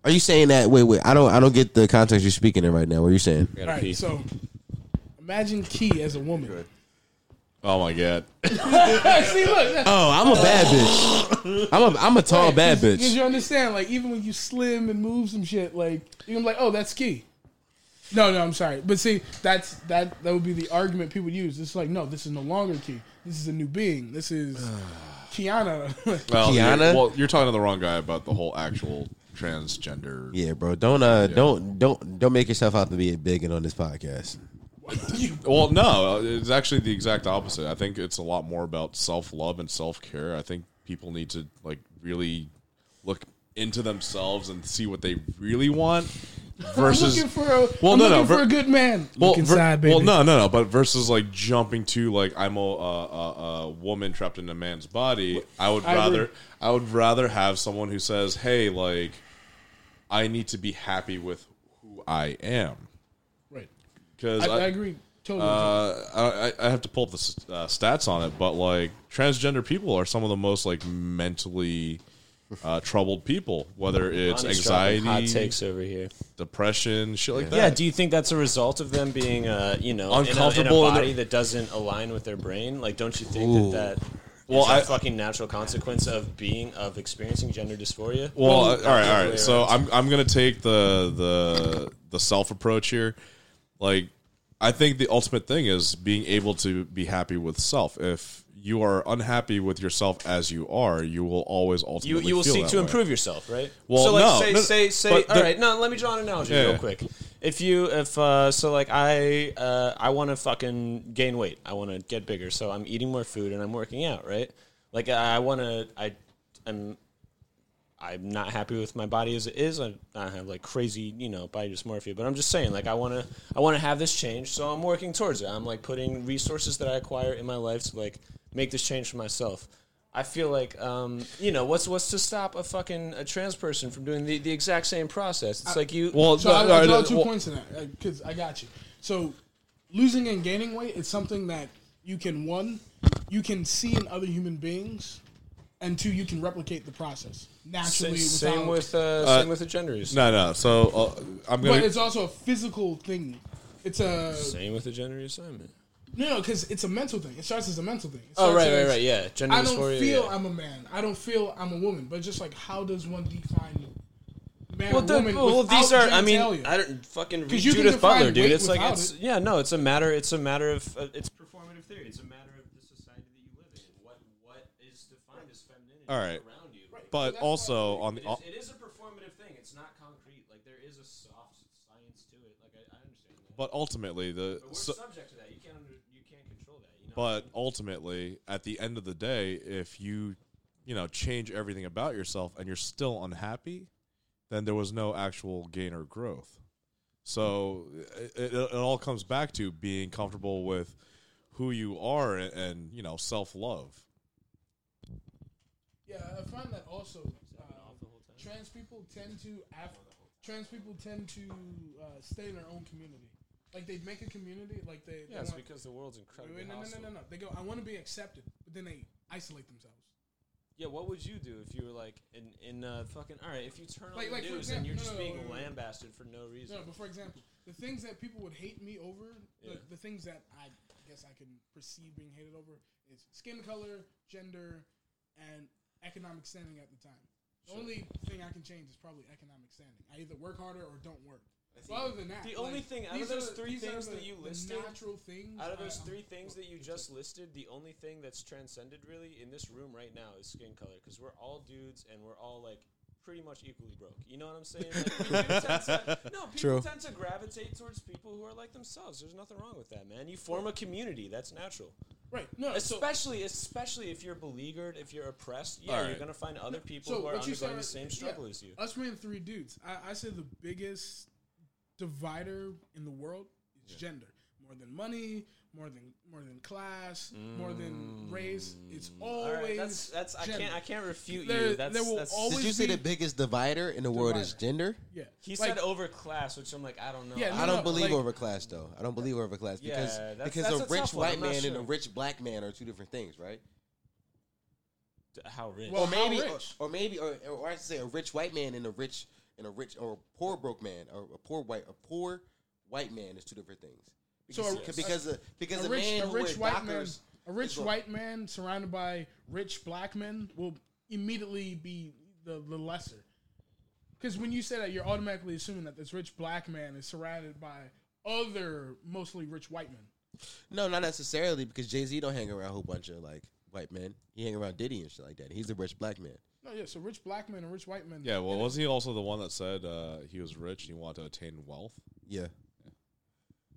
Are you saying that? Wait, wait. I don't. I don't get the context you're speaking in right now. What are you saying?
I
All
gotta pee.
right, so imagine Key as a woman. *laughs*
Oh
*laughs*
my god.
See, look, that's-
Oh, I'm a bad bitch. *laughs* I'm a I'm a tall Oh, bad
Because
bitch.
you understand, like even when you slim and move some shit, like you're gonna be like, oh, that's ski. No, no, I'm sorry, but see, that's that that would be the argument people use. It's like, no, this is no longer key. This is a new being. This is
*sighs*
Kiana. *laughs*
Well,
Kiana?
You're, well, you're talking to the wrong guy about the whole actual transgender.
Yeah, bro. Don't uh don't don't don't make yourself out to be a bigot on this podcast.
Well, no, it's actually the exact opposite. I think it's a lot more about self love and self care. I think people need to like really look into themselves and see what they really want
*laughs*
versus
I'm looking for a,
Well,
I'm looking
no, no,
for
ver-
a good man. Look
ver-
inside, baby.
well, no, no, no. But versus like jumping to like I'm a a, a, a woman trapped in a man's body. I would
I
rather
agree.
I would rather have someone who says, "Hey, like I need to be happy with who I am."
right.
Because
I, I agree totally.
uh, I, I have to pull up the s- uh, stats on it, but like transgender people are some of the most like mentally uh, troubled people, whether it's
Honest dropping hot
anxiety,
takes over here.
depression, shit like
Yeah,
that.
do you think that's a result of them being, uh, you know,
Uncomfortable
uncomfortable in a,
in
body
their-
that doesn't align with their brain? Like, don't you think that that
Well,
is a
I-
fucking natural consequence of being of experiencing gender dysphoria?
Well, uh, all right, all
Other way
right. So
around.
I'm I'm gonna take the the the self approach here. Like, I think the ultimate thing is being able to be happy with self. If you are unhappy with yourself as you are, you will always
you
ultimately
you will
feel
seek
that
to
way.
improve yourself, right?
Well,
so like
no,
say
no,
say say all
but
right.
the-
no, let me draw an analogy
Yeah,
real
yeah.
quick. If you if uh, so like I uh, I want to fucking gain weight. I want to get bigger, so I'm eating more food and I'm working out, right? Like I want to I I'm I'm not happy with my body as it is. I, I have like crazy, you know, body dysmorphia. But I'm just saying, like, I want to, I want to have this change. So I'm working towards it. I'm like putting resources that I acquire in my life to like make this change for myself. I feel like, um, you know, what's what's to stop a fucking a trans person from doing the, the exact same process?
Uh,
It's like you.
Well,
So
no,
I
no,
will
I
draw
don't-
two
well-
points in that because I got you. So losing and gaining weight is something that you can one, you can see in other human beings, and two, you can replicate the process
same,
naturally.
same
without-
with uh, same with the genders.
No, no. So uh, I'm
but
gonna.
it's also a physical thing. It's a
Same with the gender assignment.
no, because it's a mental thing. It starts as a mental thing. It
Oh
starts
right, right,
as,
right. Yeah, gender
I don't
dysphoria.
feel
yeah.
I'm a man. I don't feel I'm a woman. But just like, how does one define man
Well,
or
the,
woman?
well
without
these are. I mean,
genitalia?
I don't fucking read
'Cause you can
Judith
define
Butler, dude.
weight
It's like
without
it's
it.
yeah, no, it's a matter. It's a matter of uh, it's performative theory. It's a matter of the society that you live in. What what is defined as femininity
All right.
around you?
But also on the
It is- it is a performative thing. It's not concrete. Like there is a soft science to it. Like I, I understand that.
but ultimately the
But we're
so,
subject to that. You can't under, you can't control that. You know?
but ultimately at the end of the day, if you you know change everything about yourself and you're still unhappy, then there was no actual gain or growth. So it, it, it all comes back to being comfortable with who you are and, and you know self love.
Yeah, I find that also uh, trans people tend to after, trans people tend to uh, stay in their own community. Like they make a community, like they. they
yeah, it's
want-
because the world's incredibly
wait, no, no, no,
hostile.
no, no. They go, I want to be accepted, but then they isolate themselves.
Yeah, what would you do if you were like in in uh, fucking all right? If you turn on
Like-
the
like, for
news and
example-
you're
no,
just
no,
being
no, no, no.
lambasted for no reason,
No, but for example, the things that people would hate me over,
Yeah.
the, the things that I guess I can perceive being hated over is skin color, gender, and economic standing at the time. The only thing I can change is probably economic standing. I either work harder or don't work. But other than that,
The only thing out of
these are
those
the-
three
these are
things that
the-
you
the
listed,
natural things
out of those
I- I'm
three things
for.
that you just listed, the only thing that's transcended really in this room right now is skin color because we're all dudes and we're all like pretty much equally broke. You know what I'm saying? Like, we
*laughs*
do tend to, no, people tend to gravitate towards people who are like themselves. There's nothing wrong with that, man. You form a community. That's natural.
right. No, so,
Especially, especially if you're beleaguered, if you're oppressed, yeah,
All
you're
right.
gonna find other people
so
who are
what you
undergoing
said,
the
right-
same
yeah,
struggle as you.
Us being three dudes, I, I say the biggest divider in the world is gender. More than money, more than more than class, more than race. It's
Mm. All
always
right, that's that's I
gender.
can't I can't refute
There-
you. That's
there will
that's,
always-
Did you say
be-
the biggest divider in the world is
Divider.
gender?
Yeah,
he
Like,
said "Oh, over class, which I'm like I don't know.
Yeah,
I-
no,
I don't believe
like-
overclass though. I don't believe overclass
Yeah,
because
that's-
because
that's a
a rich
tough one.
white
I'm not
man and a
sure.
rich black man are two different things, right?
how rich?
Well,
or maybe,
how
or,
rich?
or maybe, or, or I should say, a rich white man and a rich and a rich or a poor broke man or a poor white a poor whic- white man is two different things.
So
Because
a-
c- because a, because
a
a,
rich,
man
a
who
rich
wears
white man,
Dockers,
a rich
is a-
white man surrounded by rich black men will immediately be the, the lesser. Because when you say that, you're automatically assuming that this rich black man is surrounded by other mostly rich white men.
No, not necessarily because Jay Z don't hang around a whole bunch of like white men. He hang around Diddy and shit like that. He's a rich black man.
No, yeah. So rich black men and rich white men.
Yeah. Well, wasn't he also the one that said uh, he was rich and he wanted to attain wealth?
Yeah.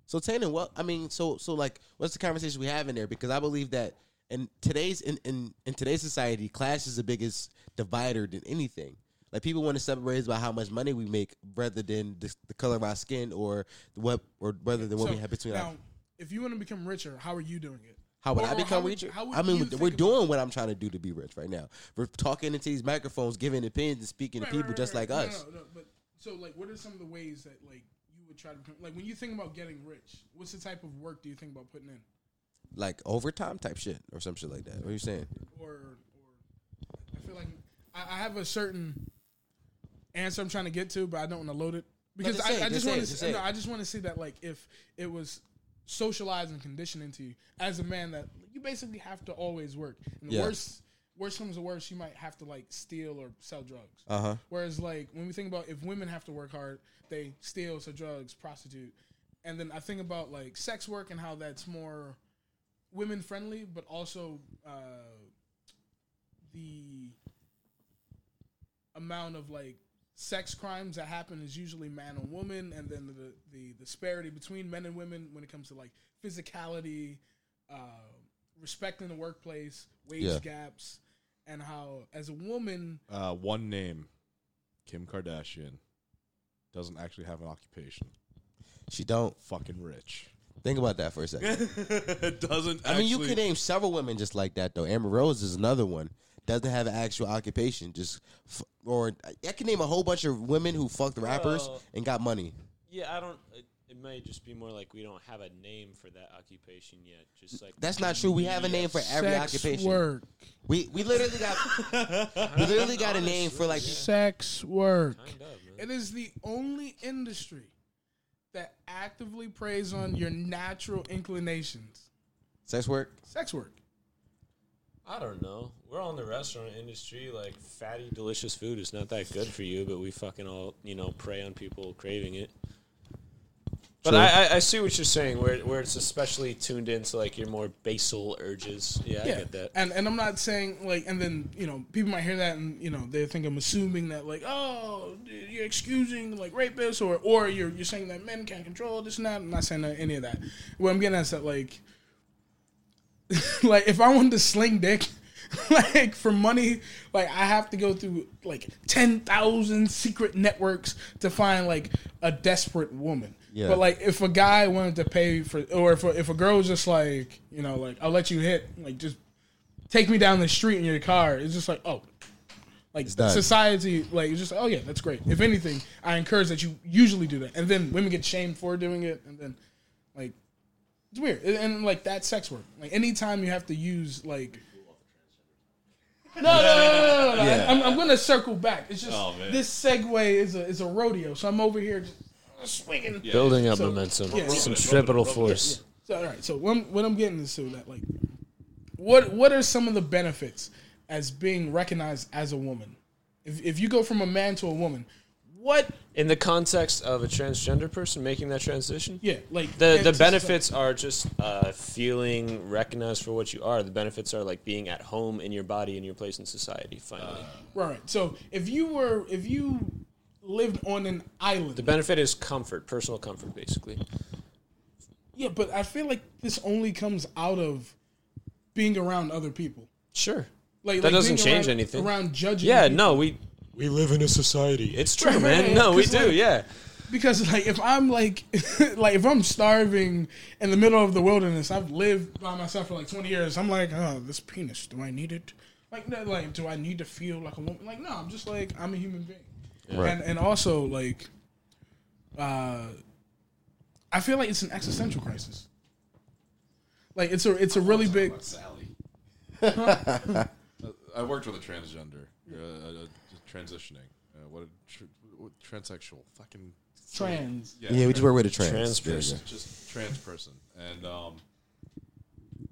So Tannen, what I mean, so so like, what's the conversation we have in there? Because I believe that in today's in in, in today's society, class is the biggest divider than anything. Like people want to separate us by how much money we make, rather than the, the color of our skin or what or rather than what
So,
we have between.
now,
our,
if you want to become richer, how are you doing it?
how would
Or-
I
or
become
would-
richer?
how would
I
you
mean, we're-
think
we're
about-
doing what I'm trying to do to be rich right now. We're talking into these microphones, giving opinions, and speaking
Right,
to people
right,
just
right,
like
right.
us.
No, no, no, but so like, what are some of the ways that like you would try to become like when you think about getting rich? What's the type of work do you think about putting in?
like overtime type shit or some shit like that. What are you saying?
Or, or I feel like I, I, I have a certain answer I'm trying to get to, but I don't want to load it because
just
I,
say it,
I
just
just
say
want
it,
to.
just
Just
say
no,
it.
I just want to see that like if it was socialized and conditioned into you as a man that you basically have to always work. And the
Yeah.
worst, worst comes to worst, you might have to like steal or sell drugs. Uh-huh. Whereas like when we think about if women have to work hard, they steal, sell drugs, prostitute, and then I think about like sex work and how that's more women friendly, but also uh, the amount of like sex crimes that happen is usually man and woman, and then the the disparity between men and women when it comes to like physicality, uh, respect in the workplace, wage
Yeah.
gaps, and how as a woman,
Uh, one name, Kim Kardashian, doesn't actually have an occupation.
She don't
Fucking rich.
think about that for
*laughs*
a second.
doesn't.
I mean, you can name several women just like that though. Amber Rose is another one. Doesn't have an actual occupation. Just f- or I can name a whole bunch of women who fucked rappers
Well-
and got money.
Yeah, I don't. It, it may just be more like we don't have a name for that occupation yet. Just like
That's not true. We have a name for every
sex
occupation.
work,
We we literally got
*laughs*
we literally got a name for like
sex work.
Kind of, man.
It is the only industry that actively preys on your natural inclinations.
sex work.
Sex work.
I don't know. We're all in the restaurant industry. Like fatty, delicious food is not that good for you, but we fucking all you know prey on people craving it. But I, I, I see what you're saying, where where it's especially tuned into like your more basal urges. Yeah, I
Yeah,
get that.
and and I'm not saying like, and then you know people might hear that and you know they think I'm assuming that like, oh, you're excusing like rapists or or you're you're saying that men can't control this and that. I'm not saying that, any of that. What I'm getting at is that like, *laughs* like if I wanted to sling dick. *laughs* Like for money, like I have to go through like ten thousand secret networks to find like a desperate woman.
Yeah.
But like if a guy wanted to pay for, or if a, if a girl was just like, you know, like I'll let you hit, like just take me down the street in your car. It's just like, oh, like
done.
society, like it's just, oh yeah, that's great. If anything, I encourage that you usually do that, and then women get shamed for doing it, and then like it's weird, and, and, like that sex work, like anytime you have to use like. *laughs* No, no, no, no, no, Oh, no, no. I'm, I'm going to circle back. It's just this segue is a is a rodeo, so I'm over here just swinging.
Building up
So-
momentum,
yeah.
some centripetal force.
So, all right. So what I'm, what I'm getting is to that like, what what are some of the benefits as being recognized as a woman? If if you go from a man to a woman, what?
In the context of a transgender person making that transition,
Yeah, like
The,
and
the
to-
benefits are just uh, feeling recognized for what you are. The benefits are like being at home in your body and your place in society. Finally,
Right. So if you were if you lived on an island,
the benefit is comfort, personal comfort, basically.
yeah, but I feel like this only comes out of being around other people.
Sure.
Like
That
like
doesn't
being
change
around-
anything.
Around judging.
Yeah.
people.
No, we we live in a society. It's true,
Right,
man.
right,
no, we
'cause,
do.
like-
yeah.
Because like if I'm like *laughs* like if I'm starving in the middle of the wilderness, I've lived by myself for like 20 years. I'm like, oh, this penis, do I need it? Like, no, like, do I need to feel like a woman? Like, no, I'm just like I'm a human being. And and also like, uh, I feel like it's an existential crisis. Like it's a it's a really big.
Sally. *laughs* I worked with a transgender, uh, uh, transitioning. Uh, what, a tr- what transsexual? Fucking
Trans.
Yeah, we just work with a trans.
Trans
There you
person.
go.
just trans person, and um,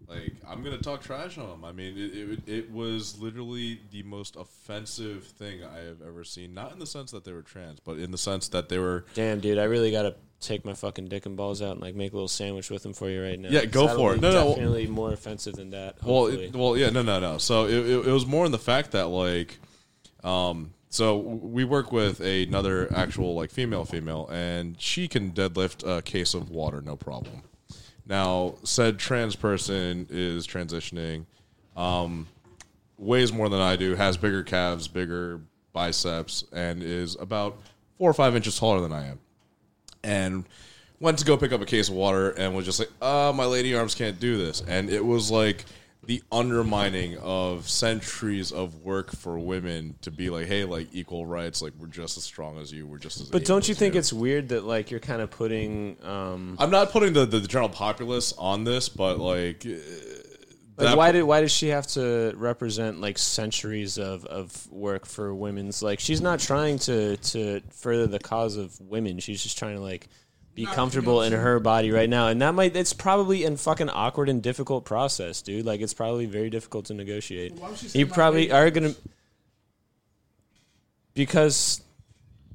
like I'm gonna talk trash on him. I mean, it, it it was literally the most offensive thing I have ever seen. Not in the sense that they were trans, but in the sense that they were
Damn, dude, I really gotta take my fucking dick and balls out and like make a little sandwich with them for you right now.
Yeah, go
'Cause that'll
for it.
be
No, no.
definitely more offensive than that.
well,
Hopefully.
it, well, yeah, no, no, no. So it, it, it was more in the fact that like, um, so we work with another actual like female female, and she can deadlift a case of water no problem. Now, said trans person is transitioning, um, weighs more than I do, has bigger calves, bigger biceps, and is about four or five inches taller than I am and went to go pick up a case of water and was just like, "Uh, my lady arms can't do this." And it was like the undermining of centuries of work for women to be like, "Hey, like equal rights, like we're just as strong as you, we're just as."
but
able
don't you
as
think it's weird that like you're kind of putting um,
I'm not putting the, the general populace on this, but like uh,
Like,
That-
why did why did she have to represent like centuries of, of work for women's like she's not trying to to further the cause of women she's just trying to like be comfortable in her body right now and that might it's probably a fucking awkward and difficult process dude like it's probably very difficult to negotiate
Why would she say
you
my
probably
baby?
are gonna because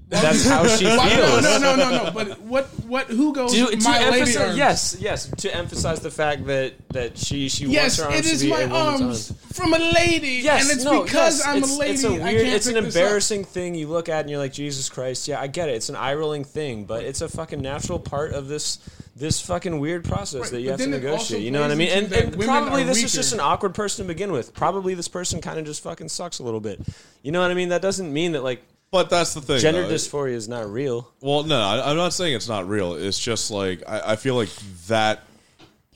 that's how she feels
No, no, no, no, no. But what? What? Who goes?
to, to
my lady
emphasize,
arms.
yes, yes, to emphasize the fact that that she she wants
Yes,
her
it
arms to
is
be
my
a woman's
arms
arm.
from a lady,
Yes,
and it's
no,
because
yes,
I'm
it's,
a lady.
It's a weird,
I can't
it's an
pick this up.
embarrassing thing you look at and you're like, Jesus Christ, yeah, I get it. It's an eye rolling thing, but it's a fucking natural part of this this fucking weird process
Right,
that you
but
have to
then it also
negotiate. You know what I
plays
mean?
into
And,
that
and
women
probably
are
this is just an
weaker.
awkward person to begin with. Probably this person kind of just fucking sucks a little bit. You know what I mean? That doesn't mean that like
But that's the thing.
gender
though.
dysphoria is not real.
Well, no, I, I'm not saying it's not real. It's just like I, I feel like that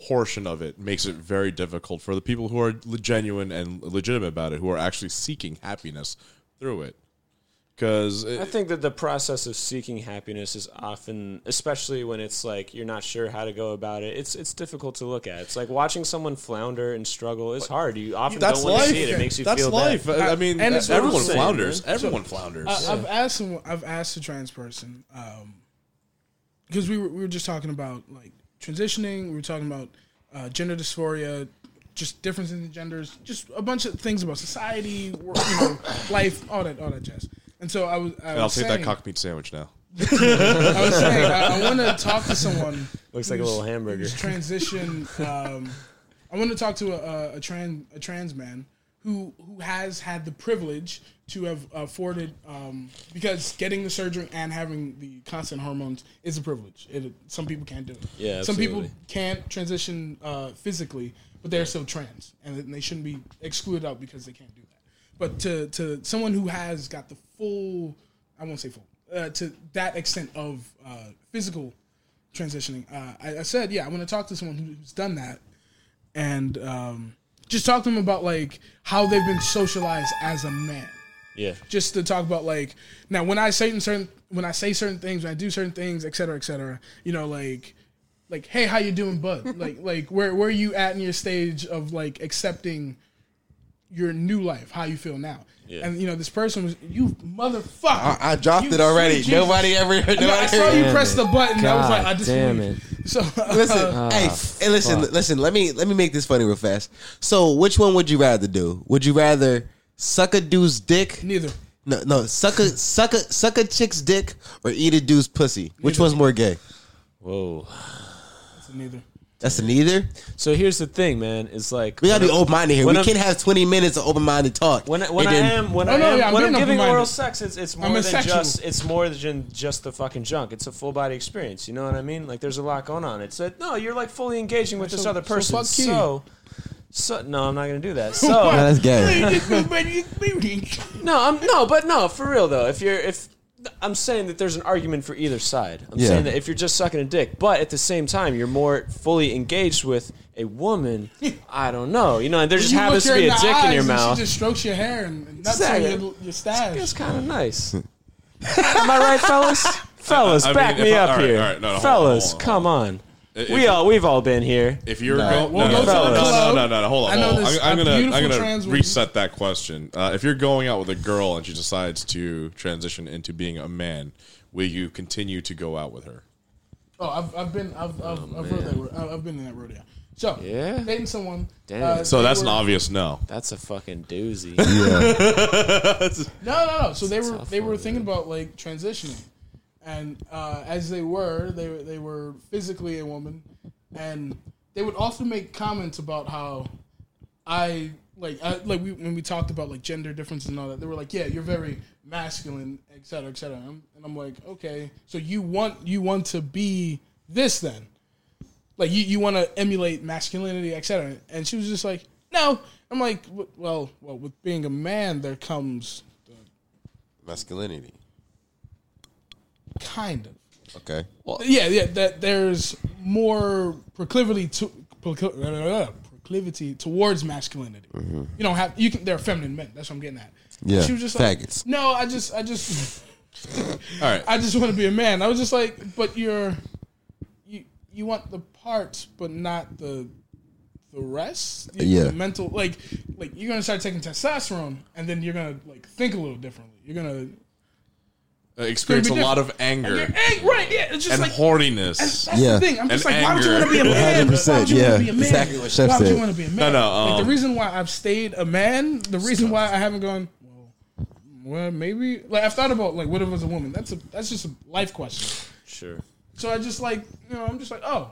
portion of it makes it very difficult for the people who are le- genuine and legitimate about it, who are actually seeking happiness through it. Because
I think that the process of seeking happiness is often, especially when it's like you're not sure how to go about it. It's it's difficult to look at. It's like watching someone flounder and struggle is hard. You often
that's
don't want
life.
to see it. It makes you
that's
feel
life.
bad.
I, I mean,
And it's what
everyone
I'm saying,
flounders. everyone flounders.
I, I've asked some, I've asked a trans person because we were we were just talking about like transitioning. We were talking about uh, gender dysphoria, just differences in genders, just a bunch of things about society, work,
*coughs*
you know, life, all that, all that jazz. And so I was, I was
I'll take
saying,
that cock meat sandwich now.
I was saying, I, I want to
*laughs*
talk to someone.
Looks like a
who's-
little hamburger.
who's Transition. Um, I want to talk to a, a, a trans a trans man who who has had the privilege to have afforded um, because getting the surgery and having the constant hormones is a privilege. It, some people can't do it.
Yeah,
some people
absolutely.
can't transition uh, physically, but they're still trans, and they shouldn't be excluded out because they can't do that. But to to someone who has got the full, I won't say full, uh, to that extent of uh, physical transitioning, uh, I, I said, yeah, I want to talk to someone who's done that, and um, just talk to them about like how they've been socialized as a man
Yeah,
just to talk about like now when I say certain when I say certain things, when I do certain things, et cetera, et cetera, you know, like like, hey, how you doing,
*laughs*
bud? like like where where are you at in your stage of like accepting your new life, how you feel now. And you know, this person was you motherfucker.
I, I dropped
You
it already.
sweet Jesus.
Nobody ever heard.
No, I
Nobody
saw
heard.
you
Damn
press
it.
the button. I was
God
like, I just
damn it.
So *laughs* uh,
*laughs* Listen,
Ah,
hey, hey, listen, listen. Let me let me make this funny real fast. So, which one would you rather do? Would you rather suck a dude's dick?
neither.
No, no, suck a suck a suck a chick's dick or eat a dude's pussy. Which one's more gay?
whoa.
It's a neither.
That's a neither.
So here's the thing, man. It's like
We gotta be open minded here.
When
we
I'm-
can't have twenty minutes of open minded talk.
When, I- when
And
I
then-
am when
Oh,
I
no,
am
yeah, I'm
when I'm
being
giving
open-minded.
oral sex, it's it's more
I'm
than
asexual.
just it's more than just the fucking junk. It's a full body experience. You know what I mean? Like there's a lot going on. It's a, no, you're like fully engaging with this
So-
other
so
person.
fuck you.
So, so no, I'm not gonna do that.
No,
So
that's gay.
no, I'm no, but no, for real though. If you're if I'm saying that there's an argument for either side. I'm
Yeah.
saying that if you're just sucking a dick, but at the same time you're more fully engaged with a
*laughs*
woman. I don't know. You know, and there just
You
happens
look
to
her
be a
the
dick in
eyes
your
and
mouth.
She just strokes your hair and and nuts
Exactly.
on your, your stash.
It's kind of
*laughs*
nice. Am I right, fellas? Fellas,
I mean,
back
if
me
I-
up
all right,
here.
all right, no, no, hold on, hold
fellas,
on, hold
come on.
If-
we all we've all been here.
If you're going,
We'll
no,
go
no,
to the
no,
club.
no, no, no, no, hold on,
I know
hold on.
this-
I'm, I'm
a
gonna,
beautiful
I'm
trans
gonna
woman.
reset that question. Uh, if you're going out with a girl and she decides to transition into being a man, will you continue to go out with her?
Oh, I've, I've been I've I've, I've, rode that, ro- I- I've been in that rodeo. So
Yeah?
dating someone. uh,
Damn.
So
they
that's
were-
an obvious no.
That's a fucking doozy.
*laughs*
No, no, no. So they were they were thinking about like transitioning, and uh, as they were, they were- they were physically a woman, and they would often make comments about how I like I, like we, when we talked about like gender differences and all that. They were like, "Yeah, you're very masculine, et cetera, et cetera." And I'm like, "Okay, so you want you want to be this then?" like you, you want to emulate masculinity, etc. And she was just like, no. I'm like, w- well, well, with being a man, there comes
Masculinity.
kind of,
Okay.
yeah, yeah. That there's more proclivity to procl- uh, proclivity towards masculinity. You don't have you can. There are feminine men. That's what I'm getting at.
Yeah,
she was just
faggots.
like, no, I just, I just.
All right.
I just want to be a man. I was just like, but you're, you you want the parts, but not the the the rest, you
Yeah.
know, mental like like you're gonna start taking testosterone, and then you're gonna like think a little differently. You're gonna
Uh, Experience a lot of
you're,
anger
hey, right? Yeah, it's just
and
like
horniness.
that's
Yeah.
the thing. I'm just
And
like, why would you want
anger.
to be a man? Why would
100%,
you
yeah.
want to be a man?
Exactly what Chef
why would
said.
you want to be a man?
No, no,
like
um,
the reason why I've stayed a man, the reason why I haven't gone. Well, well, maybe like I've thought about like what if I was a woman? That's a that's just a life question.
Sure.
So I just like you know I'm just like oh,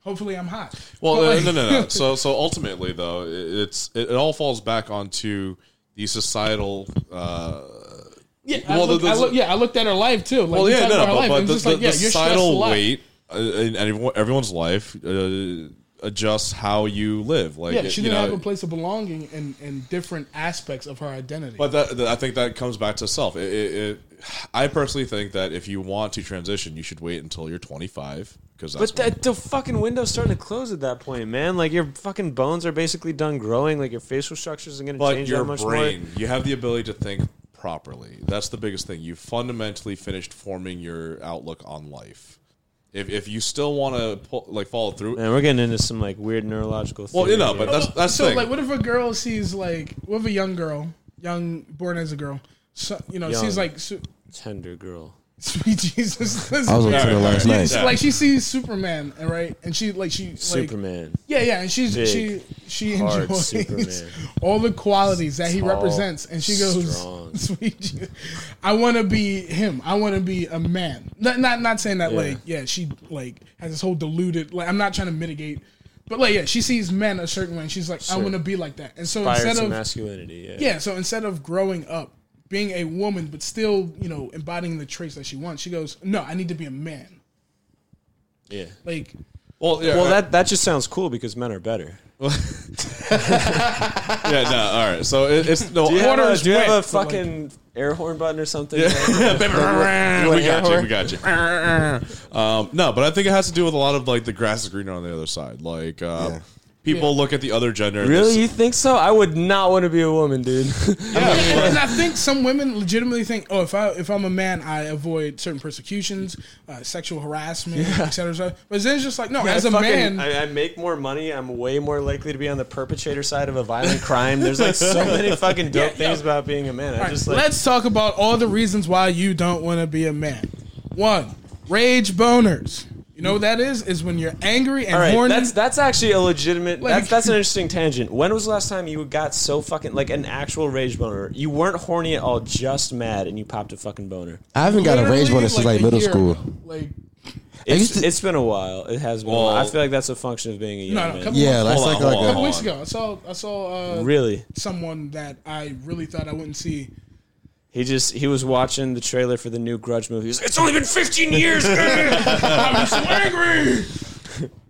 hopefully I'm hot.
Well,
But,
no,
like-
no, no, no. So, so ultimately, though, i- it's it, it all falls back onto the societal. Uh,
Yeah,
Well,
*laughs* I look,
the- the-
I look, yeah, I looked at her life too. Like,
well,
we
yeah,
talked
no,
about her
no, but,
life,
but
and
the,
just
the,
like, yeah,
the
you're stressed a
societal
lot.
weight uh, in everyone, everyone's life uh, adjusts how you live. Like,
Yeah,
it-
she
you
didn't
know,
have a place of belonging and and different aspects of her identity.
But that, that- I think that comes back to self. It, it, it, I personally think that if you want to transition, you should wait until you're 25 because that's
But that, the fucking window's starting to close at that point, man. Like your fucking bones are basically done growing. Like your facial structure isn't going to
but
change
your
that much
brain,
more.
you have the ability to think properly. That's the biggest thing. You fundamentally finished forming your outlook on life. If, if you still want to like follow through,
Man, we're getting into some like weird neurological.
well, you
theory
know,
here.
but that's that's
so
the thing.
like, what if a girl sees like, what if a young girl, young born as a girl, so, you know,
Young.
sees like, su- *laughs*
tender girl.
sweet Jesus, this
I was
is
listening to
weird.
it last
Yeah.
night.
So, like she sees Superman, and right, and she like she like,
Superman.
Yeah, yeah, and she's
Big,
she she
hard
enjoys
Superman.
*laughs* all the qualities that he
Tall,
represents, and she goes,
strong.
*laughs* "Sweet, Jesus, I want to be him. I want to be a man." Not not not saying that
Yeah.
like yeah, she like has this whole deluded. Like I'm not trying to mitigate, but like yeah, she sees men a certain way, and she's like, "I
Sure.
want to be like that." And so
Fires
instead
of
of
masculinity. Yeah.
yeah, so instead of growing up being a woman but still you know embodying the traits that she wants, she goes, "No, I need to be a man."
Yeah.
Like
well, yeah,
Well, that that just sounds cool because men are better.
yeah, no, all right. So it, it's no.
Do you have,
Water
a,
is
do you have
wet,
a
*laughs*
but, like-
fucking air horn button or something?
we got you. We got you. um, no, but I think it has to do with a lot of like the grass is greener on the other side. Like uh, people look at the other gender. and
*laughs* Really?
they
You think so? I would not want to be a woman, dude.
And, and I think some women legitimately think, oh, if I if I'm a man, I avoid certain persecutions, uh, sexual harassment, et cetera, et cetera. But then it's just like, no, as
I
a
fucking-
man,
I, I make more money. I'm way more likely to be on the perpetrator side of a violent crime. There's like
*laughs*
so many fucking dope
Yeah, yeah.
things about being a man. I
All right,
just like
let's talk about all the reasons why you don't want to be a man. One, rage boners. You know what that is? Is when you're angry and
All right,
horny.
that's that's actually a legitimate. that's
Like-
that's an interesting tangent. When was the last time you got so fucking like an actual rage boner? You weren't horny at all, just mad, and you popped a fucking boner.
I haven't got a
Literally,
range one since like
a
middle
year
school.
ago. Like,
It's,
used to-
it's been a while. It has been. a while.
Well-
I feel like that's a function of being a young
No, no,
man.
come
Yeah, that's
Hold
like
on, hold
like
a
a
on.
couple weeks ago, I saw I saw uh,
Really,
someone that I really thought I wouldn't see.
*laughs* he just he was watching the trailer for the new Grudge movie. He was like, it's only been 15
*laughs*
years.
I'm
*laughs*
so angry.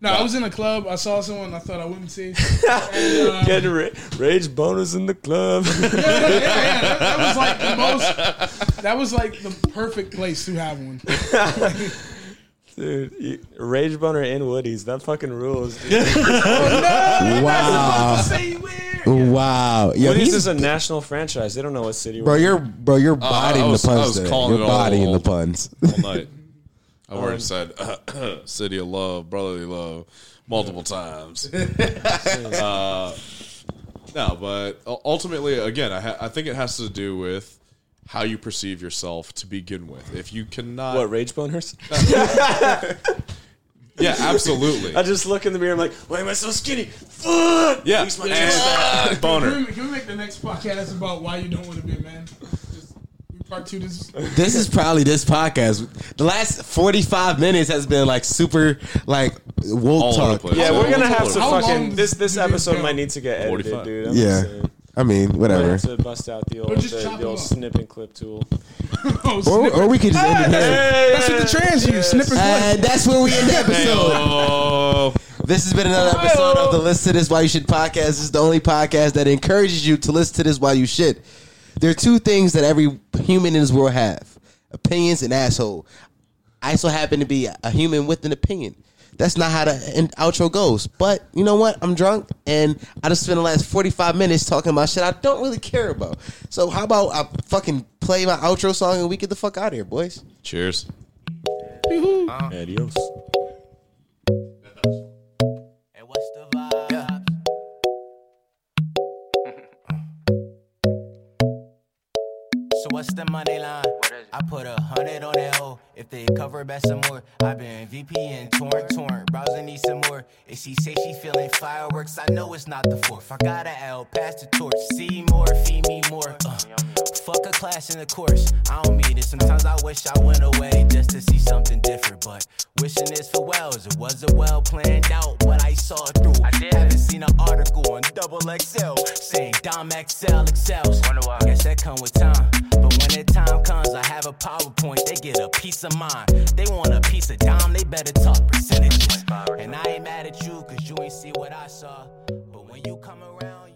No, I was in a club. I saw someone I thought I wouldn't see. And, uh,
Getting ra- rage boners in the club. *laughs*
yeah, yeah, yeah, that, that was like the most. That was like the perfect place to have one.
Dude, you- rage boner in Woodies. That fucking rules. Dude.
wow, wow. Yo,
Woodies
he's-
is a national franchise. They don't know what city.
bro,
we're in.
you're bro, you're bodying
was-
the
Oh, I
puns.
was
today.
calling
You're
it all
bodying the
old. *laughs*
puns.
all
*laughs*
night. I've
Um,
already said *clears throat* city of love, brotherly love,
*laughs*
multiple times. Uh, no, but u- ultimately, again, I, ha- I think it has to do with how you perceive yourself to begin with. If you cannot,
what rage boners?
yeah, absolutely,
I just look in the mirror. I'm like, why am I so skinny? Fuck.
yeah,
At least my
and-
Can
boner.
we, can we make the next podcast about why you don't want to be a man? Just we part two this.
this is probably this podcast. The last forty five minutes has been like super like woke
All over the
talk.
place.
Yeah, we're gonna have to
How long
fucking this. This
do you
episode
go?
might need to get edited,
45.
dude. I'm
Yeah,
just saying.
I mean
Might
whatever.
have to bust out the old, uh,
just
the,
chop
the old
them up.
snip and clip tool.
Oh,
Or,
snipper.
or we could just end it here.
That's what the trans use. Snipper.
And that's where we end the episode.
Oh,
This has been another episode of the Listen to This Why You Should podcast. This is the only podcast that encourages you to listen to this while you should. There are two things that every human in this world have opinions and asshole. I so happen to be a human with an opinion. That's not how the end outro goes. But you know what? I'm drunk and I just spent the last 45 minutes talking about shit I don't really care about. So how about I fucking play my outro song and we get the fuck out of here, boys?
cheers.
Adios.
Hey, what's the vibe?
what's the money line? I put a hundred on that hoe. If they cover back some more, I've been VP and torn, torn. Browsing need some more. If she say she feeling fireworks, I know it's not the fourth. I got to L, pass the torch. See more, feed me more. Uh, fuck a class in the course. I don't mean it. Sometimes I wish I went away just to see something different. But wishing is for wells. It wasn't well planned out, but I saw it through. I haven't seen an article on Double XL saying Dom XL excels. Guess that come with time. But when the time comes, I have a PowerPoint. They get a piece of mind. They want a piece of Dom. They better talk percentages. And I ain't mad at you, cause you ain't see what I saw. But when you come around,